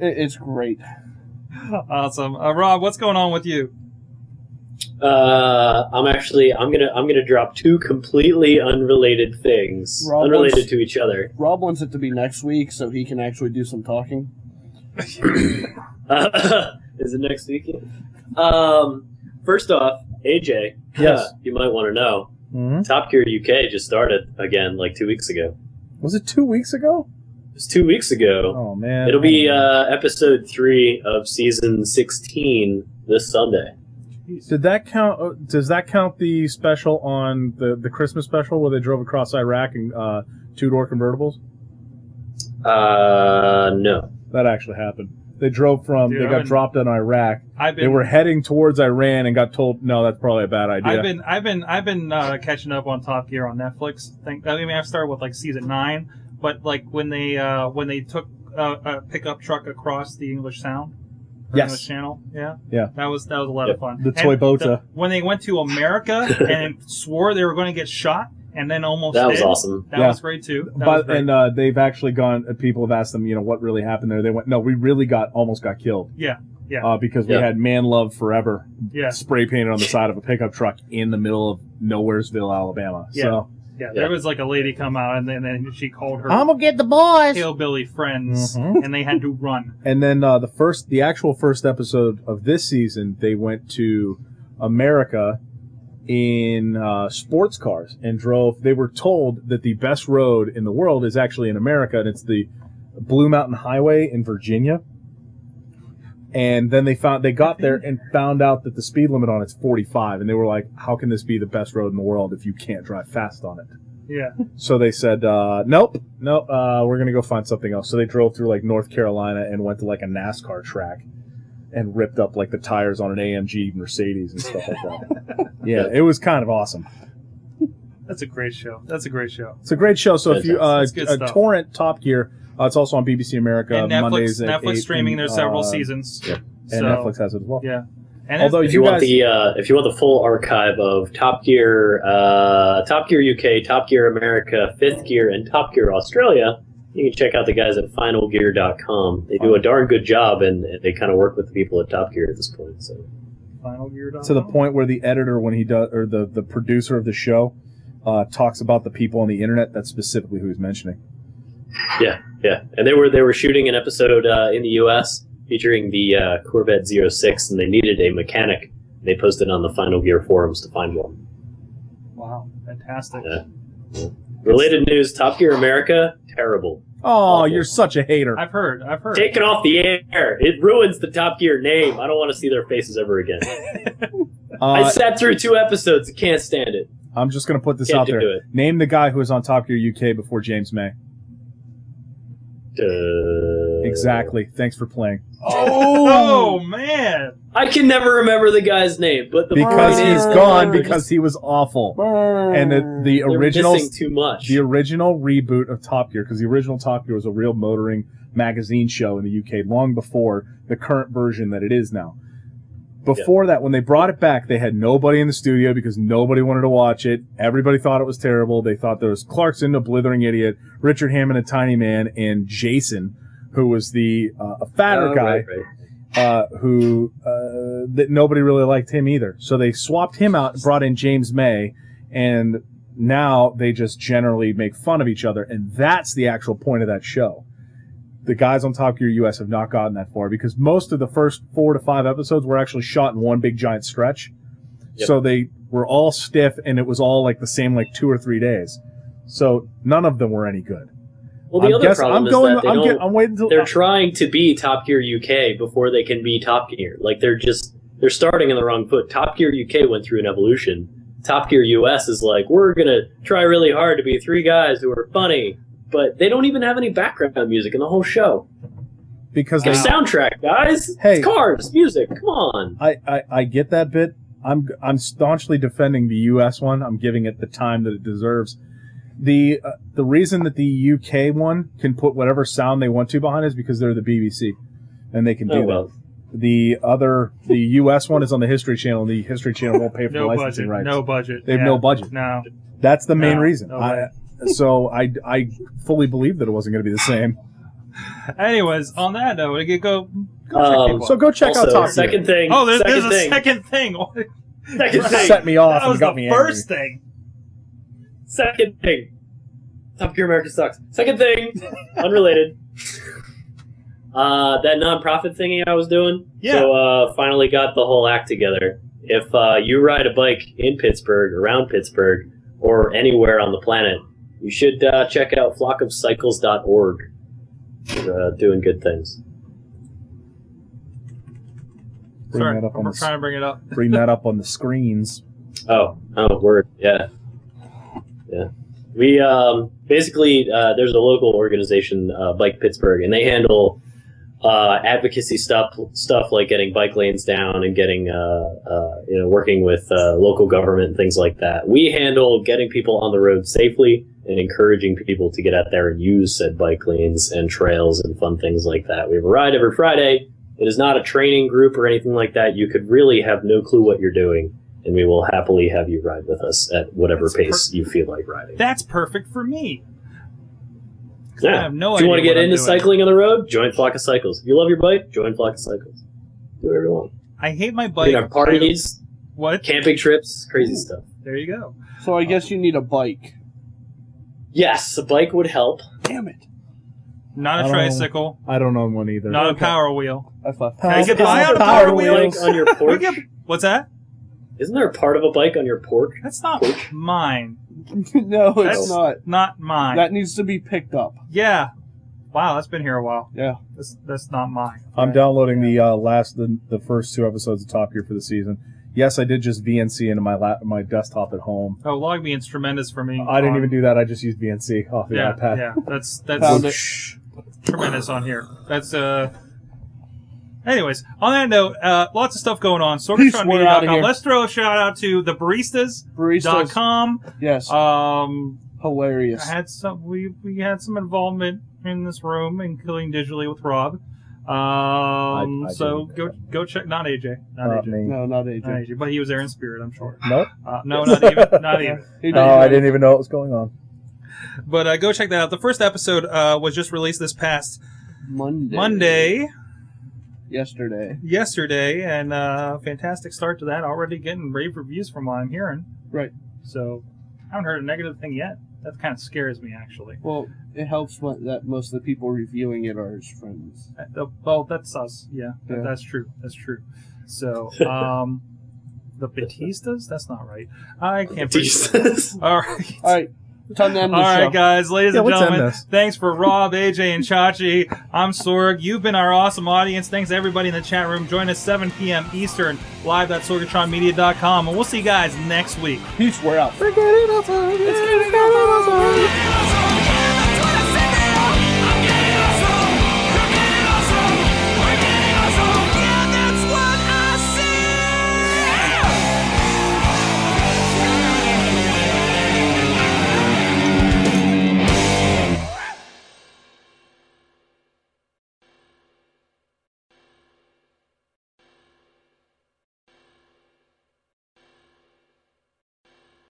Speaker 4: It, it's great.
Speaker 1: Awesome. Uh, Rob, what's going on with you?
Speaker 5: Uh, I'm actually I'm gonna I'm gonna drop two completely unrelated things,
Speaker 4: Rob
Speaker 5: unrelated
Speaker 4: wants-
Speaker 5: to each other.
Speaker 4: Rob wants it to be next week so he can actually do some talking.
Speaker 5: Uh, is it next weekend? Um, first off, AJ,
Speaker 3: Yes.
Speaker 5: you might want to know.
Speaker 3: hmm
Speaker 5: Top Gear UK just started again, like two weeks ago.
Speaker 3: was it two weeks ago?
Speaker 5: It was two weeks ago.
Speaker 3: Oh man,
Speaker 5: It'll be uh, episode three of season sixteen this Sunday.
Speaker 3: Did that count? uh, Does that count the special on the the Christmas special where they drove across Iraq in uh, two door convertibles?
Speaker 5: Uh, no,
Speaker 3: That actually happened. They drove from.
Speaker 1: Dude,
Speaker 3: they
Speaker 1: I've
Speaker 3: got
Speaker 1: been-
Speaker 3: dropped on Iraq.
Speaker 1: I've
Speaker 3: They
Speaker 1: been
Speaker 3: were heading towards Iran and got told, "No, that's probably a bad idea."
Speaker 1: I've been I've been I've been uh, catching up on Top Gear on Netflix. Think I mean I've started with like season nine, but like when they uh, when they took uh, a pickup truck across the English Sound, or
Speaker 3: Yes.
Speaker 1: English Channel, yeah,
Speaker 3: Yeah.
Speaker 1: that was that was a lot of fun.
Speaker 3: the
Speaker 1: And
Speaker 3: toy boat, uh,
Speaker 1: when they went to America and swore they were going to get shot and then almost
Speaker 5: That was
Speaker 1: did,
Speaker 5: awesome.
Speaker 1: That
Speaker 3: Yeah.
Speaker 1: was great too. That was
Speaker 3: but
Speaker 1: great.
Speaker 3: and uh, they've actually gone. uh, People have asked them, you know, what really happened there. They went, "No, we really got almost got killed."
Speaker 1: Yeah, yeah.
Speaker 3: Uh, because we
Speaker 5: Yeah.
Speaker 3: had "Man Love Forever"
Speaker 1: yeah,
Speaker 3: spray painted on the side of a pickup truck in the middle of Nowheresville, Alabama.
Speaker 1: Yeah.
Speaker 3: So
Speaker 1: yeah, There was like a lady come out and then, then she called her
Speaker 3: gonna get the boys.
Speaker 1: hillbilly friends,
Speaker 3: Mhm.
Speaker 1: and they had to run.
Speaker 3: And then uh, the first, the actual first episode of this season, they went to America in uh, sports cars and drove. They were told that the best road in the world is actually in America, and it's the Blue Mountain Highway in Virginia. And then they found they got there and found out that the speed limit on it's 45, and they were like, "How can this be the best road in the world if you can't drive fast on it?"
Speaker 1: Yeah,
Speaker 3: So they said, uh, nope, nope, uh, we're going to go find something else. So they drove through like North Carolina and went to like a NASCAR track and ripped up like the tires on an AMG Mercedes and stuff like that. yeah, it was kind of awesome.
Speaker 1: that's a great show. That's a great show.
Speaker 3: It's a great show. So if you uh,
Speaker 1: That's good
Speaker 3: uh,
Speaker 1: stuff.
Speaker 3: torrent Top Gear, uh, it's also on BBC America
Speaker 1: and Netflix,
Speaker 3: uh, Mondays at
Speaker 1: Netflix
Speaker 3: 8,
Speaker 1: streaming.
Speaker 3: and,
Speaker 1: there's several
Speaker 3: uh,
Speaker 1: seasons.
Speaker 5: yeah.
Speaker 3: and Netflix has it as well.
Speaker 1: Yeah. And
Speaker 3: Although
Speaker 1: it's-
Speaker 5: If you want
Speaker 3: guys-
Speaker 5: the uh, if you want the full archive of Top Gear, uh, Top Gear UK, Top Gear America, Fifth Gear, and Top Gear Australia, you can check out the guys at FinalGear.com. They do a darn good job, and, and they kind of work with the people at Top Gear at this point. So
Speaker 1: FinalGear.com.
Speaker 3: to the point where the editor, when he does, or the the producer of the show, uh, talks about the people on the internet. That's specifically who he's mentioning.
Speaker 5: yeah, yeah, and they were they were shooting an episode uh, in the U.S. featuring the uh, Corvette 06, and they needed a mechanic. They posted on the Final Gear forums to find one.
Speaker 1: Wow, fantastic.
Speaker 5: Yeah. Related news: Top Gear America, terrible.
Speaker 3: Oh,
Speaker 5: Awful.
Speaker 3: you're such a hater.
Speaker 1: I've heard. I've heard.
Speaker 5: Take it off the air. It ruins the Top Gear name. I don't want to see their faces ever again. I
Speaker 3: Uh,
Speaker 5: sat through two episodes. Can't stand it.
Speaker 3: I'm just going to put this
Speaker 5: Can't
Speaker 3: out there.
Speaker 5: do it.
Speaker 3: Name the guy who was on Top Gear UK before James May.
Speaker 5: Uh,
Speaker 3: Exactly. Thanks for playing.
Speaker 1: Oh, man.
Speaker 5: I can never remember the guy's name, but the
Speaker 3: Because
Speaker 5: point
Speaker 3: he's
Speaker 5: is,
Speaker 3: gone
Speaker 5: they're
Speaker 3: because he was awful.
Speaker 4: Burn.
Speaker 3: And it, the
Speaker 5: they're
Speaker 3: original
Speaker 5: missing too much. Oh,
Speaker 3: the original reboot of Top Gear because the original Top Gear was a real motoring magazine show in the UK long before the current version that it is now. Before that, when they brought it back, they had nobody in the studio because nobody wanted to watch it. Everybody thought it was terrible. They thought there was Clarkson, a blithering idiot, Richard Hammond, a tiny man, and Jason, who was the uh, a fatter
Speaker 5: Oh,
Speaker 3: guy
Speaker 5: right, right.
Speaker 3: uh, who uh, that nobody really liked him either. So they swapped him out, brought in James May, and now they just generally make fun of each other, and that's the actual point of that show. The guys on Top Gear US have not gotten that far because most of the first four to five episodes were actually shot in one big giant stretch.
Speaker 5: Yep.
Speaker 3: So they were all stiff, and it was all like the same, like two or three days. So none of them were any good.
Speaker 5: Well, the
Speaker 3: I'm
Speaker 5: other
Speaker 3: guessing-
Speaker 5: problem
Speaker 3: I'm
Speaker 5: is
Speaker 3: going.
Speaker 5: that they
Speaker 3: I'm,
Speaker 5: don't,
Speaker 3: get- I'm waiting until
Speaker 5: they're trying to be Top Gear UK before they can be Top Gear. Like they're just they're starting in the wrong foot. Top Gear UK went through an evolution. Top Gear US is like we're gonna try really hard to be three guys who are funny, but they don't even have any background music in the whole show.
Speaker 3: because
Speaker 5: Get
Speaker 3: they
Speaker 5: a soundtrack, guys.
Speaker 3: Hey.
Speaker 5: it's cars, music. Come on.
Speaker 3: I, I, I get that bit. I'm I'm staunchly defending the U.S. one. I'm giving it the time that it deserves. The uh, the reason that the U.K. one can put whatever sound they want to behind is because they're the BBC, and they can do
Speaker 5: Oh well.
Speaker 3: that. The other the U.S. one is on the History Channel. and The History Channel won't pay for
Speaker 1: No budget.
Speaker 3: licensing rights.
Speaker 1: No budget.
Speaker 3: They have
Speaker 1: Yeah.
Speaker 3: no budget.
Speaker 1: No.
Speaker 3: That's the main
Speaker 1: No,
Speaker 3: reason.
Speaker 1: no
Speaker 3: I, so I I fully believe that it wasn't going to be the same.
Speaker 1: Anyways, on that note, we could go. go
Speaker 5: Um,
Speaker 1: check people
Speaker 3: So
Speaker 1: out.
Speaker 3: go check
Speaker 5: also,
Speaker 3: out Top Gear.
Speaker 5: second thing.
Speaker 1: oh, there's,
Speaker 5: second
Speaker 1: there's a
Speaker 5: thing.
Speaker 1: second thing.
Speaker 5: second
Speaker 3: It
Speaker 5: thing.
Speaker 3: set me off
Speaker 1: that was
Speaker 3: and got
Speaker 1: the
Speaker 3: me angry.
Speaker 1: first thing.
Speaker 5: Second thing. Top Gear America sucks. Second thing, unrelated. Uh, that nonprofit thingy I was doing.
Speaker 1: Yeah.
Speaker 5: So uh, finally got the whole act together. If uh, you ride a bike in Pittsburgh, around Pittsburgh, or anywhere on the planet, you should uh, check out flockofcycles.org. They're uh, doing good things.
Speaker 3: Bring
Speaker 1: Sorry,
Speaker 3: that up on
Speaker 1: I'm
Speaker 3: the-
Speaker 1: trying to bring it up.
Speaker 3: Bring that up on the screens.
Speaker 5: Oh, oh, word, yeah, yeah. We um, basically uh, there's a local organization, uh, Bike Pittsburgh, and they handle uh, advocacy stuff, stuff like getting bike lanes down and getting, uh, uh, you know, working with uh, local government and things like that. We handle getting people on the road safely and encouraging people to get out there and use said bike lanes and trails and fun things like that. We have a ride every Friday. It is not a training group or anything like that. You could really have no clue what you're doing, and we will happily have you ride with us at whatever
Speaker 1: That's
Speaker 5: pace you feel like riding.
Speaker 1: That's perfect for me. 'Cause I have no
Speaker 5: if you
Speaker 1: idea
Speaker 5: want to get
Speaker 1: what I'm
Speaker 5: into
Speaker 1: doing.
Speaker 5: cycling on the road, join Flock of Cycles. If you love your bike, join Flock of Cycles. Do whatever you want.
Speaker 1: I hate my
Speaker 5: Bike,
Speaker 1: bike.
Speaker 5: you know, parties,
Speaker 1: What?
Speaker 5: camping trips, crazy stuff.
Speaker 1: There you go.
Speaker 4: So I guess you need a bike.
Speaker 5: Yes, a bike would help.
Speaker 4: Damn it!
Speaker 1: Not a
Speaker 3: I don't-
Speaker 1: tricycle.
Speaker 3: I don't own one either.
Speaker 1: Not a power wheel.
Speaker 4: I fucked.
Speaker 1: Can I get by on a
Speaker 5: Part
Speaker 1: power
Speaker 5: of a
Speaker 1: wheel?
Speaker 5: bike on your
Speaker 1: We
Speaker 5: porch.
Speaker 1: get- What's that?
Speaker 5: Isn't there a part of a bike on your porch?
Speaker 1: That's not mine.
Speaker 4: no, it's
Speaker 1: That's-
Speaker 4: not.
Speaker 1: Not mine.
Speaker 4: That needs to be picked up.
Speaker 1: yeah. Wow, that's been here a while.
Speaker 4: Yeah.
Speaker 1: That's that's not mine.
Speaker 3: I'm downloading the uh, last the, the first two episodes of Top Gear for the season. Yes, I did just VNC into my lap, my desktop at home.
Speaker 1: Oh, log being tremendous for me.
Speaker 3: I didn't
Speaker 1: on-
Speaker 3: even do that. I just used VNC off the
Speaker 1: Yeah,
Speaker 3: iPad.
Speaker 1: yeah. That's
Speaker 4: Found
Speaker 1: that's
Speaker 4: it.
Speaker 1: tremendous on here. That's uh. Anyways, on that note, uh, lots of stuff going on.
Speaker 4: Peace, we're outta
Speaker 1: SorgatronMedia.com.
Speaker 4: here.
Speaker 1: Let's throw a shout out to the baristas.com.
Speaker 4: Baristas. Yes.
Speaker 1: Um,
Speaker 4: hilarious.
Speaker 1: I had some. We we had some involvement in this room, including digitally with Rob. Um,
Speaker 3: I
Speaker 1: so
Speaker 3: didn't.
Speaker 1: go go check. Not AJ. Not
Speaker 3: Not
Speaker 1: AJ.
Speaker 3: Uh, me.
Speaker 4: No, not AJ.
Speaker 1: Not AJ. But he was there in spirit, I'm sure.
Speaker 3: Nope.
Speaker 1: Uh, no, not even. Not even.
Speaker 4: He
Speaker 3: No, Oh, I didn't even know what was going on.
Speaker 1: But uh, go check that out. The first episode uh, was just released this past
Speaker 4: Monday.
Speaker 1: Monday,
Speaker 4: Yesterday.
Speaker 1: yesterday, and uh, fantastic start to that. Already getting rave reviews from what I'm hearing.
Speaker 4: Right.
Speaker 1: So I haven't heard a negative thing yet. That kind of scares me, actually.
Speaker 4: Well, it helps when- that most of the people reviewing it are his friends.
Speaker 1: Uh, Well, that's us. Yeah, that-
Speaker 4: Yeah.
Speaker 1: that's true. That's true. So, um, the Batistas? That's not right. I can't. pronounce it.
Speaker 5: Jesus.
Speaker 1: All right.
Speaker 4: All right. Time to end the
Speaker 1: All
Speaker 4: show.
Speaker 1: right, guys, ladies
Speaker 3: Yeah,
Speaker 1: and
Speaker 3: let's end
Speaker 1: gentlemen,
Speaker 3: this.
Speaker 1: thanks for Rob, AJ, and Chachi. I'm Sorg. You've been our awesome audience. Thanks to everybody in the chat room. Join us 7 p.m. Eastern, live.sorgatronmedia.com, and we'll see you guys next week.
Speaker 4: Peace. We're out.
Speaker 2: Let's get it on.